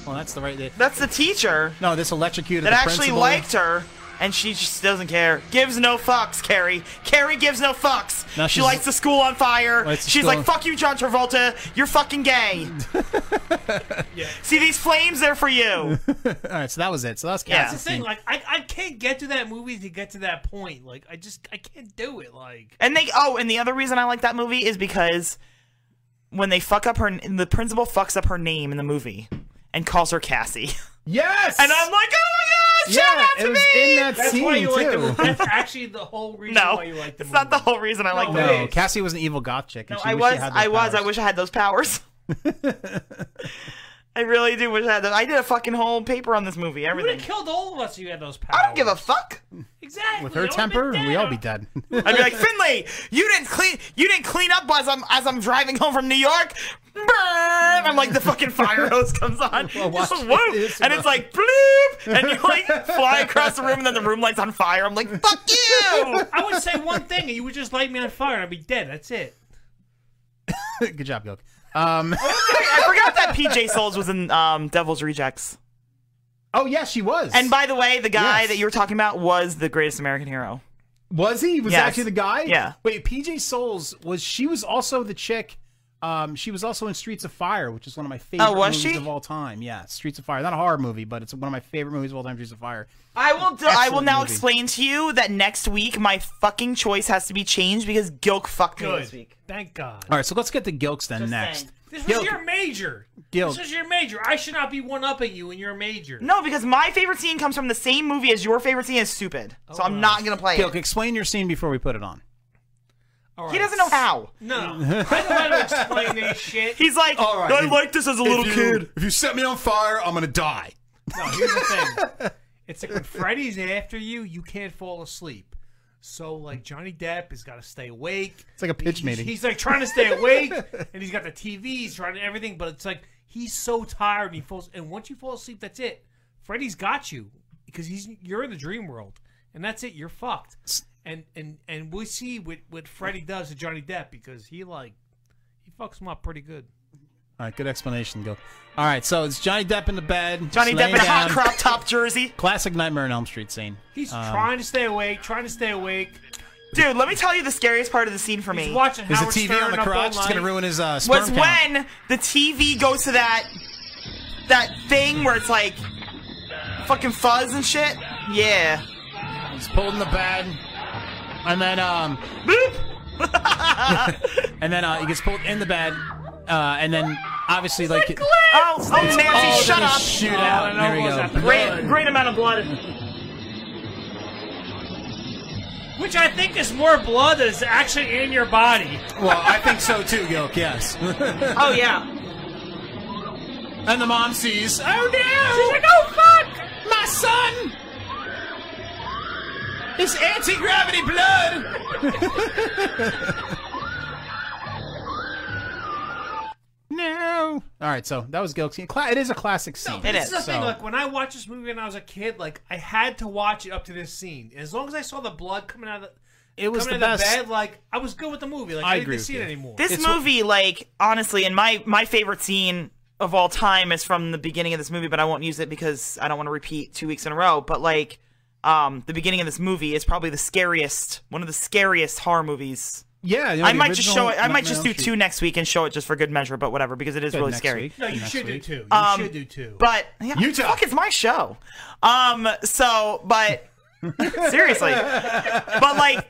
[SPEAKER 21] Well, that's the right.
[SPEAKER 22] That's the teacher.
[SPEAKER 21] No, this electrocuted
[SPEAKER 22] that
[SPEAKER 21] the
[SPEAKER 22] actually
[SPEAKER 21] principal.
[SPEAKER 22] liked her, and she just doesn't care. Gives no fucks, Carrie. Carrie gives no fucks.
[SPEAKER 21] Now
[SPEAKER 22] she
[SPEAKER 21] she's-
[SPEAKER 22] lights the school on fire.
[SPEAKER 21] Lights the
[SPEAKER 22] She's
[SPEAKER 21] school
[SPEAKER 22] like,
[SPEAKER 21] on-
[SPEAKER 22] "Fuck you, John Travolta. You're fucking gay." See these flames? They're for you.
[SPEAKER 21] All right, so that was it. So that's
[SPEAKER 10] Yeah,
[SPEAKER 21] Cass's
[SPEAKER 10] that's the thing.
[SPEAKER 21] scene.
[SPEAKER 10] Like, I, I can't get to that movie to get to that point. Like, I just I can't do it. Like,
[SPEAKER 22] And they oh, and the other reason I like that movie is because when they fuck up her, the principal fucks up her name in the movie and calls her Cassie.
[SPEAKER 21] Yes.
[SPEAKER 22] And I'm like, oh my god, shout
[SPEAKER 21] Yeah,
[SPEAKER 22] out to
[SPEAKER 21] it was
[SPEAKER 22] me.
[SPEAKER 21] in that
[SPEAKER 10] that's
[SPEAKER 21] scene
[SPEAKER 10] why you like the
[SPEAKER 21] too.
[SPEAKER 10] movie. That's actually the whole reason why you like the
[SPEAKER 22] it's
[SPEAKER 10] movie.
[SPEAKER 22] not the whole reason I like
[SPEAKER 21] no,
[SPEAKER 22] the movie.
[SPEAKER 21] Cassie was an evil goth chick. And
[SPEAKER 22] No,
[SPEAKER 21] she
[SPEAKER 22] I
[SPEAKER 21] wished she
[SPEAKER 22] was.
[SPEAKER 21] had those
[SPEAKER 22] I was. I
[SPEAKER 21] powers.
[SPEAKER 22] wish I had those powers. I really do wish I had that. I did a fucking whole paper on this movie.
[SPEAKER 10] You would have
[SPEAKER 22] Everything.
[SPEAKER 10] killed all of us if you had those powers.
[SPEAKER 22] I don't give a fuck.
[SPEAKER 10] Exactly.
[SPEAKER 21] With her temper, we all be dead.
[SPEAKER 22] I'd be like, Finley, you didn't clean, you didn't clean up as I'm as I'm driving home from New York. Burn! I'm like the fucking fire hose comes on,
[SPEAKER 11] watch
[SPEAKER 22] Just whoop,
[SPEAKER 11] this
[SPEAKER 22] and
[SPEAKER 11] one.
[SPEAKER 22] it's like bloop, and you like fly across the room, and then the room light's on fire. I'm like, fuck you!
[SPEAKER 10] I would say one thing, and you would just light me on fire, and I'd be dead. That's it.
[SPEAKER 21] Good job, Gilk. Um,
[SPEAKER 22] I forgot that PJ Souls was in um, Devil's Rejects.
[SPEAKER 21] Oh yeah, she was.
[SPEAKER 22] And by the way, the guy
[SPEAKER 21] Yes.
[SPEAKER 22] that you were talking about was the greatest American hero.
[SPEAKER 21] Was he? Was
[SPEAKER 22] Yes.
[SPEAKER 21] actually the guy?
[SPEAKER 22] Yeah.
[SPEAKER 21] Wait, PJ Souls was she was also the chick. Um, she was also in Streets of Fire, which is one of my favorite
[SPEAKER 22] Oh, was
[SPEAKER 21] movies
[SPEAKER 22] she?
[SPEAKER 21] of all time. Yeah, Streets of Fire. Not a horror movie, but it's one of my favorite movies of all time. Streets of Fire.
[SPEAKER 22] I will. d- I will
[SPEAKER 21] Excellent
[SPEAKER 22] now
[SPEAKER 21] movie.
[SPEAKER 22] explain to you that next week my fucking choice has to be changed because Gilk fucked me this
[SPEAKER 10] Good.
[SPEAKER 22] week.
[SPEAKER 10] Thank God.
[SPEAKER 21] All right, so let's get the Gilks then next.
[SPEAKER 10] This was
[SPEAKER 22] Guild.
[SPEAKER 10] your major.
[SPEAKER 22] Guild.
[SPEAKER 10] This was your major. I should not be one upping you in your major.
[SPEAKER 22] No, because my favorite scene comes from the same movie as your favorite scene is stupid. So
[SPEAKER 10] Oh,
[SPEAKER 22] I'm not gonna play
[SPEAKER 21] Gilk,
[SPEAKER 22] it.
[SPEAKER 21] explain your scene before we put it on.
[SPEAKER 22] He doesn't know how.
[SPEAKER 10] No. I know how to explain this shit.
[SPEAKER 22] He's like, I liked this as a little
[SPEAKER 21] you-
[SPEAKER 22] kid.
[SPEAKER 21] If you set me on fire, I'm gonna die.
[SPEAKER 10] No, here's the thing. It's like when Freddy's after you, you can't fall asleep. So like Johnny Depp has got to stay awake.
[SPEAKER 21] It's like a pitch
[SPEAKER 10] He's-
[SPEAKER 21] meeting.
[SPEAKER 10] He's like trying to stay awake, and he's got the TV, he's trying to everything, but it's like he's so tired and he falls. And once you fall asleep, that's it. Freddy's got you because he's you're in the dream world, and that's it. You're fucked. And and and we see what what Freddy does to Johnny Depp because he like he fucks him up pretty good.
[SPEAKER 21] All right, good explanation, Gilk. All right, so it's Johnny Depp in the bed.
[SPEAKER 10] Johnny
[SPEAKER 21] just
[SPEAKER 10] Depp in a
[SPEAKER 21] laying
[SPEAKER 10] hot
[SPEAKER 21] down.
[SPEAKER 10] crop
[SPEAKER 22] top jersey.
[SPEAKER 21] Classic Nightmare on Elm Street scene.
[SPEAKER 10] He's
[SPEAKER 21] Um,
[SPEAKER 10] trying to stay awake, trying to stay awake.
[SPEAKER 22] Dude, let me tell you the scariest part of the scene for me.
[SPEAKER 10] He's watching
[SPEAKER 21] Is the
[SPEAKER 10] Howard
[SPEAKER 21] TV on
[SPEAKER 10] Stern
[SPEAKER 21] the
[SPEAKER 10] up all
[SPEAKER 21] crotch? It's gonna
[SPEAKER 10] night.
[SPEAKER 21] ruin his uh, sperm
[SPEAKER 22] was
[SPEAKER 21] count.
[SPEAKER 22] when the TV goes to that that thing where it's like fucking fuzz and shit. Yeah.
[SPEAKER 21] He's pulled in the bed, and then um, and then uh, he gets pulled in the bed, uh, and then obviously like
[SPEAKER 22] Oh, oh Nancy,
[SPEAKER 21] all
[SPEAKER 22] shut
[SPEAKER 21] gonna
[SPEAKER 22] up.
[SPEAKER 6] Oh,
[SPEAKER 21] shoot out. There we go.
[SPEAKER 22] Great, great amount of blood.
[SPEAKER 10] Which I think is more blood that is actually in your body.
[SPEAKER 21] Well, I think so too, Gilk. Yes.
[SPEAKER 22] oh yeah.
[SPEAKER 21] And the mom sees. Oh no!
[SPEAKER 11] She's like,
[SPEAKER 21] oh fuck! My son! It's anti gravity blood! no! All right, so that was Gilk's scene. Cla- it is a classic scene.
[SPEAKER 10] This is the thing.
[SPEAKER 21] So-
[SPEAKER 10] Like when I watched this movie when I was a kid, like I had to watch it up to this scene. As long as I saw the blood coming out of the,
[SPEAKER 21] It was
[SPEAKER 10] coming
[SPEAKER 21] the
[SPEAKER 10] out of
[SPEAKER 22] best.
[SPEAKER 10] bed, like I was good with the movie. Like I, didn't see it anymore.
[SPEAKER 22] This movie, like, honestly, and my my favorite scene of all time is from the beginning of this movie, but I won't use it because I don't want to repeat two weeks in a row. But like, um, the beginning of this movie is probably the scariest, one of the scariest horror movies.
[SPEAKER 21] Yeah, you know,
[SPEAKER 22] I
[SPEAKER 21] the
[SPEAKER 22] might just
[SPEAKER 21] original
[SPEAKER 22] show it. I might
[SPEAKER 21] Nightmare
[SPEAKER 22] just
[SPEAKER 21] on
[SPEAKER 22] do
[SPEAKER 21] Elm Street.
[SPEAKER 22] two next week and show it just for good measure, but whatever, because it is
[SPEAKER 21] Good,
[SPEAKER 22] really
[SPEAKER 21] next
[SPEAKER 22] scary.
[SPEAKER 21] week.
[SPEAKER 10] No, you
[SPEAKER 21] Next
[SPEAKER 10] should
[SPEAKER 21] week.
[SPEAKER 10] do two. You
[SPEAKER 22] Um,
[SPEAKER 10] should do two.
[SPEAKER 22] But yeah, fuck, it's my show. Um, so, but seriously, but like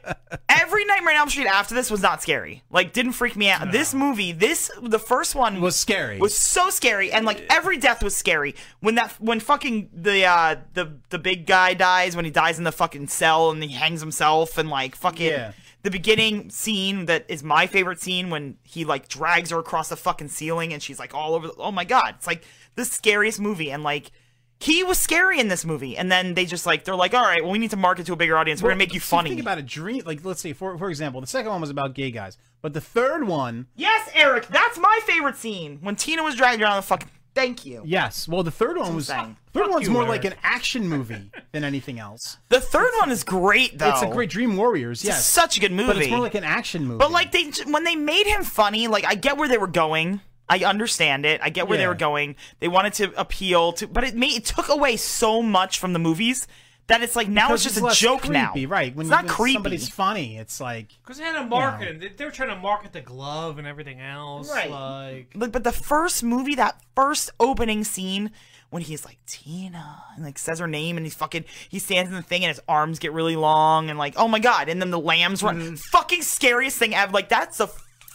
[SPEAKER 22] every Nightmare on Elm Street after this was not scary. Like, didn't freak me out. This movie, this the first one
[SPEAKER 21] was scary.
[SPEAKER 22] Was so scary, and like every death was scary. When that when fucking the uh the the big guy dies, when he dies in the fucking cell and he hangs himself, and like fucking.
[SPEAKER 21] Yeah.
[SPEAKER 22] The beginning scene that is my favorite scene when he like drags her across the fucking ceiling and she's like all over. The, oh my god, it's like the scariest movie and like he was scary in this movie. And then they just like they're like, all right, well we need to market to a bigger audience. We're gonna make you
[SPEAKER 21] So
[SPEAKER 22] funny.
[SPEAKER 21] Think about a dream. Like, let's say, for, for example, the second one was about gay guys, but the third one
[SPEAKER 22] Yes, Eric, that's my favorite scene when Tina was dragged around the fucking. Thank you.
[SPEAKER 21] Yes. Well, the third one was
[SPEAKER 22] insane.
[SPEAKER 21] third one's
[SPEAKER 22] you,
[SPEAKER 21] more
[SPEAKER 22] Eric.
[SPEAKER 21] like an action movie than anything else.
[SPEAKER 22] The third one is great though.
[SPEAKER 21] It's a great Dream Warriors.
[SPEAKER 22] It's
[SPEAKER 21] Yes,
[SPEAKER 22] such a good
[SPEAKER 21] But it's
[SPEAKER 22] movie.
[SPEAKER 21] more like an action movie.
[SPEAKER 22] But like they when they made him funny, like I get where they were going. I understand it. I get where they
[SPEAKER 21] Yeah.
[SPEAKER 22] were going. They wanted to appeal to, but it made it took away so much from the movies that it's like now
[SPEAKER 21] Because
[SPEAKER 22] it's just
[SPEAKER 21] less
[SPEAKER 22] a joke
[SPEAKER 21] creepy,
[SPEAKER 22] now.
[SPEAKER 21] Right? When, you-
[SPEAKER 22] it's not
[SPEAKER 21] when
[SPEAKER 22] creepy.
[SPEAKER 21] Somebody's funny. It's like
[SPEAKER 10] Because they had a market. They, they were trying to market the glove and everything else.
[SPEAKER 22] Right.
[SPEAKER 10] Like,
[SPEAKER 22] But, but the first movie, that first opening scene when he's like Tina and like says her name and he's fucking he stands in the thing and his arms get really long and like oh my god and then the lambs run
[SPEAKER 21] Mm-hmm.
[SPEAKER 22] fucking scariest thing ever like that's a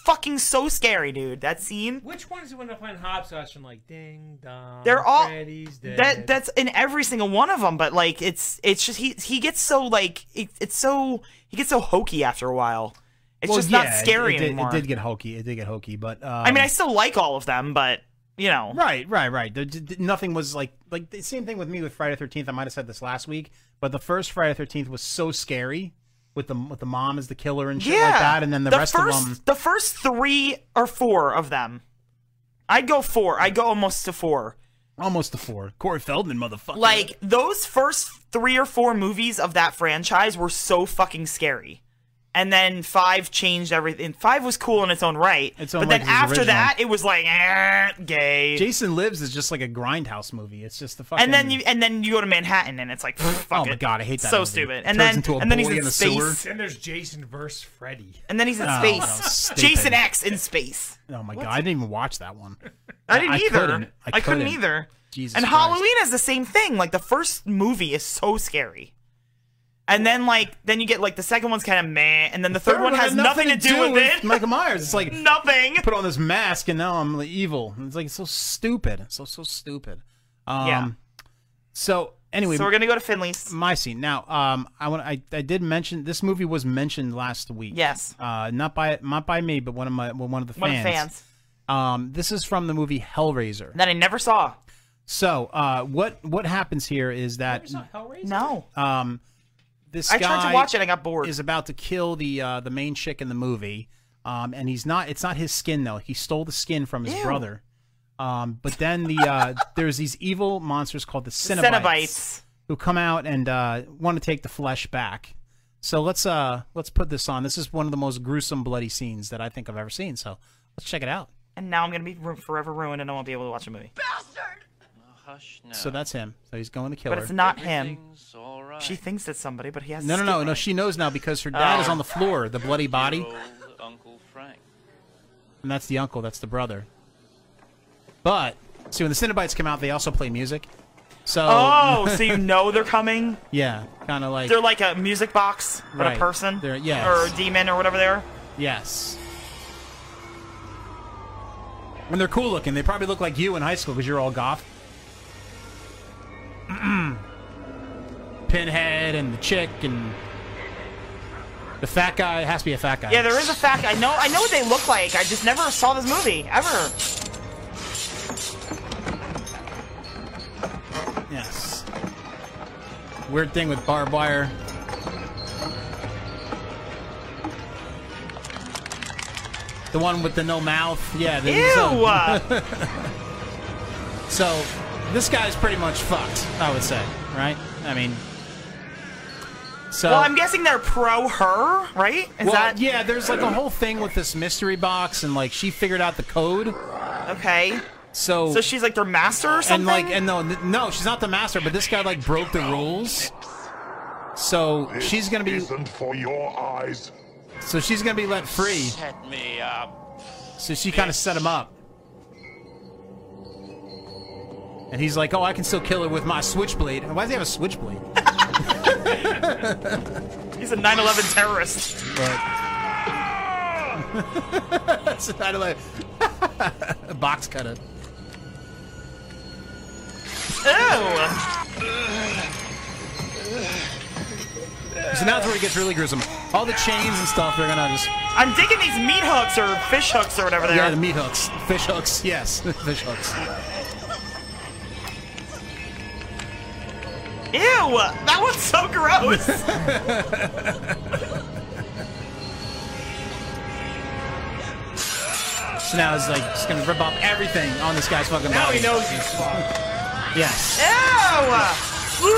[SPEAKER 22] fucking so scary dude that scene
[SPEAKER 10] which ones do you end up playing hopscotch and like ding dong?
[SPEAKER 22] They're all
[SPEAKER 10] Freddy's dead.
[SPEAKER 22] that that's in every single one of them, but like it's it's just he he gets so like it, it's so he gets so hokey after a while. It's
[SPEAKER 21] Well,
[SPEAKER 22] just
[SPEAKER 21] yeah,
[SPEAKER 22] not
[SPEAKER 21] it-
[SPEAKER 22] scary
[SPEAKER 21] it, did-
[SPEAKER 22] anymore.
[SPEAKER 21] It did get hokey. It did get hokey. But um,
[SPEAKER 22] I mean, I still like all of them, but you know.
[SPEAKER 21] Right, right, right. There, d- d- nothing was like like the same thing with me with Friday Thirteenth. I might have said this last week, but the first Friday Thirteenth was so scary with the with the mom as the killer and shit like that, and then the, rest
[SPEAKER 22] first,
[SPEAKER 21] of them.
[SPEAKER 22] The first three or four of them. I'd go four. I'd go almost to four.
[SPEAKER 21] Almost to four. Oh, Corey Feldman, motherfucker.
[SPEAKER 22] Like, those first three or four movies of that franchise were so fucking scary. And then five changed everything. Five was cool in its own right.
[SPEAKER 21] Its own
[SPEAKER 22] but
[SPEAKER 21] right
[SPEAKER 22] then
[SPEAKER 21] 'cause it's
[SPEAKER 22] after
[SPEAKER 21] original.
[SPEAKER 22] that, it was like, eh, gay.
[SPEAKER 21] Jason Lives is just like a grindhouse movie. It's just the fucking.
[SPEAKER 22] and then you and then you go to Manhattan and it's like fuck
[SPEAKER 21] Oh my
[SPEAKER 22] it.
[SPEAKER 21] God, I hate that
[SPEAKER 22] So
[SPEAKER 21] movie.
[SPEAKER 22] stupid.
[SPEAKER 21] It turns
[SPEAKER 22] And then
[SPEAKER 21] into a
[SPEAKER 22] and then he's
[SPEAKER 21] boy
[SPEAKER 22] in,
[SPEAKER 21] in a
[SPEAKER 22] space.
[SPEAKER 21] sewer.
[SPEAKER 10] Then there's Jason versus Freddy.
[SPEAKER 22] And then he's in
[SPEAKER 21] Oh, no,
[SPEAKER 22] space.
[SPEAKER 21] stupid.
[SPEAKER 22] Jason X in space.
[SPEAKER 21] oh my god, I didn't even watch that one.
[SPEAKER 22] I didn't
[SPEAKER 21] I
[SPEAKER 22] either.
[SPEAKER 21] couldn't. I couldn't.
[SPEAKER 22] either.
[SPEAKER 21] Jesus
[SPEAKER 22] and
[SPEAKER 21] Christ.
[SPEAKER 22] Halloween is the same thing. Like the first movie is so scary. And then like then you get like the second one's kind of meh, and then the third, one
[SPEAKER 21] had
[SPEAKER 22] has nothing, to do with it.
[SPEAKER 21] Michael Myers. It's like
[SPEAKER 22] nothing.
[SPEAKER 21] Put on this mask and now I'm evil. It's like so stupid. So so stupid. Um,
[SPEAKER 22] Yeah.
[SPEAKER 21] So anyway,
[SPEAKER 22] So we're gonna go to Finley's.
[SPEAKER 21] My scene now. Um, I want I, I did mention this movie was mentioned last week.
[SPEAKER 22] Yes.
[SPEAKER 21] Uh, not by not by me, but one of my well, one of the fans.
[SPEAKER 22] One of the fans.
[SPEAKER 21] Um, this is from the movie Hellraiser.
[SPEAKER 22] That I never saw.
[SPEAKER 21] So uh, what what happens here is that
[SPEAKER 22] No.
[SPEAKER 21] um, this
[SPEAKER 22] I
[SPEAKER 21] guy
[SPEAKER 22] tried to watch it, I got bored.
[SPEAKER 21] Is about to kill the uh, the main chick in the movie, um, and he's not. It's not his skin though. He stole the skin from his
[SPEAKER 22] Ew.
[SPEAKER 21] brother. Um, but then the uh, there's these evil monsters called the Cenobites,
[SPEAKER 22] Cenobites.
[SPEAKER 21] who come out and uh, want to take the flesh back. So let's uh let's put this on. This is one of the most gruesome bloody scenes that I think I've ever seen. So let's check it out.
[SPEAKER 22] And now I'm gonna be ru- forever ruined, and I won't be able to watch a movie.
[SPEAKER 8] Hush now.
[SPEAKER 21] So that's him. So he's going to kill her.
[SPEAKER 22] But it's not him.
[SPEAKER 8] Everything's all right.
[SPEAKER 22] She thinks it's somebody, but he has
[SPEAKER 21] No, no,
[SPEAKER 22] skin
[SPEAKER 21] no,
[SPEAKER 22] on
[SPEAKER 21] no.
[SPEAKER 22] it.
[SPEAKER 21] She knows now because her dad is
[SPEAKER 22] Oh.
[SPEAKER 21] on the floor, the bloody body,
[SPEAKER 8] Old Uncle Frank.
[SPEAKER 21] and that's the uncle, that's the brother. But see, when the Cinnabites come out, they also play music. So
[SPEAKER 22] Oh, so you know they're coming?
[SPEAKER 21] yeah, kind of like
[SPEAKER 22] they're like a music box, but
[SPEAKER 21] Right.
[SPEAKER 22] a person,
[SPEAKER 21] They're- yes.
[SPEAKER 22] or a demon, or whatever they are.
[SPEAKER 21] yes. When they're cool looking, they probably look like you in high school because you're all goth. Pinhead and the chick and the fat guy it has to be a fat guy.
[SPEAKER 22] Yeah, there is a fact. I know. I know what they look like. I just never saw this movie ever.
[SPEAKER 21] Yes. Weird thing with barbed wire. The one with the no mouth. Yeah. there's
[SPEAKER 22] Ew!
[SPEAKER 21] so this guy's pretty much fucked, I would say, right? I mean. So
[SPEAKER 22] well, I'm guessing they're pro her, right? Is
[SPEAKER 21] well,
[SPEAKER 22] that
[SPEAKER 21] yeah, there's like a whole thing with this mystery box, and like she figured out the code. Okay. So
[SPEAKER 22] So she's like their master or
[SPEAKER 21] And
[SPEAKER 22] something.
[SPEAKER 21] like and no n- no she's not the master, but this guy like broke the rules. So she's gonna be
[SPEAKER 14] isn't for your eyes.
[SPEAKER 21] so she's gonna be let free.
[SPEAKER 8] Set me up.
[SPEAKER 21] So she kind of set him up. And he's like, "Oh, I can still kill her with my switchblade." Why does he have a switchblade?
[SPEAKER 22] He's a 9/11 terrorist.
[SPEAKER 21] That's a 9/11. a box cutter.
[SPEAKER 22] Oh.
[SPEAKER 21] So now that's where it gets really gruesome. All the chains and stuff, they're gonna just.
[SPEAKER 22] I'm digging these meat hooks or fish hooks or whatever they
[SPEAKER 21] Yeah,
[SPEAKER 22] are.
[SPEAKER 21] the meat hooks, fish hooks. Yes, fish hooks.
[SPEAKER 22] Ew! That one's so gross.
[SPEAKER 21] So now it's like just gonna rip off everything on this guy's fucking
[SPEAKER 22] Now
[SPEAKER 21] body.
[SPEAKER 22] he knows
[SPEAKER 21] he's fucked. Yes.
[SPEAKER 22] Ew!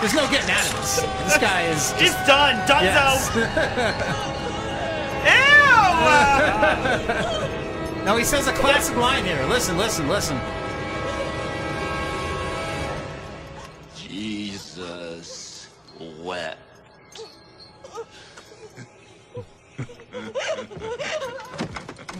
[SPEAKER 21] There's no getting out of this. This guy is just,
[SPEAKER 22] done. Dunzo.
[SPEAKER 21] Ew! no, he says a classic line here. Listen, listen, listen.
[SPEAKER 8] Jesus wept.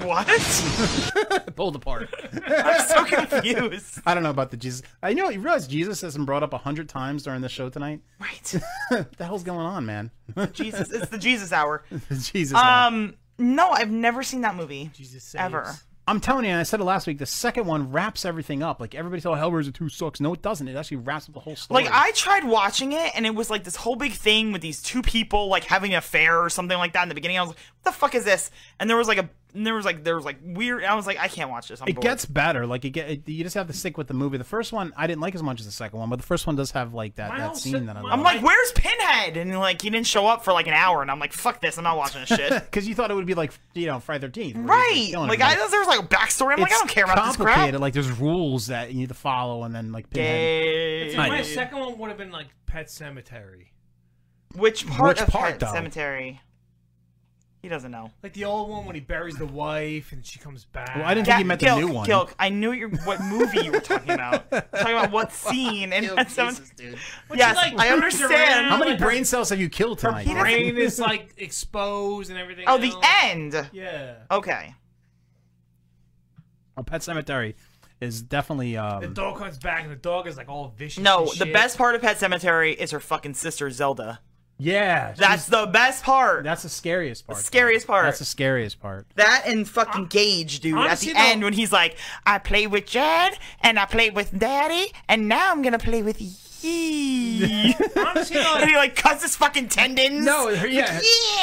[SPEAKER 22] What?
[SPEAKER 21] Pulled apart.
[SPEAKER 22] I'm so confused.
[SPEAKER 21] I don't know about the Jesus. I know you realize Jesus has been brought up a hundred times during the show tonight.
[SPEAKER 22] Right.
[SPEAKER 21] what the hell's going on, man?
[SPEAKER 22] Jesus, it's the Jesus hour.
[SPEAKER 21] Jesus.
[SPEAKER 22] Um, no, I've never seen that movie. Jesus ever.
[SPEAKER 21] I'm telling you, and I said it last week. The second one wraps everything up. Like everybody's all Hellraiser two sucks. No, it doesn't. It actually wraps up the whole story.
[SPEAKER 22] Like I tried watching it, and it was like this whole big thing with these two people like having an affair or something like that in the beginning. I was like, "What the fuck is this?" And there was like a and there was like there was like weird. I was like, I can't watch this. I'm
[SPEAKER 21] it
[SPEAKER 22] bored.
[SPEAKER 21] gets better. Like it get, it, you just have to stick with the movie. The first one I didn't like as much as the second one, but the first one does have like that, that scene that I
[SPEAKER 22] I'm
[SPEAKER 21] love.
[SPEAKER 22] like, where's Pinhead? And like, he didn't show up for like an hour, and I'm like, fuck this, I'm not watching this shit.
[SPEAKER 21] because you thought it would be like you know Friday Thirteenth,
[SPEAKER 22] right? Like, I, there's like a backstory. I'm like, I don't care about this crap.
[SPEAKER 21] complicated. Like there's rules that you need to follow, and then like Pinhead.
[SPEAKER 10] See, my second one would have been like Pet Cemetery.
[SPEAKER 22] Which part
[SPEAKER 21] Which
[SPEAKER 22] of
[SPEAKER 21] part,
[SPEAKER 22] Pet
[SPEAKER 21] though?
[SPEAKER 22] Cemetery? He doesn't know.
[SPEAKER 10] Like the old one when he buries the wife and she comes back.
[SPEAKER 21] Well, I didn't think you meant the
[SPEAKER 22] Gilk,
[SPEAKER 21] new one.
[SPEAKER 22] Gilk, I knew you what movie you were talking about. We're talking about what scene and
[SPEAKER 10] Gilk, Jesus,
[SPEAKER 22] dude.
[SPEAKER 10] But
[SPEAKER 22] Yes,
[SPEAKER 10] she,
[SPEAKER 22] I
[SPEAKER 10] like, moves
[SPEAKER 22] understand.
[SPEAKER 10] around,
[SPEAKER 21] How many
[SPEAKER 10] like, her
[SPEAKER 21] brain cells have you killed tonight?
[SPEAKER 10] brain is like exposed and everything.
[SPEAKER 22] Oh, the
[SPEAKER 10] else.
[SPEAKER 22] end.
[SPEAKER 10] Yeah.
[SPEAKER 22] Okay.
[SPEAKER 21] Well, Pet Cemetery is definitely
[SPEAKER 10] The
[SPEAKER 21] um,
[SPEAKER 10] dog comes back and the dog is like all vicious.
[SPEAKER 22] No,
[SPEAKER 10] and
[SPEAKER 22] the
[SPEAKER 10] shit.
[SPEAKER 22] best part of Pet Cemetery is her fucking sister Zelda.
[SPEAKER 21] yeah.
[SPEAKER 22] That's the best part.
[SPEAKER 21] That's the scariest part.
[SPEAKER 22] The scariest part.
[SPEAKER 21] That's the scariest part.
[SPEAKER 22] That and fucking Gage, dude,
[SPEAKER 21] honestly,
[SPEAKER 22] at
[SPEAKER 21] though-
[SPEAKER 22] the end when he's like, I play with Jed and I play with Daddy and now I'm gonna play with Yee. and he like cuts his fucking tendons.
[SPEAKER 21] No, yeah.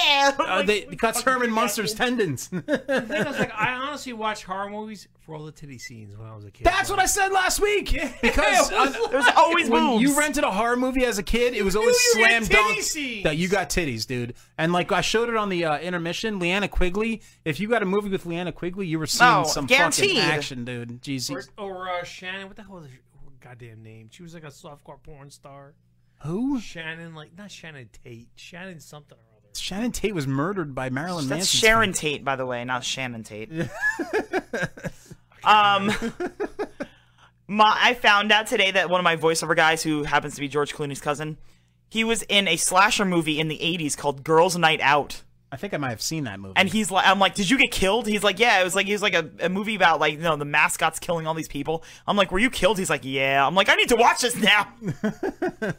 [SPEAKER 22] yeah.
[SPEAKER 21] Uh, they it cuts Herman Munster's tendons.
[SPEAKER 10] The thing is, like, I honestly watch horror movies for all the titty scenes when I was a kid.
[SPEAKER 21] That's what I said last week. Because
[SPEAKER 10] Yeah, it was
[SPEAKER 21] uh,
[SPEAKER 10] There's always
[SPEAKER 21] when
[SPEAKER 10] boobs.
[SPEAKER 21] you rented a horror movie as a kid, it was always
[SPEAKER 10] knew you
[SPEAKER 21] slam
[SPEAKER 10] had titty
[SPEAKER 21] dunk
[SPEAKER 10] scenes.
[SPEAKER 21] that you got titties, dude. And like I showed it on the uh, intermission, Leanna Quigley. If you got a movie with Leanna Quigley, you were seeing
[SPEAKER 10] No,
[SPEAKER 21] some
[SPEAKER 10] guaranteed.
[SPEAKER 21] fucking action, dude. Jesus,
[SPEAKER 10] Or, or uh, Shannon, what the hell was her goddamn name? She was like a softcore porn star.
[SPEAKER 21] who?
[SPEAKER 10] Shannon, like not Shannon Tate, Shannon something or other.
[SPEAKER 21] Shannon Tate was murdered by Marilyn
[SPEAKER 22] That's
[SPEAKER 21] Manson.
[SPEAKER 22] Sharon Tate, by the way, not Shannon Tate. um, my, I found out today that one of my voiceover guys, who happens to be George Clooney's cousin, he was in a slasher movie in the '80s called Girls' Night Out.
[SPEAKER 21] I think I might have seen that movie.
[SPEAKER 22] And he's like, I'm like, did you get killed? He's like, yeah. It was like, he was like a, a movie about like, you know, the mascots killing all these people. I'm like, were you killed? He's like, yeah. I'm like, I need to watch this now. I'm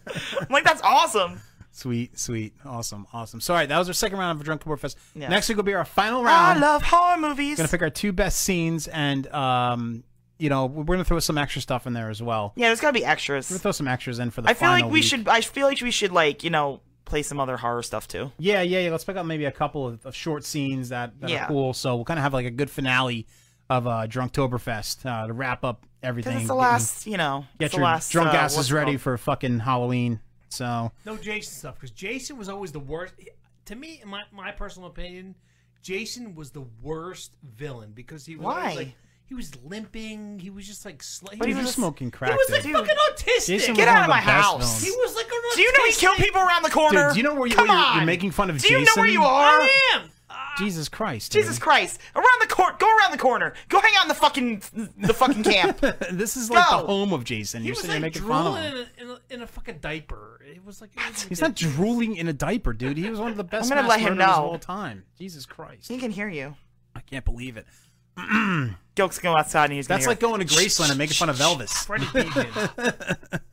[SPEAKER 22] like, that's awesome.
[SPEAKER 21] Sweet, sweet, awesome, awesome. So, all right, that was our second round of Drunk War Fest.
[SPEAKER 22] Yeah.
[SPEAKER 21] Next week will be our final round.
[SPEAKER 22] I love horror movies.
[SPEAKER 21] Gonna pick our two best scenes, and um, you know, we're gonna throw some extra stuff in there as well.
[SPEAKER 22] yeah, there's gotta be extras.
[SPEAKER 21] We're gonna throw some extras in for the.
[SPEAKER 22] I feel like
[SPEAKER 21] final
[SPEAKER 22] we
[SPEAKER 21] week.
[SPEAKER 22] should. I feel like we should like you know play some other horror stuff too.
[SPEAKER 21] Yeah, yeah, yeah. Let's pick up maybe a couple of, of short scenes that, that
[SPEAKER 22] Yeah.
[SPEAKER 21] are cool. So we'll kind of have like a good finale of uh, Drunktoberfest uh, to wrap up everything.
[SPEAKER 22] Because it's the
[SPEAKER 21] Get-
[SPEAKER 22] last, you know,
[SPEAKER 21] Get
[SPEAKER 22] it's
[SPEAKER 21] your
[SPEAKER 22] the last,
[SPEAKER 21] drunk
[SPEAKER 22] uh, what's
[SPEAKER 21] asses
[SPEAKER 22] it
[SPEAKER 21] ready
[SPEAKER 22] called?
[SPEAKER 21] for fucking Halloween. So
[SPEAKER 10] No Jason stuff because Jason was always the worst. To me, in my my personal opinion, Jason was the worst villain because he was always,
[SPEAKER 21] Why?
[SPEAKER 10] like he was limping. He was just like sl-
[SPEAKER 21] But he was smoking crack,
[SPEAKER 10] He was like
[SPEAKER 21] dude.
[SPEAKER 10] fucking autistic.
[SPEAKER 21] Jason Get was out one of of my the best house. villains.
[SPEAKER 10] He was like an autistic.
[SPEAKER 22] Do you know he killed people around the corner?
[SPEAKER 21] Dude, do you know where you
[SPEAKER 22] Come
[SPEAKER 21] where you're,
[SPEAKER 22] on.
[SPEAKER 21] you're making fun of
[SPEAKER 22] Do
[SPEAKER 21] Jason?
[SPEAKER 22] you know where you are? I am.
[SPEAKER 21] Jesus Christ!
[SPEAKER 22] Jesus Christ! Around the corner. Go around the corner. Go hang out in the fucking the fucking camp.
[SPEAKER 21] this is like
[SPEAKER 22] Go.
[SPEAKER 21] the home of Jason.
[SPEAKER 10] He
[SPEAKER 21] You're
[SPEAKER 10] was
[SPEAKER 21] sitting there
[SPEAKER 10] like
[SPEAKER 21] making fun of
[SPEAKER 10] drooling
[SPEAKER 21] him.
[SPEAKER 10] in a, in, a, in a fucking diaper. It was like it was
[SPEAKER 21] He's not drooling in a diaper, dude. He was one of the best
[SPEAKER 22] I'm gonna
[SPEAKER 21] mass
[SPEAKER 22] let him
[SPEAKER 21] murderers of
[SPEAKER 22] know.
[SPEAKER 21] all time. Jesus Christ!
[SPEAKER 22] He can hear you.
[SPEAKER 21] I can't believe it.
[SPEAKER 22] Gilk's going outside and he's gonna
[SPEAKER 21] That's
[SPEAKER 22] hear
[SPEAKER 21] like
[SPEAKER 22] it.
[SPEAKER 21] going to Graceland and making fun of Elvis.
[SPEAKER 10] Freddie Deegan.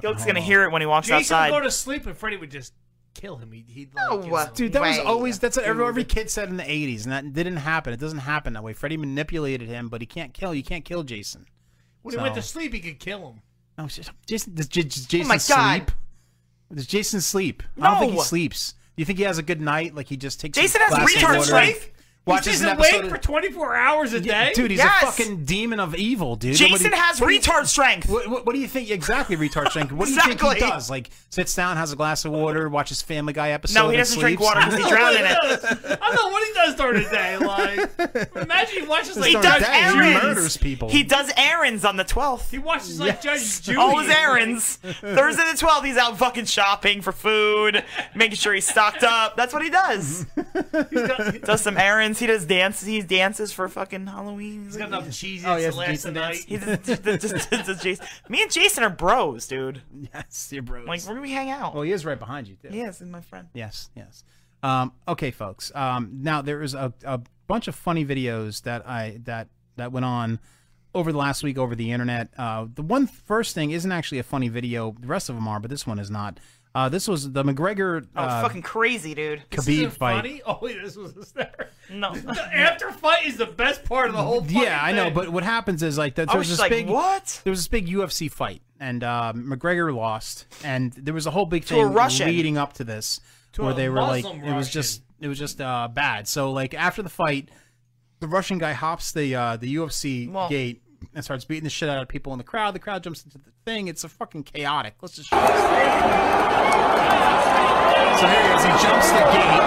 [SPEAKER 22] Gilk's gonna hear it when he walks
[SPEAKER 10] Jason
[SPEAKER 22] outside.
[SPEAKER 10] would go to sleep and Freddie would just kill him. He'd, he'd like, you know.
[SPEAKER 21] Dude, that was always that's what every, every kid said in the '80s, and that didn't happen. It doesn't happen that way. Freddy manipulated him, but he can't kill. You can't kill Jason.
[SPEAKER 10] When he went
[SPEAKER 21] So-
[SPEAKER 10] to sleep, he could kill him.
[SPEAKER 21] No, it's just- Jason. Does, J- does Jason
[SPEAKER 10] my God.
[SPEAKER 21] sleep? Does Jason sleep? I don't think he
[SPEAKER 10] No.
[SPEAKER 21] sleeps. Do you think he has a good night? Like he just takes. a
[SPEAKER 10] Jason has
[SPEAKER 21] glass of
[SPEAKER 10] retard
[SPEAKER 21] water,
[SPEAKER 10] strength?
[SPEAKER 21] Watches
[SPEAKER 10] he's
[SPEAKER 21] an
[SPEAKER 10] just
[SPEAKER 21] episode.
[SPEAKER 10] awake
[SPEAKER 21] of-
[SPEAKER 10] for 24 hours a
[SPEAKER 21] Yeah,
[SPEAKER 10] day.
[SPEAKER 21] Dude, he's a fucking demon of evil, dude.
[SPEAKER 10] Jason
[SPEAKER 21] Nobody-
[SPEAKER 10] has
[SPEAKER 21] what do you-
[SPEAKER 10] retard strength.
[SPEAKER 21] What, what, what do you think exactly retard strength? What do you think
[SPEAKER 22] Exactly.
[SPEAKER 21] he does? Like sits down, has a glass of water, watches Family Guy episode.
[SPEAKER 22] No, he
[SPEAKER 21] and
[SPEAKER 22] doesn't drink
[SPEAKER 21] sleeps?
[SPEAKER 22] water because he drowned in it.
[SPEAKER 10] I don't know what he does during the day. Like, imagine he watches like
[SPEAKER 22] He
[SPEAKER 10] Judge
[SPEAKER 22] does
[SPEAKER 21] He
[SPEAKER 22] errands.
[SPEAKER 21] murders people.
[SPEAKER 22] He does errands on the 12th. He
[SPEAKER 10] watches like Judge Judy.
[SPEAKER 22] All his errands. Thursday the 12th, he's out fucking shopping for food, making sure he's stocked up. That's what he does. does some errands. He does dances. He dances for fucking Halloween. He's
[SPEAKER 10] got enough cheese
[SPEAKER 21] Oh, he
[SPEAKER 10] to
[SPEAKER 21] has
[SPEAKER 10] last the
[SPEAKER 21] Jason
[SPEAKER 10] night.
[SPEAKER 22] He just, just, just- just- just- Jason. Me and Jason are bros, dude.
[SPEAKER 21] Yes, you're bros.
[SPEAKER 22] Like, where do we hang out?
[SPEAKER 21] Well, he is right behind you. Too.
[SPEAKER 22] Yes, he's my friend.
[SPEAKER 21] Yes, yes. Um, okay, folks. Um, now there is a, a bunch of funny videos that I that that went on over the last week over the internet. Uh, the one first thing isn't actually a funny video. The rest of them are, but this one is not. Uh, this was the McGregor.
[SPEAKER 22] Oh,
[SPEAKER 21] uh,
[SPEAKER 22] fucking crazy, dude.
[SPEAKER 21] This Khabib isn't fight.
[SPEAKER 10] Funny? Oh, wait, this was hysterical.
[SPEAKER 22] No.
[SPEAKER 10] The after fight is the best part of the whole. fucking
[SPEAKER 21] yeah, I know.
[SPEAKER 10] thing.
[SPEAKER 21] But what happens is like that.
[SPEAKER 22] I
[SPEAKER 21] There
[SPEAKER 22] was
[SPEAKER 21] was this
[SPEAKER 22] just like,
[SPEAKER 21] big
[SPEAKER 22] what?
[SPEAKER 21] There was this big UFC fight, and uh, McGregor lost, and there was a whole big
[SPEAKER 22] To a
[SPEAKER 21] thing
[SPEAKER 22] Russian.
[SPEAKER 21] leading up to this
[SPEAKER 22] To
[SPEAKER 21] where
[SPEAKER 22] a
[SPEAKER 21] they were like,
[SPEAKER 22] Muslim
[SPEAKER 21] it was just It was just uh, bad. So like after the fight, the Russian guy hops the uh, the UFC gate and starts beating the shit out of people in the crowd. The crowd jumps into the thing. It's a fucking chaotic. Let's just. So here he is. He jumps the gate.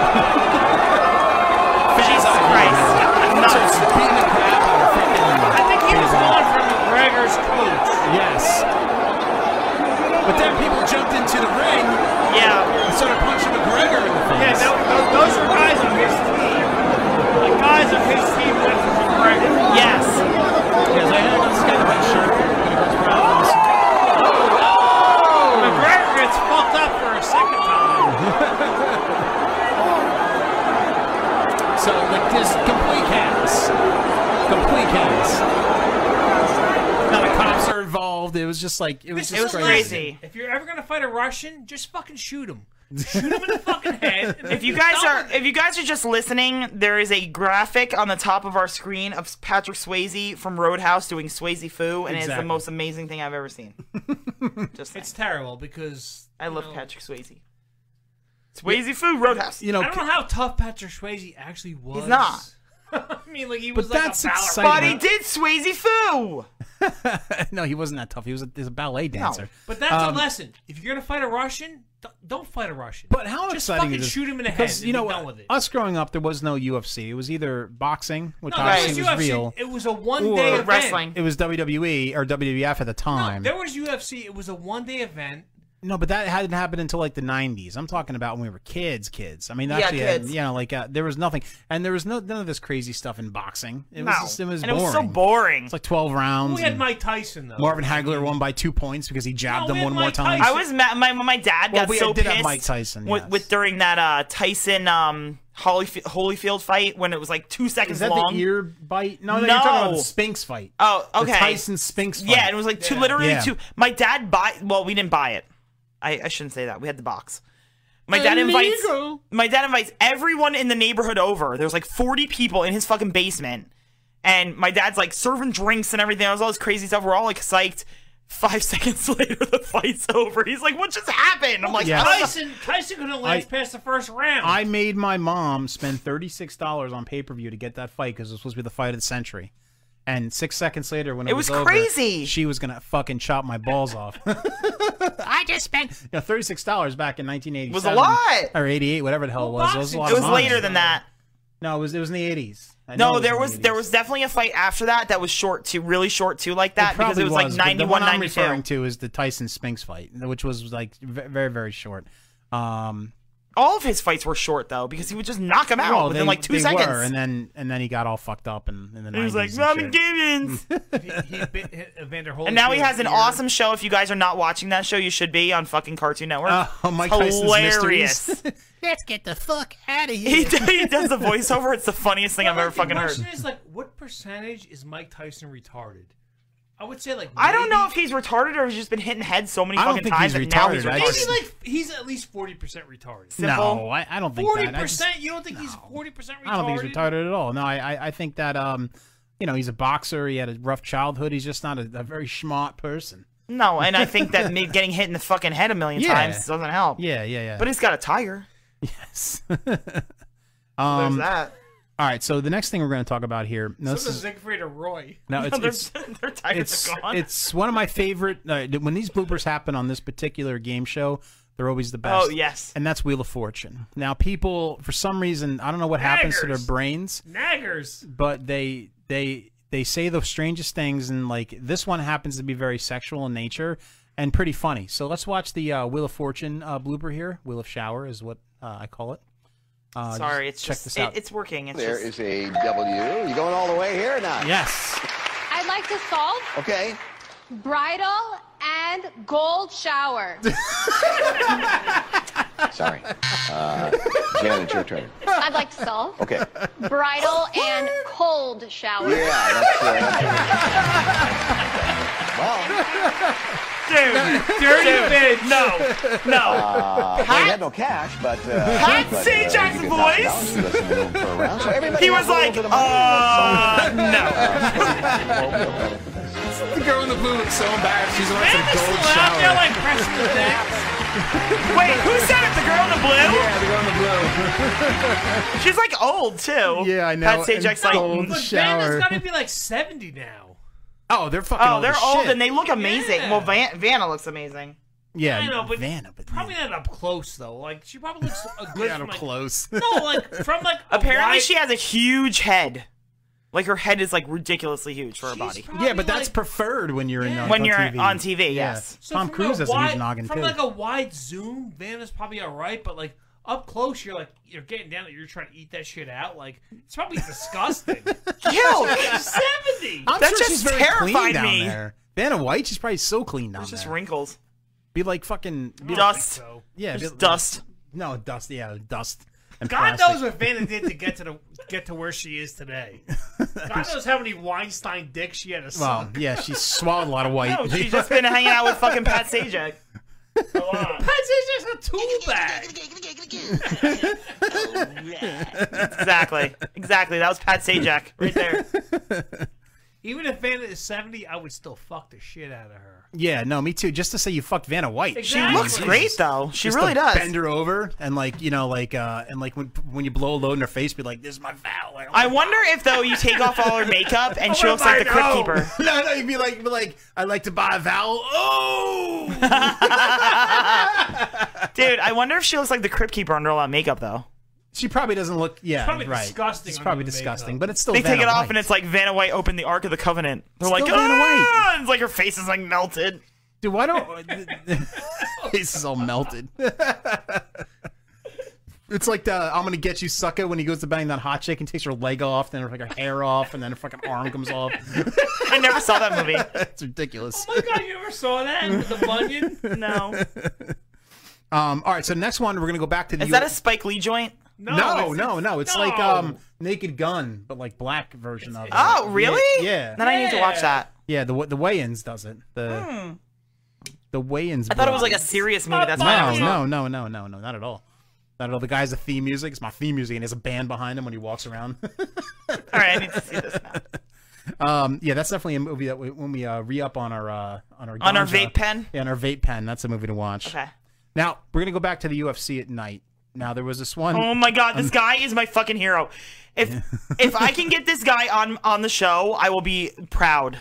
[SPEAKER 21] Jesus Christ. Starts beating the crap out of freaking. I think he was gone from McGregor's coach. Yes. But then people jumped into the ring. Yeah. And started punching McGregor in the face.
[SPEAKER 10] Yeah, tho- tho- those are guys on his team. The guys on his team went for McGregor.
[SPEAKER 22] Yes.
[SPEAKER 10] Yes, I had this guy in my shirt. McGregor gets fucked up for a second time.
[SPEAKER 21] So like this complete chaos. Complete chaos. Now the cops are involved. It was just like it was
[SPEAKER 10] This
[SPEAKER 21] just
[SPEAKER 10] is
[SPEAKER 21] crazy.
[SPEAKER 10] crazy. If you're ever gonna fight a Russian, just fucking shoot him. Shoot him in the fucking head. and
[SPEAKER 22] If you
[SPEAKER 10] make
[SPEAKER 22] guys
[SPEAKER 10] him
[SPEAKER 22] are if you guys are just listening, there is a graphic on the top of our screen of Patrick Swayze from Roadhouse doing Swayze foo, and it's the
[SPEAKER 10] Exactly.
[SPEAKER 22] most amazing thing I've ever seen. just
[SPEAKER 10] It's terrible because
[SPEAKER 22] I
[SPEAKER 10] you
[SPEAKER 22] love
[SPEAKER 10] know-
[SPEAKER 22] Patrick Swayze. Swayze foo, Roadhouse.
[SPEAKER 21] You know,
[SPEAKER 10] I don't know how tough Patrick Swayze actually was.
[SPEAKER 22] He's not.
[SPEAKER 10] I mean, like he
[SPEAKER 21] But
[SPEAKER 10] was like
[SPEAKER 21] that's
[SPEAKER 10] a baller.
[SPEAKER 21] exciting. But he
[SPEAKER 22] did Swayze foo.
[SPEAKER 21] no, he wasn't that tough. He was a, he was a ballet dancer.
[SPEAKER 10] But that's
[SPEAKER 21] Um,
[SPEAKER 10] a lesson. If you're gonna fight a Russian, d- don't fight a Russian.
[SPEAKER 21] But how
[SPEAKER 10] Just
[SPEAKER 21] exciting
[SPEAKER 10] fucking
[SPEAKER 21] it is.
[SPEAKER 10] shoot him in the head.
[SPEAKER 21] because,
[SPEAKER 10] And
[SPEAKER 21] You know,
[SPEAKER 10] be done with it.
[SPEAKER 21] us growing up, there was no UFC. It was either boxing, which
[SPEAKER 10] No,
[SPEAKER 21] obviously
[SPEAKER 10] it was
[SPEAKER 21] was
[SPEAKER 10] UFC.
[SPEAKER 21] real,
[SPEAKER 10] It was a
[SPEAKER 21] or
[SPEAKER 10] one-day event. Wrestling.
[SPEAKER 21] It was WWE or WWF at the time.
[SPEAKER 10] There was UFC. It was a one-day event.
[SPEAKER 21] No, but that hadn't happened until like the '90s. I'm talking about when we were kids, kids. I mean,
[SPEAKER 10] Yeah,
[SPEAKER 21] actually,
[SPEAKER 10] kids.
[SPEAKER 21] you know, like uh, there was nothing, and there was no none of this crazy stuff in boxing. It was
[SPEAKER 10] No.
[SPEAKER 21] just, it was
[SPEAKER 10] And it
[SPEAKER 21] boring.
[SPEAKER 10] was so
[SPEAKER 22] boring.
[SPEAKER 21] It's like 12 rounds.
[SPEAKER 10] We had
[SPEAKER 21] and
[SPEAKER 10] Mike Tyson though.
[SPEAKER 21] Marvin Hagler won by two points because he jabbed him one more time.
[SPEAKER 22] I was mad. My my dad
[SPEAKER 21] Well,
[SPEAKER 22] got
[SPEAKER 21] we
[SPEAKER 22] so
[SPEAKER 21] did have
[SPEAKER 22] pissed
[SPEAKER 21] Mike Tyson,
[SPEAKER 22] with, with during that uh, Tyson um, Holyf- Holyfield fight when it was like two seconds
[SPEAKER 21] Is that
[SPEAKER 22] long.
[SPEAKER 21] the ear bite? No, no, you're talking about the Spinks fight.
[SPEAKER 22] Oh,
[SPEAKER 21] The
[SPEAKER 22] okay.
[SPEAKER 21] Tyson Spinks fight.
[SPEAKER 22] Yeah, it was like two, literally
[SPEAKER 21] Yeah.
[SPEAKER 22] two. My dad buy. Well, we didn't buy it. I, I shouldn't say that. We had the box. My dad
[SPEAKER 21] Illegal.
[SPEAKER 22] invites. My dad invites everyone in the neighborhood over. There's like 40 people in his fucking basement, and my dad's like serving drinks and everything. It was all this crazy stuff. We're all like psyched. Five seconds later, the fight's over. He's like, "What just happened?" I'm like,
[SPEAKER 21] Yeah.
[SPEAKER 22] "I don't know."
[SPEAKER 10] Tyson, Tyson couldn't last past the first round.
[SPEAKER 21] I made my mom spend thirty six dollars on pay per view to get that fight because it was supposed to be the fight of the century. And six seconds later, when it,
[SPEAKER 22] It was
[SPEAKER 21] over,
[SPEAKER 22] crazy.
[SPEAKER 21] she was gonna fucking chop my balls off.
[SPEAKER 22] I just spent.
[SPEAKER 21] Yeah, thirty six dollars back in nineteen eighty
[SPEAKER 22] Was a lot.
[SPEAKER 21] or eighty eight, whatever the hell it was. It was, a lot
[SPEAKER 22] It
[SPEAKER 21] of
[SPEAKER 22] was
[SPEAKER 21] money.
[SPEAKER 22] later than that.
[SPEAKER 21] No, it was it was in the eighties.
[SPEAKER 22] No, there was there was definitely a fight after that that was short too, really short too, like that because it was, like 91,
[SPEAKER 21] The one I'm
[SPEAKER 22] 92.
[SPEAKER 21] referring to is the Tyson Spinks fight, which was like ve- very very short. Um,
[SPEAKER 22] All of his fights were short though because he would just knock him out
[SPEAKER 21] well,
[SPEAKER 22] within
[SPEAKER 21] they-
[SPEAKER 22] like two
[SPEAKER 21] they
[SPEAKER 22] seconds.
[SPEAKER 21] were, and then and then he got all fucked up and in the
[SPEAKER 22] He was like,
[SPEAKER 21] 90s
[SPEAKER 22] "Mom
[SPEAKER 21] and shit. Hmm.
[SPEAKER 22] Gibbons,"
[SPEAKER 10] He bit hit Evander Holyfield.
[SPEAKER 22] and now he has an
[SPEAKER 10] ear.
[SPEAKER 22] awesome show. If you guys are not watching that show, you should be on fucking Cartoon Network.
[SPEAKER 21] Oh, Mike Tyson's
[SPEAKER 22] Hilarious!
[SPEAKER 21] Let's get the fuck out of
[SPEAKER 22] he, d- he does the voiceover. It's the funniest thing I've ever
[SPEAKER 10] The
[SPEAKER 22] fucking heard.
[SPEAKER 10] question is like, what percentage is Mike Tyson retarded? I would say like
[SPEAKER 22] I don't know if he's retarded or he's just been hitting heads so many
[SPEAKER 21] I don't
[SPEAKER 22] fucking
[SPEAKER 21] think
[SPEAKER 22] times
[SPEAKER 21] he's
[SPEAKER 22] that now he's
[SPEAKER 21] retarded. I
[SPEAKER 22] retarded.
[SPEAKER 10] maybe like he's at least forty percent retarded.
[SPEAKER 21] No, I, I don't think
[SPEAKER 10] Forty
[SPEAKER 21] that. I, just-
[SPEAKER 10] percent? You don't think he's forty percent retarded?
[SPEAKER 21] I don't think he's retarded at all. No, I, I, I think that um, you know, he's a boxer. He had a rough childhood. He's just not a, a very smart person.
[SPEAKER 22] No, Oh, and I think that me getting hit in the fucking head a million
[SPEAKER 21] Yeah.
[SPEAKER 22] times doesn't help.
[SPEAKER 21] Yeah, yeah, yeah.
[SPEAKER 22] But he's got a tiger.
[SPEAKER 21] Yes. um,
[SPEAKER 22] that.
[SPEAKER 21] All right. So the next thing we're going to talk about here. No,
[SPEAKER 10] So
[SPEAKER 21] this is
[SPEAKER 10] this is Siegfried or Roy.
[SPEAKER 21] No, it's-
[SPEAKER 10] their,
[SPEAKER 22] it's their tigers
[SPEAKER 21] it's
[SPEAKER 10] are gone.
[SPEAKER 21] it's one of my favorite. Uh, when these bloopers happen on this particular game show, they're always the best.
[SPEAKER 22] Oh, yes.
[SPEAKER 21] and that's Wheel of Fortune. Now, people, for some reason, I don't know what happens to their
[SPEAKER 10] Naggers.
[SPEAKER 21] brains,
[SPEAKER 10] naggers.
[SPEAKER 21] but they they they say the strangest things, and like this one happens to be very sexual in nature and pretty funny. So let's watch the uh, Wheel of Fortune uh, blooper here. Wheel of Shower is what uh, I call it. Uh,
[SPEAKER 22] Sorry, it's
[SPEAKER 21] just check
[SPEAKER 22] just
[SPEAKER 21] this out.
[SPEAKER 22] It, it's working. It's
[SPEAKER 6] There
[SPEAKER 22] just,
[SPEAKER 6] is a W. You going all the way here or not?
[SPEAKER 21] Yes.
[SPEAKER 26] I'd like to solve
[SPEAKER 6] Okay.
[SPEAKER 26] bridal and gold shower.
[SPEAKER 6] Sorry. Uh, Jan, it's your turn.
[SPEAKER 26] I'd like to solve
[SPEAKER 6] Okay.
[SPEAKER 26] bridal and cold shower.
[SPEAKER 6] Yeah, that's uh,
[SPEAKER 22] Dude,
[SPEAKER 6] dirty
[SPEAKER 22] bitch. No, no.
[SPEAKER 6] Uh, well, he had no cash, but uh,
[SPEAKER 22] Pat
[SPEAKER 6] but,
[SPEAKER 22] C.
[SPEAKER 6] uh,
[SPEAKER 22] Jackson
[SPEAKER 6] you could knock it
[SPEAKER 22] voice.
[SPEAKER 6] down, less than a little per round. So everybody
[SPEAKER 22] He was
[SPEAKER 6] has a little
[SPEAKER 22] like,
[SPEAKER 6] bit of money,
[SPEAKER 22] uh,
[SPEAKER 6] but some-
[SPEAKER 22] no.
[SPEAKER 21] the girl in the blue looks so embarrassed. She's
[SPEAKER 10] Man,
[SPEAKER 21] like
[SPEAKER 10] this is out there like pressing the
[SPEAKER 22] Wait, who said it? The girl in the blue?
[SPEAKER 21] Yeah, the girl in the blue.
[SPEAKER 22] She's like old too.
[SPEAKER 21] Yeah, I know.
[SPEAKER 22] Pat Sajak's
[SPEAKER 21] and
[SPEAKER 22] like
[SPEAKER 21] cold
[SPEAKER 10] But Van has
[SPEAKER 21] shower.
[SPEAKER 10] got to be like 70 now.
[SPEAKER 21] Oh, they're fucking.
[SPEAKER 22] Oh,
[SPEAKER 21] old
[SPEAKER 22] they're
[SPEAKER 21] as
[SPEAKER 22] old
[SPEAKER 21] shit.
[SPEAKER 22] and they look amazing.
[SPEAKER 10] Yeah.
[SPEAKER 22] Well, Van- Vanna looks amazing.
[SPEAKER 21] Yeah,
[SPEAKER 10] I know, but
[SPEAKER 21] Vanna,
[SPEAKER 10] probably not up close though. Like she probably looks a good
[SPEAKER 22] Not
[SPEAKER 10] from,
[SPEAKER 22] up
[SPEAKER 10] like,
[SPEAKER 21] close.
[SPEAKER 10] No, like from like a
[SPEAKER 22] Apparently,
[SPEAKER 10] wide-
[SPEAKER 22] she has a huge head. Like her head is like ridiculously huge for her body.
[SPEAKER 21] Yeah, but that's preferred when you're in on,
[SPEAKER 22] When
[SPEAKER 21] on
[SPEAKER 22] you're
[SPEAKER 21] TV.
[SPEAKER 22] on TV, yes.
[SPEAKER 10] So
[SPEAKER 21] Tom
[SPEAKER 10] from
[SPEAKER 21] Cruise has
[SPEAKER 10] a
[SPEAKER 21] a huge
[SPEAKER 10] wide-
[SPEAKER 21] noggin
[SPEAKER 10] From
[SPEAKER 21] too.
[SPEAKER 10] like a wide zoom, Vanna's probably all right, but like up close, you're like you're getting down, you're trying to eat that shit out. Like it's probably disgusting.
[SPEAKER 22] Yo,
[SPEAKER 10] seventy.
[SPEAKER 21] I'm sure she's very clean down there. Vanna White, she's probably so clean down
[SPEAKER 22] There's just
[SPEAKER 21] there.
[SPEAKER 22] wrinkles.
[SPEAKER 21] Be like fucking be
[SPEAKER 22] Dust.
[SPEAKER 21] Like, yeah,
[SPEAKER 22] There's
[SPEAKER 21] be-
[SPEAKER 22] dust.
[SPEAKER 21] No dust. Yeah, dust. And
[SPEAKER 10] God
[SPEAKER 21] plastic.
[SPEAKER 10] knows what Vanna did to get to the get to where she is today. God knows how many Weinstein dicks she had to
[SPEAKER 21] Well,
[SPEAKER 10] suck.
[SPEAKER 21] yeah, she swallowed a lot of white.
[SPEAKER 10] No, she's just been
[SPEAKER 22] hanging out with fucking Pat Sajak.
[SPEAKER 10] Pat's is just a tool bag.
[SPEAKER 22] exactly. Exactly. That was Pat Sajak right there.
[SPEAKER 10] Even if Vanna is seventy, I would still fuck the shit out of her.
[SPEAKER 21] Yeah, no, me too. Just to say you fucked Vanna White.
[SPEAKER 10] Exactly.
[SPEAKER 21] She
[SPEAKER 22] Looks great, though. She
[SPEAKER 21] Just to
[SPEAKER 22] really does.
[SPEAKER 21] Bend her over and like you know like uh and like when when you blow a load in her face, be like this is my vow. Like,
[SPEAKER 22] I wonder if though you take off all her makeup and she
[SPEAKER 21] "What
[SPEAKER 22] looks
[SPEAKER 21] if
[SPEAKER 22] like
[SPEAKER 21] I
[SPEAKER 22] the Crypt
[SPEAKER 21] know?"
[SPEAKER 22] Keeper.
[SPEAKER 21] no, no, you'd be like be like I'd like to buy a vowel. Oh,
[SPEAKER 22] Dude, I wonder if she looks like the Crypt Keeper under all that makeup though.
[SPEAKER 21] she probably doesn't look. Yeah,
[SPEAKER 10] probably
[SPEAKER 21] right.
[SPEAKER 10] disgusting
[SPEAKER 21] It's
[SPEAKER 10] under
[SPEAKER 21] probably
[SPEAKER 10] the
[SPEAKER 21] disgusting,
[SPEAKER 10] makeup.
[SPEAKER 21] but it's still.
[SPEAKER 22] they take
[SPEAKER 21] Vanna
[SPEAKER 22] it off
[SPEAKER 21] White.
[SPEAKER 22] and it's like Vanna White opened the Ark of the Covenant. They're like,
[SPEAKER 21] Still Vanna
[SPEAKER 22] ah! It's like her face is like melted.
[SPEAKER 21] Dude, why don't face is all melted? It's like the I'm gonna get you sucker when he goes to bang that hot chick and takes her leg off, then her, like her hair off, and then her fucking arm comes off.
[SPEAKER 22] I never saw that movie.
[SPEAKER 21] it's ridiculous.
[SPEAKER 10] Oh my god, you ever saw that with the bunion?
[SPEAKER 22] No.
[SPEAKER 21] Um, all right, so next one we're gonna go back to the.
[SPEAKER 22] Is that a Spike Lee joint?
[SPEAKER 21] no, no, no, It's like
[SPEAKER 22] No.
[SPEAKER 21] um, Naked Gun, but like black version of it.
[SPEAKER 22] Oh, really?
[SPEAKER 21] Yeah. yeah.
[SPEAKER 22] Then I need to watch that. Hmm.
[SPEAKER 21] Yeah, the the weigh-ins does it. The the weigh-ins.
[SPEAKER 22] I thought it
[SPEAKER 21] blog.
[SPEAKER 22] was like a serious movie. That's
[SPEAKER 21] no,
[SPEAKER 22] why I never saw it.
[SPEAKER 21] no, no, no, no, no, not at all. Not at all. The guy's the theme music. It's my theme music, and there's a band behind him when he walks around.
[SPEAKER 22] All right, I need to see this.
[SPEAKER 21] um, yeah, that's definitely a movie that we, when we uh, re up on our uh, on our
[SPEAKER 22] On our
[SPEAKER 21] ganja-
[SPEAKER 22] vape pen?
[SPEAKER 21] yeah, on our vape pen. That's a movie to watch.
[SPEAKER 22] Okay.
[SPEAKER 21] Now we're gonna go back to the UFC at night. Now there was this one.
[SPEAKER 22] Oh my god, this
[SPEAKER 21] um,
[SPEAKER 22] guy is my fucking hero. If if I can get this guy on on the show, I will be proud.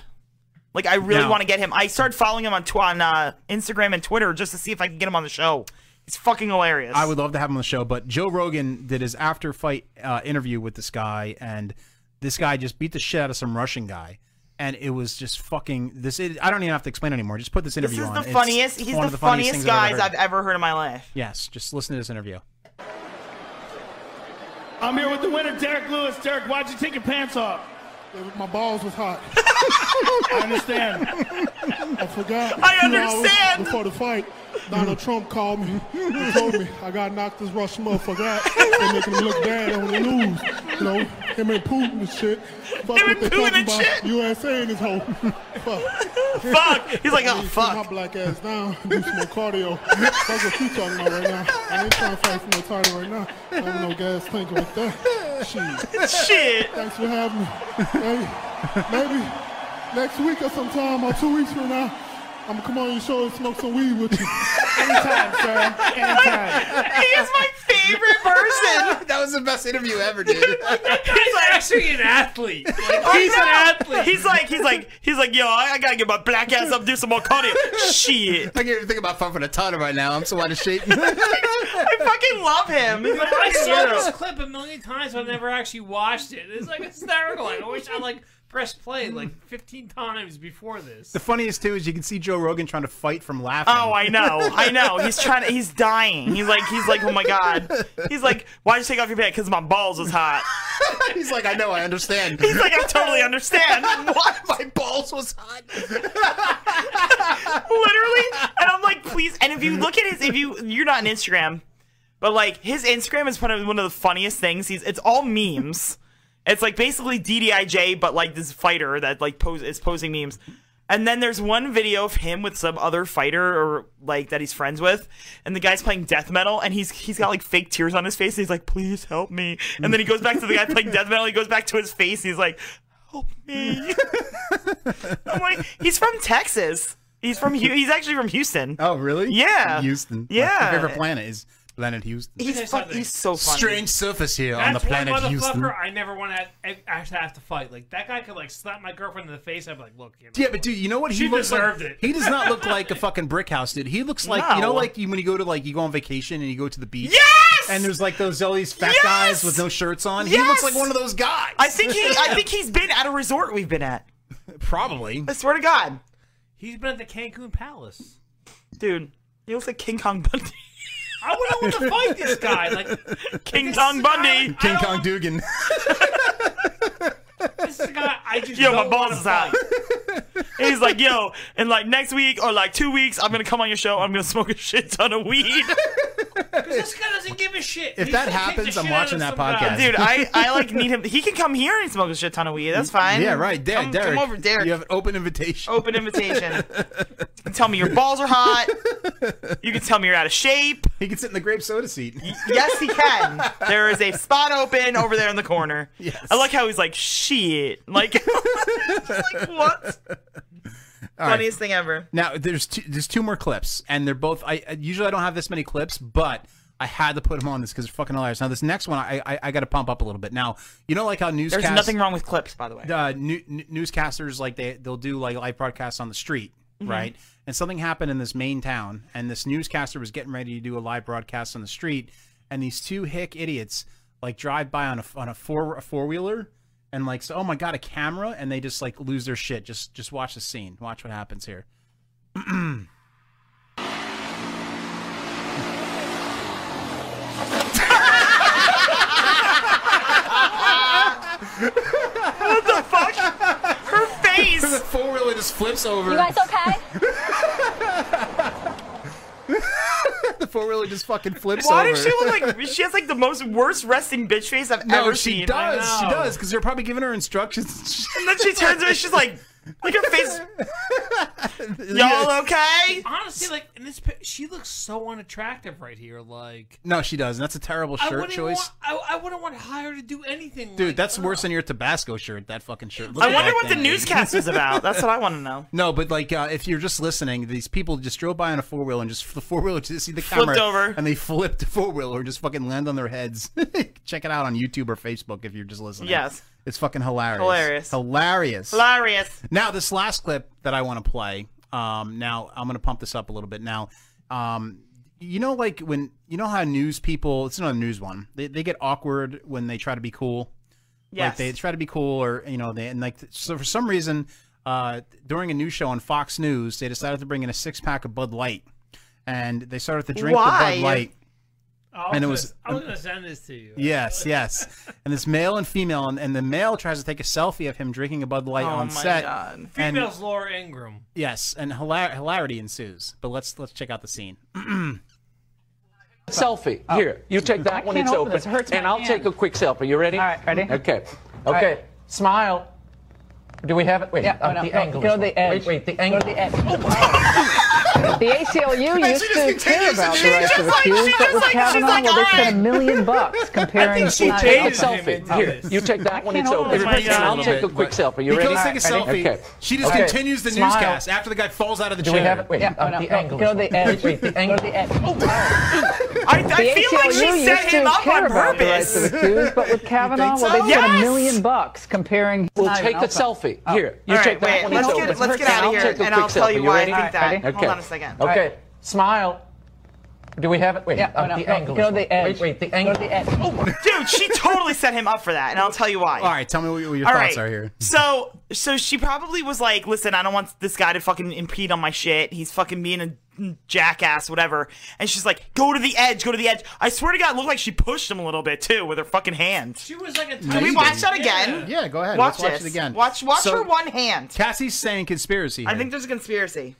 [SPEAKER 22] Like I really
[SPEAKER 21] No.
[SPEAKER 22] want to get him. I started following him on tw- on uh, Instagram and Twitter just to see if I can get him on the show. It's fucking hilarious.
[SPEAKER 21] I would love to have him on the show, but Joe Rogan did his after fight uh, interview with this guy, and this guy just beat the shit out of some Russian guy, and it was just fucking this. It, I don't even have to explain anymore. Just put this
[SPEAKER 22] This
[SPEAKER 21] interview
[SPEAKER 22] is
[SPEAKER 21] on.
[SPEAKER 22] the
[SPEAKER 21] It's
[SPEAKER 22] funniest. He's
[SPEAKER 21] one
[SPEAKER 22] the,
[SPEAKER 21] of
[SPEAKER 22] funniest,
[SPEAKER 21] things
[SPEAKER 22] guys
[SPEAKER 21] I've ever heard.
[SPEAKER 22] I've ever heard in my life.
[SPEAKER 21] yes, just listen to this interview.
[SPEAKER 17] I'm here with the winner, Derek Lewis. Derek, why'd you take your pants off? My balls was hot. I understand. I forgot.
[SPEAKER 12] I
[SPEAKER 17] Two hours
[SPEAKER 12] understand.
[SPEAKER 17] Before the fight, Donald Trump called me and told me I got knocked this Russian motherfucker out for making him look bad on the news. You know, him and Putin and shit. Fuck
[SPEAKER 12] Him
[SPEAKER 17] what
[SPEAKER 12] and
[SPEAKER 17] they
[SPEAKER 12] Putin
[SPEAKER 17] talking
[SPEAKER 12] and
[SPEAKER 17] about
[SPEAKER 12] shit.
[SPEAKER 17] USA in this whole. Fuck.
[SPEAKER 12] Fuck. He's like,
[SPEAKER 17] I
[SPEAKER 12] "Oh,
[SPEAKER 17] need to sit
[SPEAKER 12] fuck."
[SPEAKER 17] My black ass down. Do some more cardio. That's what you talking about right now. I ain't trying to fight for no title right now. I don't know gas tank like that. Shit.
[SPEAKER 22] Shit.
[SPEAKER 17] Thanks for having me. Maybe, maybe next week or sometime or two weeks from now, I'm gonna come on your show and smoke some weed with you. Anytime, sir. Anytime.
[SPEAKER 22] He is my favorite person.
[SPEAKER 21] that was the best interview ever, dude.
[SPEAKER 10] He's actually an athlete. Like,
[SPEAKER 22] I
[SPEAKER 10] he's an
[SPEAKER 22] know.
[SPEAKER 10] athlete.
[SPEAKER 22] Oh, He's like, he's like, he's like, yo, I, I gotta get my black ass up, do some more cardio. Shit.
[SPEAKER 21] I can't even think about pumping a ton right now. I'm so out of shape.
[SPEAKER 22] I fucking love him. He's my
[SPEAKER 10] But I saw
[SPEAKER 22] hero.
[SPEAKER 10] this clip a million times, but I never actually watched it. It's like hysterical. Like, I wish I like pressed play like 15 times before this.
[SPEAKER 21] the funniest too is you can see Joe Rogan trying to fight from laughing.
[SPEAKER 22] Oh, I know, I know. He's trying to. He's dying. He's like, he's like, oh my god. He's like, why'd you take off your pants? Because my balls was hot.
[SPEAKER 21] he's like, I know, I understand.
[SPEAKER 22] He's like, I totally understand.
[SPEAKER 21] Why my balls was hot?
[SPEAKER 22] Literally, and I'm like, please. And if you look at his, if you you're not on Instagram, but like his Instagram is one of one of the funniest things. He's it's all memes. It's like basically DDIJ, but like this fighter that like pose is posing memes. And then there's one video of him with some other fighter or like that he's friends with, and the guy's playing death metal, and he's he's got like fake tears on his face. And he's like, "Please help me!" And then he goes back to the guy playing death metal. He goes back to his face. He's like, "Help me!" I'm like, he's from Texas. He's from Hu- he's actually from Houston.
[SPEAKER 21] Oh, really?
[SPEAKER 22] Yeah.
[SPEAKER 21] Houston.
[SPEAKER 22] Yeah.
[SPEAKER 21] My favorite planet is planet Houston.
[SPEAKER 22] He's fun- he's so funny.
[SPEAKER 21] Strange surface here on the
[SPEAKER 10] That's one
[SPEAKER 21] planet
[SPEAKER 10] motherfucker
[SPEAKER 21] Houston.
[SPEAKER 10] I never want to have to have to fight. Like that guy could like slap my girlfriend in the face. I'd be like, look, you know,
[SPEAKER 21] Yeah, but dude, you know what he
[SPEAKER 10] She
[SPEAKER 21] looks
[SPEAKER 10] deserved
[SPEAKER 21] like?
[SPEAKER 10] it.
[SPEAKER 21] He does not look like a fucking brick house, dude. He looks like you know,
[SPEAKER 10] No.
[SPEAKER 21] like you, when you go to like you go on vacation and you go to the beach.
[SPEAKER 22] Yes.
[SPEAKER 21] And there's like those all these fat guys with no shirts on. He looks like
[SPEAKER 22] Yes!
[SPEAKER 21] one of those guys.
[SPEAKER 22] I think he I think he's been at a resort we've been at.
[SPEAKER 21] Probably.
[SPEAKER 22] I swear to God,
[SPEAKER 10] he's been at the Cancun Palace.
[SPEAKER 22] dude. He looks like King Kong Bundy.
[SPEAKER 10] I would not want to fight this guy. Like
[SPEAKER 22] King Kong Bundy.
[SPEAKER 21] King Kong Dugan.
[SPEAKER 10] this is a guy I just
[SPEAKER 22] yo, my
[SPEAKER 10] don't
[SPEAKER 22] balls
[SPEAKER 10] wanna
[SPEAKER 22] is out. He's like, yo, and like next week or like two weeks, I'm gonna come on your show. I'm gonna smoke a shit ton of weed.
[SPEAKER 10] Because this guy doesn't give a shit.
[SPEAKER 21] If
[SPEAKER 10] He's
[SPEAKER 21] that
[SPEAKER 10] gonna kick the
[SPEAKER 21] happens, I'm
[SPEAKER 10] shit out
[SPEAKER 21] watching
[SPEAKER 10] of
[SPEAKER 21] that
[SPEAKER 10] some guy.
[SPEAKER 21] podcast.
[SPEAKER 22] Dude, I, I like need him. He can come here and smoke a shit ton of weed. That's fine.
[SPEAKER 21] Yeah, right. Derek,
[SPEAKER 22] Come,
[SPEAKER 21] Derek.
[SPEAKER 22] come over, Derek.
[SPEAKER 21] You have an open invitation.
[SPEAKER 22] Open invitation. You can tell me your balls are hot. You can tell me you're out of shape.
[SPEAKER 21] He can sit in the grape soda seat.
[SPEAKER 22] Yes, he can. There is a spot open over there in the corner. Yes. I like how he's like, shit. Like, just like what?
[SPEAKER 21] All right.
[SPEAKER 22] Funniest thing ever.
[SPEAKER 21] Now there's two, there's two more clips, and they're both. I I- usually I don't have this many clips, but I had to put them on this because they're fucking hilarious. Now this next one, I I, I got to pump up a little bit. Now you know like how newscast.
[SPEAKER 22] There's nothing wrong with clips, by the way.
[SPEAKER 21] Uh, new, n- newscasters like they they'll do like live broadcasts on the street,
[SPEAKER 22] Mhm.
[SPEAKER 21] right? And something happened in this main town, and this newscaster was getting ready to do a live broadcast on the street, and these two hick idiots like drive by on a on a four a four wheeler, and like so, oh my god, a camera, and they just like lose their shit. Just just watch the scene, watch what happens here.
[SPEAKER 22] what the fuck? Her face. the
[SPEAKER 21] four wheeler just flips over.
[SPEAKER 9] You guys okay?
[SPEAKER 21] the four wheeler just fucking flips
[SPEAKER 22] Why
[SPEAKER 21] over.
[SPEAKER 22] does she look like she has like the most worst resting bitch face I've
[SPEAKER 21] No,
[SPEAKER 22] ever
[SPEAKER 21] she
[SPEAKER 22] seen?
[SPEAKER 21] does. She does because they're probably giving her instructions.
[SPEAKER 22] And then she turns around. She's like, like her face.
[SPEAKER 21] Yeah.
[SPEAKER 22] Y'all okay?
[SPEAKER 10] Honestly, like in this, pic- she looks so unattractive right here. Like
[SPEAKER 21] No, she doesn't. That's a terrible
[SPEAKER 10] I
[SPEAKER 21] shirt
[SPEAKER 10] wouldn't
[SPEAKER 21] choice.
[SPEAKER 10] want- I, I wouldn't want hire to do anything.
[SPEAKER 21] Dude,
[SPEAKER 10] like,
[SPEAKER 21] that's worse than your Tabasco shirt. That fucking shirt.
[SPEAKER 22] I wonder what the newscast is about. That's what I want to know.
[SPEAKER 21] No, but like, uh, if you're just listening, these people just drove by on a four wheel and just the four wheeler just see the
[SPEAKER 22] Flipped
[SPEAKER 21] camera
[SPEAKER 22] over.
[SPEAKER 21] and they flipped the four wheeler and just fucking land on their heads. Check it out on YouTube or Facebook if you're just listening.
[SPEAKER 22] Yes.
[SPEAKER 21] it's fucking hilarious.
[SPEAKER 22] Hilarious.
[SPEAKER 21] Hilarious.
[SPEAKER 22] Hilarious.
[SPEAKER 21] Now, this last clip that I want to play. Um, now I'm going to pump this up a little bit. Now, um, you know, like when you know how news people, it's not a news one. They they get awkward when they try to be cool. Like
[SPEAKER 22] Yes.
[SPEAKER 21] they try to be cool, or you know, they and like so for some reason, uh, during a news show on Fox News, they decided to bring in a six pack of Bud Light, and they started to drink the
[SPEAKER 10] Why?
[SPEAKER 21] Bud Light.
[SPEAKER 10] I
[SPEAKER 21] and it
[SPEAKER 10] gonna-
[SPEAKER 21] was-
[SPEAKER 10] I was gonna send this to you.
[SPEAKER 21] Yes, yes. And this male and female, and, and the male tries to take a selfie of him drinking a Bud Light
[SPEAKER 10] Oh
[SPEAKER 21] on
[SPEAKER 10] my
[SPEAKER 21] set.
[SPEAKER 10] God.
[SPEAKER 21] and-
[SPEAKER 10] Females Laura Ingram.
[SPEAKER 21] Yes, and hilar- hilarity ensues. But let's let's check out the scene. Oh.
[SPEAKER 3] Selfie. Here, you take that
[SPEAKER 21] I
[SPEAKER 3] when
[SPEAKER 21] can't
[SPEAKER 3] it's
[SPEAKER 21] open
[SPEAKER 3] open,
[SPEAKER 21] this. It hurts
[SPEAKER 3] and
[SPEAKER 21] my
[SPEAKER 3] I'll
[SPEAKER 21] hand.
[SPEAKER 3] take a quick selfie. You ready? All right,
[SPEAKER 6] ready?
[SPEAKER 3] Okay. Okay.
[SPEAKER 6] All right.
[SPEAKER 3] Smile. Do we have it? Wait,
[SPEAKER 6] Yeah,
[SPEAKER 3] uh,
[SPEAKER 6] no,
[SPEAKER 3] the
[SPEAKER 6] no,
[SPEAKER 3] angle.
[SPEAKER 6] go
[SPEAKER 3] is
[SPEAKER 6] to the
[SPEAKER 3] wrong.
[SPEAKER 6] edge.
[SPEAKER 3] Wait, wait, the angle.
[SPEAKER 6] the ACLU used to care about the rights of accused, but with Kavanaugh, well, they spent a million bucks comparing
[SPEAKER 3] She
[SPEAKER 6] not-
[SPEAKER 3] changed
[SPEAKER 6] I'll
[SPEAKER 3] it. Here, you take that when
[SPEAKER 6] can't
[SPEAKER 3] it's
[SPEAKER 6] hold
[SPEAKER 3] open,
[SPEAKER 6] it. It's
[SPEAKER 3] and
[SPEAKER 6] my
[SPEAKER 3] I'll
[SPEAKER 21] God.
[SPEAKER 3] take a quick
[SPEAKER 21] But-
[SPEAKER 3] selfie. You
[SPEAKER 21] he
[SPEAKER 3] ready?
[SPEAKER 21] goes take a selfie.
[SPEAKER 3] Okay.
[SPEAKER 21] She just
[SPEAKER 3] Okay.
[SPEAKER 21] continues the
[SPEAKER 3] Smile.
[SPEAKER 21] newscast after the guy falls out of the
[SPEAKER 3] Do
[SPEAKER 21] chair.
[SPEAKER 3] we have it? Wait,
[SPEAKER 6] Yeah,
[SPEAKER 3] uh,
[SPEAKER 6] no,
[SPEAKER 3] the
[SPEAKER 6] no,
[SPEAKER 3] angle.
[SPEAKER 6] go
[SPEAKER 3] is
[SPEAKER 6] to the
[SPEAKER 3] wrong.
[SPEAKER 6] edge.
[SPEAKER 3] Wait, wait, the angle.
[SPEAKER 6] the
[SPEAKER 3] feel like she
[SPEAKER 6] ACLU
[SPEAKER 3] set
[SPEAKER 6] used to
[SPEAKER 3] him up
[SPEAKER 6] care
[SPEAKER 3] on
[SPEAKER 6] about the rights
[SPEAKER 3] purpose.
[SPEAKER 6] of accused, but with Kavanaugh, well, they
[SPEAKER 3] so?
[SPEAKER 6] spent a
[SPEAKER 3] Yes!
[SPEAKER 6] million bucks comparing.
[SPEAKER 3] We'll
[SPEAKER 6] Not even
[SPEAKER 3] take a
[SPEAKER 6] open.
[SPEAKER 3] selfie.
[SPEAKER 6] Oh.
[SPEAKER 3] Here, you
[SPEAKER 6] All right,
[SPEAKER 3] take that
[SPEAKER 6] wait,
[SPEAKER 3] when
[SPEAKER 6] let's
[SPEAKER 3] it's
[SPEAKER 6] get-
[SPEAKER 3] open.
[SPEAKER 6] let's get outta
[SPEAKER 3] I'll
[SPEAKER 6] here,
[SPEAKER 3] take a
[SPEAKER 6] and
[SPEAKER 3] quick
[SPEAKER 6] I'll tell
[SPEAKER 3] selfie.
[SPEAKER 6] you why I
[SPEAKER 3] ready?
[SPEAKER 6] think that.
[SPEAKER 3] Okay.
[SPEAKER 6] Hold on a second.
[SPEAKER 3] Okay. Smile. Do we have it? Wait,
[SPEAKER 6] Yeah,
[SPEAKER 3] uh,
[SPEAKER 6] no,
[SPEAKER 3] the
[SPEAKER 6] no,
[SPEAKER 3] angle.
[SPEAKER 6] go
[SPEAKER 3] is
[SPEAKER 6] to the
[SPEAKER 3] wrong.
[SPEAKER 6] edge.
[SPEAKER 3] Wait, wait, the angle.
[SPEAKER 22] Oh, Dude, she totally set him up for that, and I'll tell you why.
[SPEAKER 21] All right, tell me what your
[SPEAKER 22] All
[SPEAKER 21] thoughts
[SPEAKER 22] right.
[SPEAKER 21] are here.
[SPEAKER 22] So, so she probably was like, "Listen, I don't want this guy to fucking impede on my shit. He's fucking being a jackass, whatever." And she's like, "Go to the edge, go to the edge." I swear to God, it looked like she pushed him a little bit too with her fucking hand.
[SPEAKER 10] She was like a.
[SPEAKER 22] Can we watch that again?
[SPEAKER 21] Yeah, go ahead.
[SPEAKER 22] Watch
[SPEAKER 21] Let's watch
[SPEAKER 22] this.
[SPEAKER 21] it again.
[SPEAKER 22] Watch, watch
[SPEAKER 21] So-
[SPEAKER 22] her one hand.
[SPEAKER 21] Cassie's saying conspiracy.
[SPEAKER 22] I
[SPEAKER 21] here.
[SPEAKER 22] think there's a conspiracy.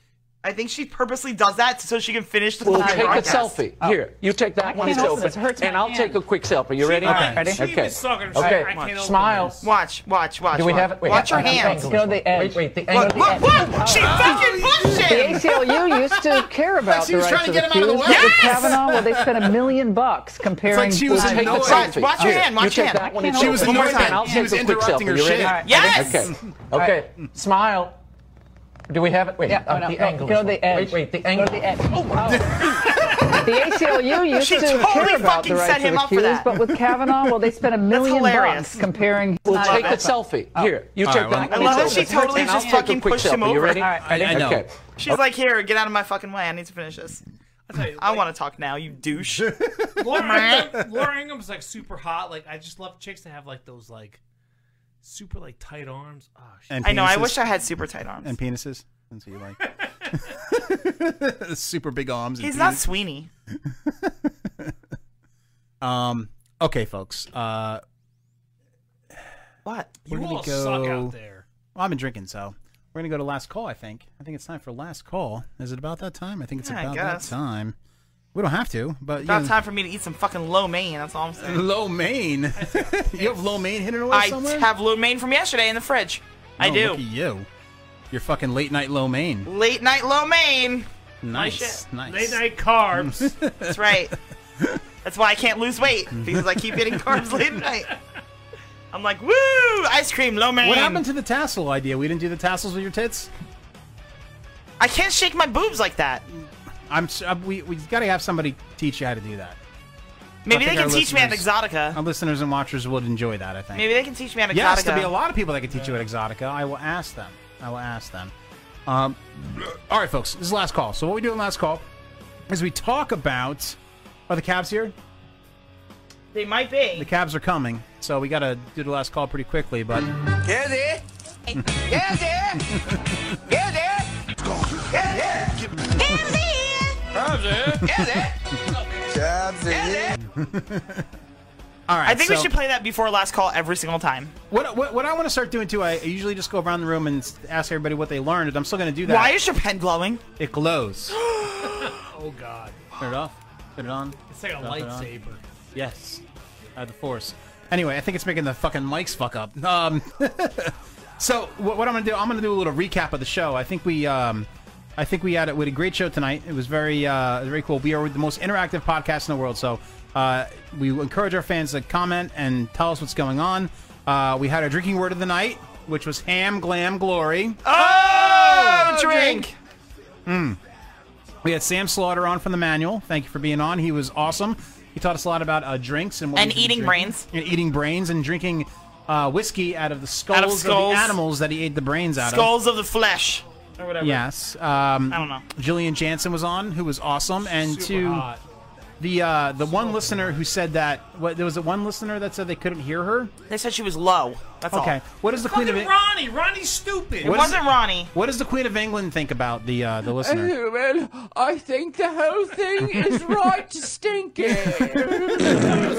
[SPEAKER 22] I think she purposely does that so she can finish the
[SPEAKER 3] We'll
[SPEAKER 22] fucking
[SPEAKER 3] take a
[SPEAKER 22] broadcast. Oh.
[SPEAKER 3] selfie. Here, you take that when it's
[SPEAKER 22] can't open
[SPEAKER 3] open,
[SPEAKER 22] this. It hurts
[SPEAKER 3] and
[SPEAKER 22] my
[SPEAKER 3] I'll
[SPEAKER 22] hand.
[SPEAKER 3] take a quick selfie. You ready?
[SPEAKER 22] All right, ready? She
[SPEAKER 3] Okay.
[SPEAKER 22] was talking to
[SPEAKER 3] Okay.
[SPEAKER 22] herself, I can't open
[SPEAKER 3] Smile.
[SPEAKER 22] Watch, watch, watch.
[SPEAKER 3] Do we
[SPEAKER 22] watch.
[SPEAKER 3] have it? Wait,
[SPEAKER 22] watch
[SPEAKER 3] uh,
[SPEAKER 22] her
[SPEAKER 3] the
[SPEAKER 22] hands.
[SPEAKER 3] angle is wrong. Wait, wait, the angle.
[SPEAKER 22] Look, look, look! She fucking pushed
[SPEAKER 6] The
[SPEAKER 22] him!
[SPEAKER 6] ACLU used to care about
[SPEAKER 22] She
[SPEAKER 6] the
[SPEAKER 22] was
[SPEAKER 6] rights
[SPEAKER 22] trying to
[SPEAKER 6] of
[SPEAKER 22] get him out of the way.
[SPEAKER 6] accused, but with
[SPEAKER 22] Yes!
[SPEAKER 6] Kavanaugh, well, they spent a million bucks comparing.
[SPEAKER 3] she was
[SPEAKER 6] Well,
[SPEAKER 3] annoyed.
[SPEAKER 6] I-
[SPEAKER 3] Watch- watch her
[SPEAKER 6] Here,
[SPEAKER 3] hand, watch
[SPEAKER 6] you
[SPEAKER 3] her
[SPEAKER 6] take
[SPEAKER 3] hand.
[SPEAKER 6] that one
[SPEAKER 3] She
[SPEAKER 6] and
[SPEAKER 3] was
[SPEAKER 6] open.
[SPEAKER 3] annoyed.
[SPEAKER 6] One more time.
[SPEAKER 3] I'll take a quick selfie. You ready?
[SPEAKER 6] All right,
[SPEAKER 3] Yes!
[SPEAKER 6] ready?
[SPEAKER 3] Okay. Okay. Smile. Do we have it? Wait,
[SPEAKER 6] Yeah,
[SPEAKER 3] uh,
[SPEAKER 6] oh, no,
[SPEAKER 3] the
[SPEAKER 6] no,
[SPEAKER 3] angle.
[SPEAKER 6] go
[SPEAKER 3] is
[SPEAKER 6] to the
[SPEAKER 3] wrong.
[SPEAKER 6] edge.
[SPEAKER 3] Wait, wait, the angle.
[SPEAKER 6] the edge. The ACLU used
[SPEAKER 22] Oh, She
[SPEAKER 6] to
[SPEAKER 22] totally
[SPEAKER 6] care about
[SPEAKER 22] fucking
[SPEAKER 6] the right
[SPEAKER 22] set
[SPEAKER 6] to
[SPEAKER 22] him up for
[SPEAKER 6] accuse,
[SPEAKER 22] that.
[SPEAKER 6] but with Kavanaugh, well, they spent a million bucks comparing.
[SPEAKER 3] We'll
[SPEAKER 6] Not
[SPEAKER 3] take
[SPEAKER 6] about
[SPEAKER 3] the
[SPEAKER 6] that.
[SPEAKER 3] selfie.
[SPEAKER 6] Oh.
[SPEAKER 3] Here, you
[SPEAKER 6] All
[SPEAKER 3] take
[SPEAKER 6] right,
[SPEAKER 3] the
[SPEAKER 6] well,
[SPEAKER 3] that.
[SPEAKER 6] I love how
[SPEAKER 22] she totally
[SPEAKER 3] and I'll
[SPEAKER 22] just
[SPEAKER 3] take a
[SPEAKER 22] fucking
[SPEAKER 3] quick
[SPEAKER 22] pushed him
[SPEAKER 3] selfie. You
[SPEAKER 22] over.
[SPEAKER 3] ready?
[SPEAKER 22] All right, I didn't know.
[SPEAKER 3] Okay.
[SPEAKER 22] She's like, here, get out of my fucking way. I need to finish this. I want to talk now, you douche.
[SPEAKER 10] Laura, Ingram, Laura Ingram's like super hot. Like I just love chicks that have like those like super like tight arms. Oh,
[SPEAKER 22] I know. I wish I had super tight arms.
[SPEAKER 21] And penises. That's what you like. super big arms. and
[SPEAKER 22] He's not
[SPEAKER 21] penis.
[SPEAKER 22] Sweeney.
[SPEAKER 21] Um. Okay, folks. Uh,
[SPEAKER 22] what?
[SPEAKER 21] We're
[SPEAKER 22] You
[SPEAKER 21] gonna
[SPEAKER 22] all
[SPEAKER 21] go.
[SPEAKER 22] suck out
[SPEAKER 10] there.
[SPEAKER 21] Well, I've been drinking, so we're gonna go to last call. I think. I think it's time for last call. Is it about that time? I think it's
[SPEAKER 22] Yeah, I
[SPEAKER 21] about that
[SPEAKER 22] guess.
[SPEAKER 21] time. We don't have to, but
[SPEAKER 22] About
[SPEAKER 21] Uh, you know,
[SPEAKER 22] time for me to eat some fucking lo mein. That's all I'm saying.
[SPEAKER 21] Low main. you have low main hidden away
[SPEAKER 22] I
[SPEAKER 21] somewhere.
[SPEAKER 22] have lo mein from yesterday in the fridge. I
[SPEAKER 21] Oh,
[SPEAKER 22] do.
[SPEAKER 21] Look at you. You're fucking late night low main.
[SPEAKER 22] Late night lo mein.
[SPEAKER 21] Nice.
[SPEAKER 22] My
[SPEAKER 21] Nice.
[SPEAKER 22] shit.
[SPEAKER 10] night carbs.
[SPEAKER 22] That's right. That's why I can't lose weight because I keep eating carbs late at night. I'm like, woo, ice cream, lo mein.
[SPEAKER 21] What happened to the tassel idea? We didn't do the tassels with your tits.
[SPEAKER 22] I can't shake my boobs like that.
[SPEAKER 21] I'm. s- uh, We we got to have somebody teach you how to do that.
[SPEAKER 22] Maybe
[SPEAKER 21] I
[SPEAKER 22] they
[SPEAKER 21] think
[SPEAKER 22] can
[SPEAKER 21] our
[SPEAKER 22] teach me at
[SPEAKER 21] listeners-
[SPEAKER 22] Exotica.
[SPEAKER 21] Our listeners and watchers would enjoy that. I think.
[SPEAKER 22] Maybe they can teach me at Exotica.
[SPEAKER 21] Yes, there'll be a lot of people that can teach you at Exotica. I will ask them. I will ask them. Um, all right, folks, this is last call. So what we do in last call is we talk about. Are the Cavs here?
[SPEAKER 22] They might be.
[SPEAKER 21] The Cavs are coming, so we got to do the last call pretty quickly. But
[SPEAKER 22] Yeah, there. Yeah, there. Yeah, there. Yeah, there.
[SPEAKER 12] Cavs here.
[SPEAKER 22] Yeah, there.
[SPEAKER 21] all right,
[SPEAKER 22] I think we
[SPEAKER 21] so-
[SPEAKER 22] should play that before last call every single time.
[SPEAKER 21] What, what, what I want to start doing too, I usually just go around the room and s- ask everybody what they learned, and I'm still going to do that.
[SPEAKER 22] Why is your pen glowing?
[SPEAKER 21] It glows.
[SPEAKER 10] oh god,
[SPEAKER 21] Turn it off. Put it on.
[SPEAKER 10] it's like a
[SPEAKER 21] Drop it on.
[SPEAKER 10] lightsaber.
[SPEAKER 21] Yes. I have the force. Anyway, I think it's making the fucking mics fuck up. Um, so what, what I'm gonna do? I'm gonna do a little recap of the show. I think we, um, I think we had it. We had a great show tonight. It was very, uh, very cool. We are the most interactive podcast in the world. So uh, we encourage our fans to comment and tell us what's going on. Uh, we had our drinking word of the night, which was ham, glam, glory.
[SPEAKER 22] Oh, drink.
[SPEAKER 21] Mm. We had Sam Slaughter on from the manual. Thank you for being on. He was awesome. He taught us a lot about uh, drinks and what
[SPEAKER 22] And
[SPEAKER 21] we should be
[SPEAKER 22] eating
[SPEAKER 21] drinking.
[SPEAKER 22] brains.
[SPEAKER 21] and eating brains and drinking uh, whiskey out of the skulls,
[SPEAKER 22] Out of skulls.
[SPEAKER 21] the animals that he ate the brains out
[SPEAKER 22] Skulls of the flesh. Or
[SPEAKER 21] of.
[SPEAKER 22] whatever.
[SPEAKER 21] Yes. Um,
[SPEAKER 22] I don't know.
[SPEAKER 21] Jillian Jansen was on, who was awesome, and
[SPEAKER 22] Super
[SPEAKER 21] to
[SPEAKER 22] hot.
[SPEAKER 21] the uh, the one listener who said that what, there was a one listener that said they couldn't hear her.
[SPEAKER 22] They said she was low. That's
[SPEAKER 21] okay.
[SPEAKER 22] all.
[SPEAKER 21] What is the queen
[SPEAKER 10] Fucking
[SPEAKER 21] of Eng-
[SPEAKER 10] Ronnie. Ronnie's stupid.
[SPEAKER 21] What is-
[SPEAKER 22] Ronnie.
[SPEAKER 21] What does the queen of England think about the uh, the listener?
[SPEAKER 24] Well, I think the whole thing is right stinking.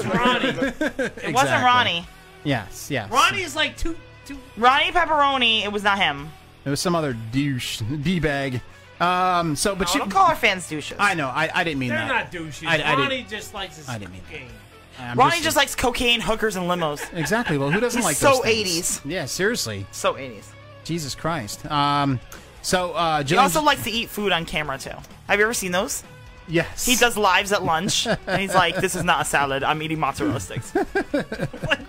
[SPEAKER 22] It wasn't Ronnie.
[SPEAKER 21] Yes, yes.
[SPEAKER 22] Ronnie's like two, two. Ronnie Pepperoni. It was not him.
[SPEAKER 21] It was some other douche d bag. Um. So, but you
[SPEAKER 22] don't call our fans douches.
[SPEAKER 21] I know. I, I didn't mean
[SPEAKER 10] They're
[SPEAKER 21] that.
[SPEAKER 10] not douches.
[SPEAKER 21] I, I didn't-
[SPEAKER 10] Ronnie just likes his
[SPEAKER 21] I didn't mean
[SPEAKER 10] cooking.
[SPEAKER 21] I'm
[SPEAKER 22] Ronnie just, likes cocaine, hookers, and limos.
[SPEAKER 21] exactly. Well, who doesn't
[SPEAKER 22] He's
[SPEAKER 21] like
[SPEAKER 22] so
[SPEAKER 21] those things?
[SPEAKER 22] 80s.
[SPEAKER 21] Yeah, seriously.
[SPEAKER 22] So 80s.
[SPEAKER 21] Jesus Christ. Um. So, uh,
[SPEAKER 22] He
[SPEAKER 21] Jillian,
[SPEAKER 22] also likes to eat food on camera too. Have you ever seen those?
[SPEAKER 21] Yes.
[SPEAKER 22] He does lives at lunch, and he's like, "This is not a salad. I'm eating mozzarella sticks."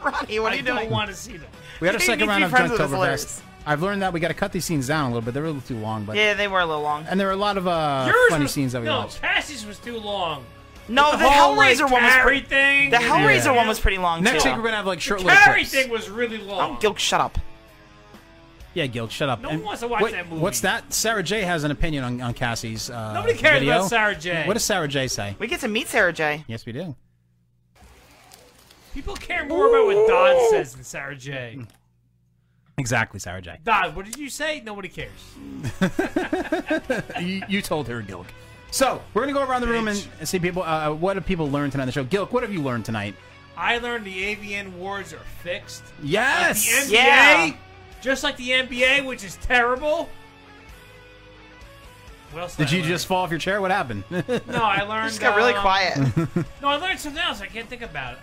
[SPEAKER 22] Ronnie, what are you doing? I don't
[SPEAKER 10] want to see them.
[SPEAKER 21] we had our
[SPEAKER 22] You
[SPEAKER 21] second
[SPEAKER 22] need to
[SPEAKER 21] round
[SPEAKER 22] be
[SPEAKER 21] of
[SPEAKER 22] friends with us
[SPEAKER 21] Drunktoberfest. I've learned that we got to cut these scenes down a little bit. They're a little too long, but
[SPEAKER 22] Yeah, they were a little long.
[SPEAKER 21] and there were a lot of uh,
[SPEAKER 22] Yours
[SPEAKER 21] funny
[SPEAKER 22] was-
[SPEAKER 21] scenes that we
[SPEAKER 22] no.
[SPEAKER 21] watched.
[SPEAKER 10] Passage was too long.
[SPEAKER 22] No,
[SPEAKER 10] With
[SPEAKER 22] the
[SPEAKER 10] whole,
[SPEAKER 22] Hellraiser
[SPEAKER 10] like,
[SPEAKER 22] one was
[SPEAKER 10] carry
[SPEAKER 22] pretty.
[SPEAKER 10] thing
[SPEAKER 22] The
[SPEAKER 10] and-
[SPEAKER 22] Hellraiser
[SPEAKER 10] Yeah.
[SPEAKER 22] one was pretty long
[SPEAKER 21] Next
[SPEAKER 22] too.
[SPEAKER 21] week we're gonna have like short
[SPEAKER 10] The
[SPEAKER 21] little
[SPEAKER 10] carry
[SPEAKER 21] clips.
[SPEAKER 10] thing was really long.
[SPEAKER 22] Oh, Gil, shut up.
[SPEAKER 21] Yeah, Gil, shut up. No
[SPEAKER 10] one wants to watch that movie.
[SPEAKER 21] What's that? Sarah J has an opinion on, on Cassie's. Uh,
[SPEAKER 22] Nobody cares
[SPEAKER 21] video.
[SPEAKER 22] about Sarah J.
[SPEAKER 21] What does Sarah J say?
[SPEAKER 22] We get to meet Sarah J.
[SPEAKER 21] Yes, we do.
[SPEAKER 10] People care more about what Dodd says than Sarah J.
[SPEAKER 21] Exactly, Sarah J.
[SPEAKER 10] Dodd, what did you say? Nobody cares.
[SPEAKER 21] you, you told her, Gilk. So we're gonna go around the room and see people. Uh, what have people learned tonight on the show? Gilk, what have you learned tonight?
[SPEAKER 10] I learned the AVN wards are fixed.
[SPEAKER 21] Yes!
[SPEAKER 10] Like the NBA,
[SPEAKER 21] Yeah.
[SPEAKER 10] just like the NBA, which is terrible. What else
[SPEAKER 21] Did
[SPEAKER 10] I
[SPEAKER 21] you
[SPEAKER 10] learn?
[SPEAKER 21] just fall off your chair? What happened?
[SPEAKER 10] No, I learned.
[SPEAKER 22] just got really
[SPEAKER 10] um,
[SPEAKER 22] quiet.
[SPEAKER 10] no, I learned something else. I can't think about it.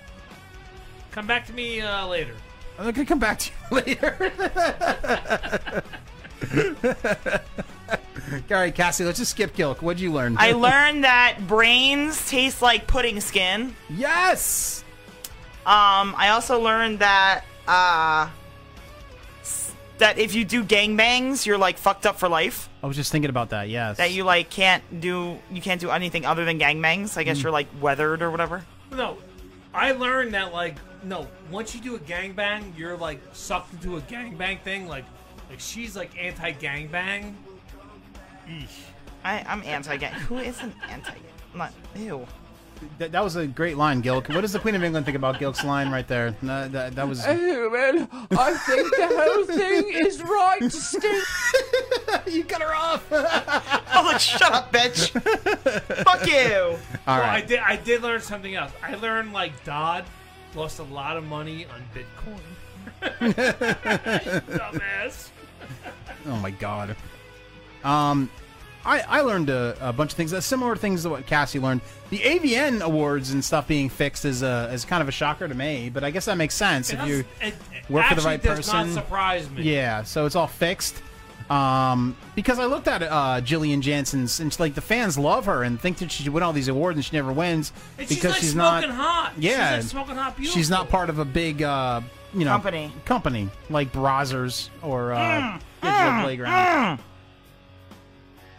[SPEAKER 10] Come back to me uh, later.
[SPEAKER 21] I'm gonna come back to you later. All right, Cassie, let's just skip Gilk. What'd you learn?
[SPEAKER 22] I learned that brains taste like pudding skin.
[SPEAKER 21] Yes.
[SPEAKER 22] Um, I also learned that uh, s- that if you do gangbangs, you're like fucked up for life.
[SPEAKER 21] I was just thinking about that. Yes.
[SPEAKER 22] That you like can't do you can't do anything other than gangbangs. I guess
[SPEAKER 21] Mm.
[SPEAKER 22] you're like weathered or whatever.
[SPEAKER 10] No, I learned that like no, once you do a gangbang, you're like sucked into a gangbang thing. Like, like she's like anti gangbang.
[SPEAKER 22] I I'm anti gang. Who isn't anti? I'm not. Ew.
[SPEAKER 21] That, that was a great line, Gilk. What does the Queen of England think about Gilk's line right there? No, that, that was.
[SPEAKER 24] Oh, well, I think the whole thing is right, Steve.
[SPEAKER 21] you cut her off.
[SPEAKER 22] oh, like, shut up, bitch. Fuck you.
[SPEAKER 10] well, I
[SPEAKER 21] right.
[SPEAKER 10] did. I did learn something else. I learned like Dodd lost a lot of money on Bitcoin. Dumbass.
[SPEAKER 21] Oh my god. Um, I I learned a, a bunch of things, uh, similar things to what Cassie learned. The AVN awards and stuff being fixed is a is kind of a shocker to me, but I guess that makes sense if you
[SPEAKER 10] It
[SPEAKER 21] work for the
[SPEAKER 10] actually
[SPEAKER 21] right
[SPEAKER 10] does
[SPEAKER 21] person.
[SPEAKER 10] Not surprise me.
[SPEAKER 21] Yeah, so it's all fixed. Um, because I looked at uh, Jillian Jansen's, and it's like the fans love her and think that she should win all these awards, and she never wins
[SPEAKER 10] And she's,
[SPEAKER 21] because
[SPEAKER 10] like,
[SPEAKER 21] not
[SPEAKER 10] smoking hot. She's,
[SPEAKER 21] Yeah,
[SPEAKER 10] like, smoking hot
[SPEAKER 21] She's not part of a big, uh, you know,
[SPEAKER 10] Company.
[SPEAKER 21] company like Brazzers or uh,
[SPEAKER 22] Mm,
[SPEAKER 21] Digital
[SPEAKER 22] mm,
[SPEAKER 21] Playground.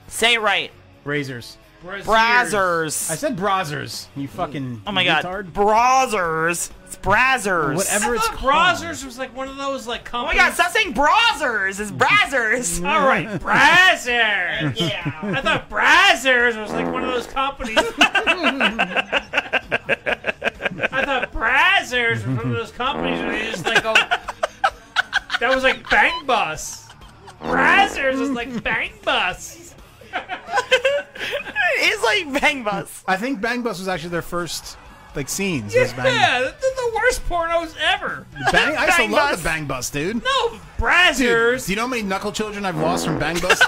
[SPEAKER 22] Say it right.
[SPEAKER 21] Razors.
[SPEAKER 22] Brazzers.
[SPEAKER 21] I said Brazzers. You fucking.
[SPEAKER 22] Oh my god.
[SPEAKER 21] retard.
[SPEAKER 22] Brazzers. It's Brazzers.
[SPEAKER 21] Whatever it's
[SPEAKER 10] I thought Brazzers was like one of those like.
[SPEAKER 22] Oh my
[SPEAKER 10] Companies.
[SPEAKER 22] god, stop saying Brazzers. It's Brazzers.
[SPEAKER 10] All right, Brazzers.
[SPEAKER 22] yeah.
[SPEAKER 10] I thought Brazzers was like one of those companies. I thought Brazzers was one of those companies where they just like go. That was like Bang Bus. Brazzers was like Bang Bus.
[SPEAKER 22] it is like Bang Bus.
[SPEAKER 21] I think Bang Bus was actually their first like scenes. was Bang,
[SPEAKER 10] Yeah, that's the worst pornos ever.
[SPEAKER 21] Bang- I used to love the Bang Bus, dude.
[SPEAKER 10] No,
[SPEAKER 21] Brazzers. do you know how many knuckle children I've lost from Bang Bus?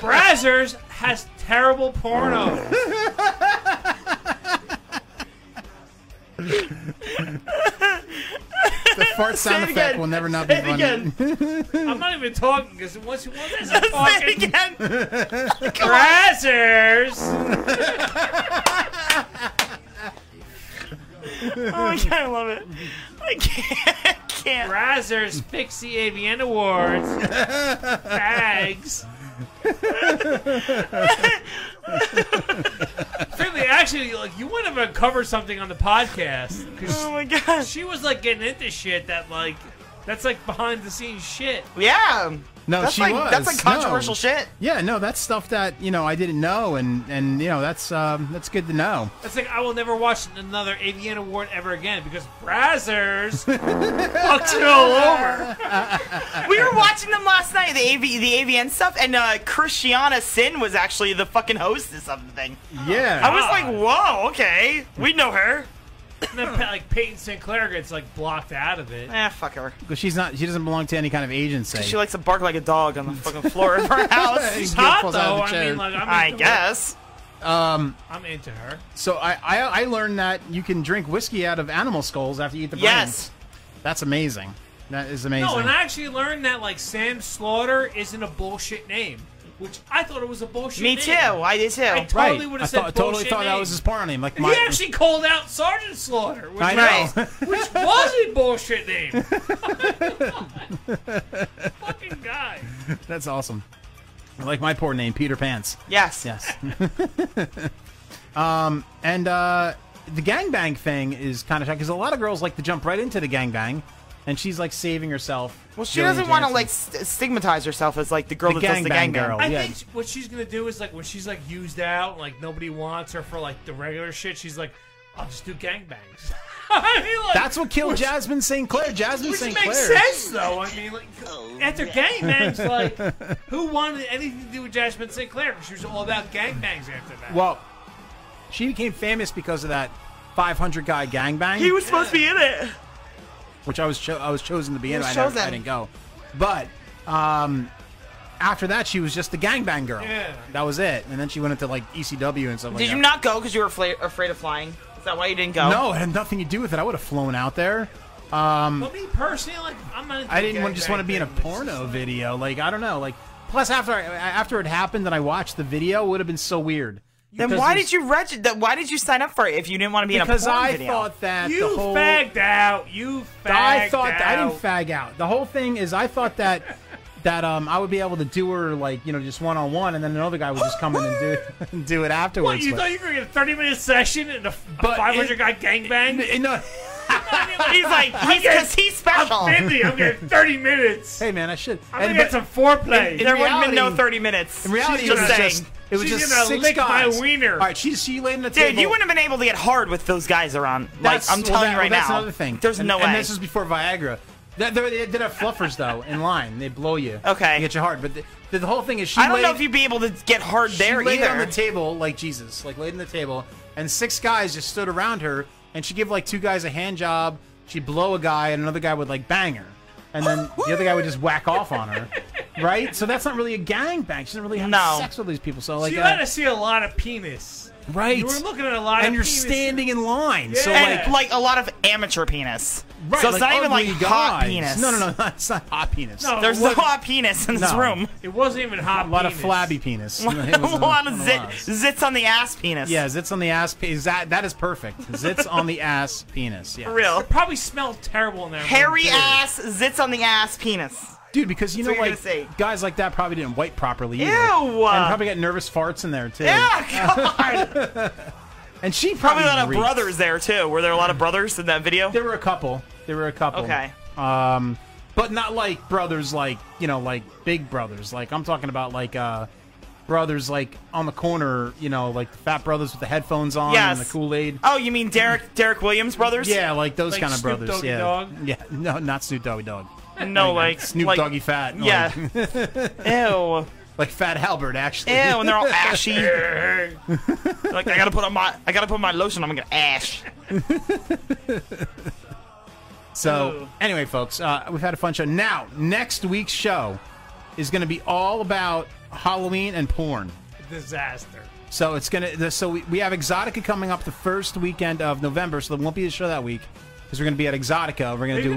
[SPEAKER 10] Brazzers has terrible porno.
[SPEAKER 21] the fart sound
[SPEAKER 10] Say it
[SPEAKER 21] effect
[SPEAKER 10] again.
[SPEAKER 21] will never not be
[SPEAKER 10] Say it
[SPEAKER 21] funny.
[SPEAKER 10] again. I'm not even talking because once you want this, I'm
[SPEAKER 22] Say
[SPEAKER 10] talking.
[SPEAKER 22] it again.
[SPEAKER 10] Brazzers.
[SPEAKER 22] oh my god, I love it. I can't. can't.
[SPEAKER 10] Brazzers fix the AVN Awards. Bags. Apparently, actually, like you want to uncover something on the podcast. oh
[SPEAKER 22] my god,
[SPEAKER 10] she was like getting into shit that like that's like behind the scenes shit.
[SPEAKER 22] Yeah.
[SPEAKER 21] No, she was. No.
[SPEAKER 22] shit.
[SPEAKER 21] Yeah, no, that's stuff that you know I didn't know, and and you know that's um, that's good to know.
[SPEAKER 10] It's like I will never watch another AVN award ever again because Brazzers fucked it all over.
[SPEAKER 22] we were watching them last night, the AV, the AVN stuff, and uh, Christiana Sin was actually the fucking hostess of the thing.
[SPEAKER 21] Yeah.
[SPEAKER 22] I was like, whoa, okay, we know her.
[SPEAKER 10] And then like Peyton Sinclair gets like blocked out of it.
[SPEAKER 22] Eh, fuck her.
[SPEAKER 21] Because she's not, she doesn't belong to any kind of agency.
[SPEAKER 22] She likes to bark like a dog on the fucking floor of her house.
[SPEAKER 21] She's hot, Falls out of though. the I chair. mean, like, I'm
[SPEAKER 22] I
[SPEAKER 21] into
[SPEAKER 22] guess.
[SPEAKER 21] Um,
[SPEAKER 10] I'm into her.
[SPEAKER 21] so I, I I learned that you can drink whiskey out of animal skulls after you eat the
[SPEAKER 10] Yes.
[SPEAKER 21] brains. That's amazing. That is amazing.
[SPEAKER 10] No, and I actually learned that like Sam Slaughter isn't a bullshit name, which I thought it was a bullshit.
[SPEAKER 22] Me
[SPEAKER 10] name.
[SPEAKER 22] too. I did too.
[SPEAKER 10] I totally
[SPEAKER 21] Right.
[SPEAKER 10] would
[SPEAKER 21] I
[SPEAKER 10] have said
[SPEAKER 21] thought- totally
[SPEAKER 10] bullshit
[SPEAKER 21] thought that
[SPEAKER 10] name.
[SPEAKER 21] was his porn name. Like
[SPEAKER 10] He
[SPEAKER 21] my,
[SPEAKER 10] actually called out Sergeant Slaughter, which,
[SPEAKER 21] I know.
[SPEAKER 10] which was a bullshit name. Fucking guy.
[SPEAKER 21] That's awesome. Like my poor name, Peter Pants.
[SPEAKER 22] Yes.
[SPEAKER 21] Yes. um, and uh, the gangbang thing is kind of shocking because a lot of girls like to jump right into the gangbang, and she's like saving herself.
[SPEAKER 22] Well, she doesn't want to like st- stigmatize herself as like the girl
[SPEAKER 21] The
[SPEAKER 22] that does the
[SPEAKER 21] gangbang
[SPEAKER 22] gangbang.
[SPEAKER 21] girl,
[SPEAKER 10] I think sh- what she's gonna do is like when she's like used out, like nobody wants her for like the regular shit. She's like, I'll just do gangbangs. I mean, like,
[SPEAKER 21] That's what killed Jasmine St. Clair. Jasmine
[SPEAKER 10] Which
[SPEAKER 21] St. Clair.
[SPEAKER 10] makes sense, though. I mean, like, after gangbangs, like, who wanted anything to do with Jasmine Sinclair? Because she was all about gangbangs after that.
[SPEAKER 21] Well, she became famous because of that 500 guy gangbang.
[SPEAKER 10] He was supposed to be
[SPEAKER 22] in it.
[SPEAKER 21] Which I was cho- I was chosen to be
[SPEAKER 22] He
[SPEAKER 21] in.
[SPEAKER 22] was
[SPEAKER 21] I, never-
[SPEAKER 22] chosen.
[SPEAKER 21] I didn't go. But um, after that, she was just the gangbang girl.
[SPEAKER 22] Yeah.
[SPEAKER 21] That was it. And then she went into like ECW and stuff like
[SPEAKER 22] Did
[SPEAKER 21] that.
[SPEAKER 22] you not go because you were fla- afraid of flying? Is that why you didn't go?
[SPEAKER 21] No, it had nothing to do with it. I would have flown out there. Um,
[SPEAKER 10] But me personally, like, I'm not. Into
[SPEAKER 21] I didn't
[SPEAKER 10] the
[SPEAKER 21] want just
[SPEAKER 10] gangbang
[SPEAKER 21] want to be in a
[SPEAKER 10] thing, but it's
[SPEAKER 21] porno
[SPEAKER 10] just like-
[SPEAKER 21] video. Like I don't know. Like plus after I, after it happened and I watched the video, it would have been so weird.
[SPEAKER 22] Then why did you register? Why did you sign up for it if you didn't want to be
[SPEAKER 21] Because
[SPEAKER 22] in a porn
[SPEAKER 21] I
[SPEAKER 22] video?
[SPEAKER 21] thought that
[SPEAKER 22] You
[SPEAKER 21] the whole
[SPEAKER 22] fagged
[SPEAKER 10] out. You
[SPEAKER 21] I
[SPEAKER 22] fagged
[SPEAKER 21] thought I didn't
[SPEAKER 22] out.
[SPEAKER 21] fag out. The whole thing is I thought that that um I would be able to do her like you know just one on one, and then another guy would just come in and do and do it afterwards.
[SPEAKER 10] What you
[SPEAKER 21] but-
[SPEAKER 10] thought you were gonna get a thirty minute session and a five hundred guy gangbang?
[SPEAKER 21] No,
[SPEAKER 22] he's like he's because he's special.
[SPEAKER 21] I'm
[SPEAKER 22] Fifty.
[SPEAKER 21] 50, I'm getting
[SPEAKER 10] thirty minutes.
[SPEAKER 21] Hey man, I should.
[SPEAKER 22] I'm
[SPEAKER 21] and-
[SPEAKER 22] gonna get
[SPEAKER 21] but-
[SPEAKER 22] some foreplay.
[SPEAKER 21] in- in
[SPEAKER 22] There wouldn't have been no
[SPEAKER 21] reality-
[SPEAKER 22] 30 minutes.
[SPEAKER 21] In reality,
[SPEAKER 22] She's
[SPEAKER 21] it was
[SPEAKER 22] gonna-
[SPEAKER 21] just it was
[SPEAKER 22] She's
[SPEAKER 21] just
[SPEAKER 22] gonna
[SPEAKER 21] six
[SPEAKER 22] lick my
[SPEAKER 21] guys.
[SPEAKER 22] wiener.
[SPEAKER 21] All right, she's she laying the
[SPEAKER 22] Dude,
[SPEAKER 21] table.
[SPEAKER 22] you wouldn't have been able to get hard with those guys around.
[SPEAKER 21] That's-
[SPEAKER 22] like I'm
[SPEAKER 21] well,
[SPEAKER 22] telling
[SPEAKER 21] that-
[SPEAKER 22] you right
[SPEAKER 21] well, that's
[SPEAKER 22] now.
[SPEAKER 21] another thing.
[SPEAKER 22] There's
[SPEAKER 21] And-
[SPEAKER 22] no
[SPEAKER 21] And
[SPEAKER 22] way.
[SPEAKER 21] this is before Viagra. That- They, they did have fluffers though in line. They blow you. Okay. You get you hard, but the, the whole thing is she.
[SPEAKER 22] I don't know
[SPEAKER 21] laid-
[SPEAKER 22] if you'd be able to get hard
[SPEAKER 21] she
[SPEAKER 22] there
[SPEAKER 21] laid
[SPEAKER 22] either.
[SPEAKER 21] on the table like Jesus, like laid on the table, and six guys just stood around her, and she give like two guys a hand job. She'd blow a guy, and another guy would like bang her, and then the other guy would just whack off on her, right? So that's not really a gang bang. She doesn't really have
[SPEAKER 10] No.
[SPEAKER 21] sex with these people. So like,
[SPEAKER 10] you
[SPEAKER 21] uh,
[SPEAKER 10] let us see a lot of penis.
[SPEAKER 21] right?
[SPEAKER 10] You were looking at a lot
[SPEAKER 21] and
[SPEAKER 10] of
[SPEAKER 21] you're
[SPEAKER 10] penis.
[SPEAKER 21] standing in line. So
[SPEAKER 22] And,
[SPEAKER 21] like,
[SPEAKER 22] like a lot of amateur penis.
[SPEAKER 21] Right,
[SPEAKER 22] so it's
[SPEAKER 21] like
[SPEAKER 22] not even like
[SPEAKER 21] ugly
[SPEAKER 22] hot
[SPEAKER 21] guys.
[SPEAKER 22] penis.
[SPEAKER 21] No, no, no, it's not hot penis.
[SPEAKER 22] No, There's no hot penis in this
[SPEAKER 21] No.
[SPEAKER 22] room.
[SPEAKER 10] It wasn't even hot.
[SPEAKER 21] A lot of flabby penis.
[SPEAKER 22] a
[SPEAKER 21] It was
[SPEAKER 22] lot of
[SPEAKER 21] not
[SPEAKER 22] zit,
[SPEAKER 21] allowed.
[SPEAKER 22] zits on the ass penis.
[SPEAKER 21] Yeah, zits on the ass. pe- Is that that is perfect? Zits on the ass penis. Yeah.
[SPEAKER 22] For real.
[SPEAKER 10] It probably smelled terrible in there.
[SPEAKER 22] Hairy ass zits on the ass penis.
[SPEAKER 21] Dude, because you
[SPEAKER 22] That's
[SPEAKER 21] know,
[SPEAKER 22] what you're
[SPEAKER 21] like
[SPEAKER 22] gonna
[SPEAKER 21] guys like that probably didn't wipe properly. Either.
[SPEAKER 22] Ew.
[SPEAKER 21] And probably got nervous farts in there too. And she
[SPEAKER 22] probably, a lot of
[SPEAKER 21] reeked.
[SPEAKER 22] brothers there too. Were there a lot of brothers in that video? There
[SPEAKER 21] were a couple. There were a couple.
[SPEAKER 22] Okay.
[SPEAKER 21] Um, but not like brothers, like you know, like big brothers. Like I'm talking about like uh, brothers like on the corner. You know, like the fat brothers with the headphones on and
[SPEAKER 22] Yes.
[SPEAKER 21] the Kool Aid.
[SPEAKER 22] Oh, you mean Derek Derek Williams brothers?
[SPEAKER 21] Yeah, like those kind of
[SPEAKER 22] Snoop
[SPEAKER 21] brothers.
[SPEAKER 22] Doggy
[SPEAKER 21] yeah,
[SPEAKER 22] Dogg?
[SPEAKER 21] yeah. No, not Snoop Doggy Dog.
[SPEAKER 22] No, like-
[SPEAKER 21] Snoop
[SPEAKER 22] like-
[SPEAKER 21] Doggy Fat. and,
[SPEAKER 22] Yeah. Ew.
[SPEAKER 21] Like Fat Albert, actually.
[SPEAKER 22] Ew, and they're all ashy. like I gotta put on my I gotta put my lotion. on, I'm gonna ash.
[SPEAKER 21] So anyway, folks, uh, we've had a fun show. Now next week's show is going to be all about Halloween and porn.
[SPEAKER 10] Disaster.
[SPEAKER 21] So it's gonna. the- So we, we have Exotica coming up the first weekend of November. So there won't be a show that week because we're gonna be at Exotica. We're gonna do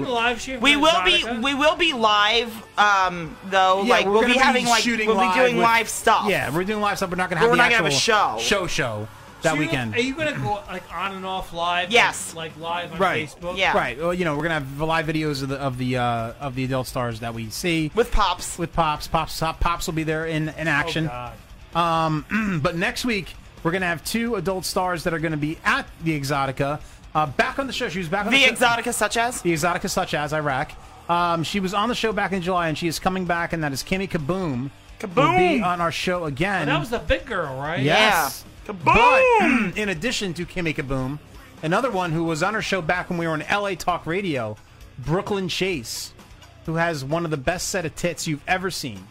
[SPEAKER 22] We will be we will be live um though. like we'll
[SPEAKER 21] gonna
[SPEAKER 22] be having like
[SPEAKER 21] shooting
[SPEAKER 22] we'll be
[SPEAKER 21] live
[SPEAKER 22] doing
[SPEAKER 21] with-
[SPEAKER 22] live stuff.
[SPEAKER 21] Yeah, we're doing live stuff. We're not gonna
[SPEAKER 22] But
[SPEAKER 21] have.
[SPEAKER 22] we're
[SPEAKER 21] the
[SPEAKER 22] not gonna have a
[SPEAKER 21] actual
[SPEAKER 22] show.
[SPEAKER 21] Show show that
[SPEAKER 10] So you-
[SPEAKER 21] weekend.
[SPEAKER 10] Are you gonna go like on and off live?
[SPEAKER 22] Yes.
[SPEAKER 10] Like, like live on
[SPEAKER 21] right.
[SPEAKER 10] Facebook.
[SPEAKER 21] Right. Well, you know, we're gonna have live videos of the of the uh, of the adult stars that we see
[SPEAKER 22] with pops.
[SPEAKER 21] With pops, pops, Pop- pops will be there in in action.
[SPEAKER 10] Oh, God.
[SPEAKER 21] Um, but next week we're gonna have two adult stars that are gonna be at the Exotica. Uh, back on the show, she was back on the,
[SPEAKER 22] The
[SPEAKER 21] show-
[SPEAKER 22] Exotica such as
[SPEAKER 21] the Exotica, such as Iraq. Um, she was on the show back in July, and she is coming back, and that is Kimmy Kaboom. Kaboom will be on our show
[SPEAKER 10] Oh,
[SPEAKER 21] again.
[SPEAKER 10] that was the big girl, right?
[SPEAKER 21] Yes. Kaboom! But in addition to Kimmy Kaboom, another one who was on her show back when we were on LA Talk Radio, Brooklyn Chase, who has one of the best set of tits you've ever seen,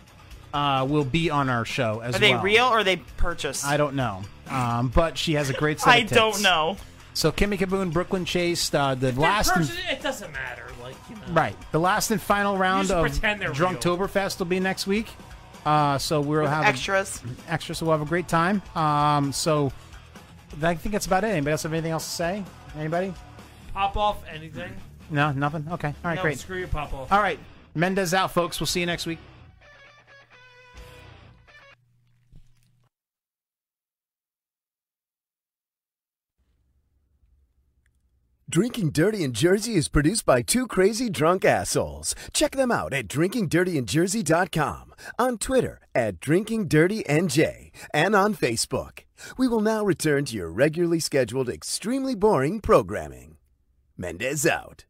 [SPEAKER 21] uh, will be on our show as
[SPEAKER 22] Are they
[SPEAKER 21] well.
[SPEAKER 22] real or are they purchased?
[SPEAKER 21] I don't know. Um, but she has a great set
[SPEAKER 22] I
[SPEAKER 21] of tits.
[SPEAKER 22] don't know.
[SPEAKER 21] So Kimmy Kaboom, Brooklyn Chase, uh, the
[SPEAKER 10] That
[SPEAKER 21] last and
[SPEAKER 10] person, it doesn't matter. Like you know.
[SPEAKER 21] Right. The last and final round
[SPEAKER 10] just
[SPEAKER 21] of
[SPEAKER 10] pretend they're
[SPEAKER 21] Drunktoberfest will be next week. Uh, so we'll
[SPEAKER 22] With
[SPEAKER 21] have
[SPEAKER 22] extras.
[SPEAKER 21] Extras. So we'll have a great time. Um, so I think that's about it. Anybody else have anything else to say? Anybody?
[SPEAKER 10] Pop off anything.
[SPEAKER 21] No, nothing. Okay. All right.
[SPEAKER 10] no,
[SPEAKER 21] great.
[SPEAKER 10] Screw your pop off.
[SPEAKER 21] All right. Mendez out, folks. We'll see you next week.
[SPEAKER 25] Drinking Dirty in Jersey is produced by two crazy drunk assholes. Check them out at drinkingdirtyinjersey.com, on Twitter at drinkingdirtynj, and on Facebook. We will now return to your regularly scheduled, extremely boring programming. Mendez out.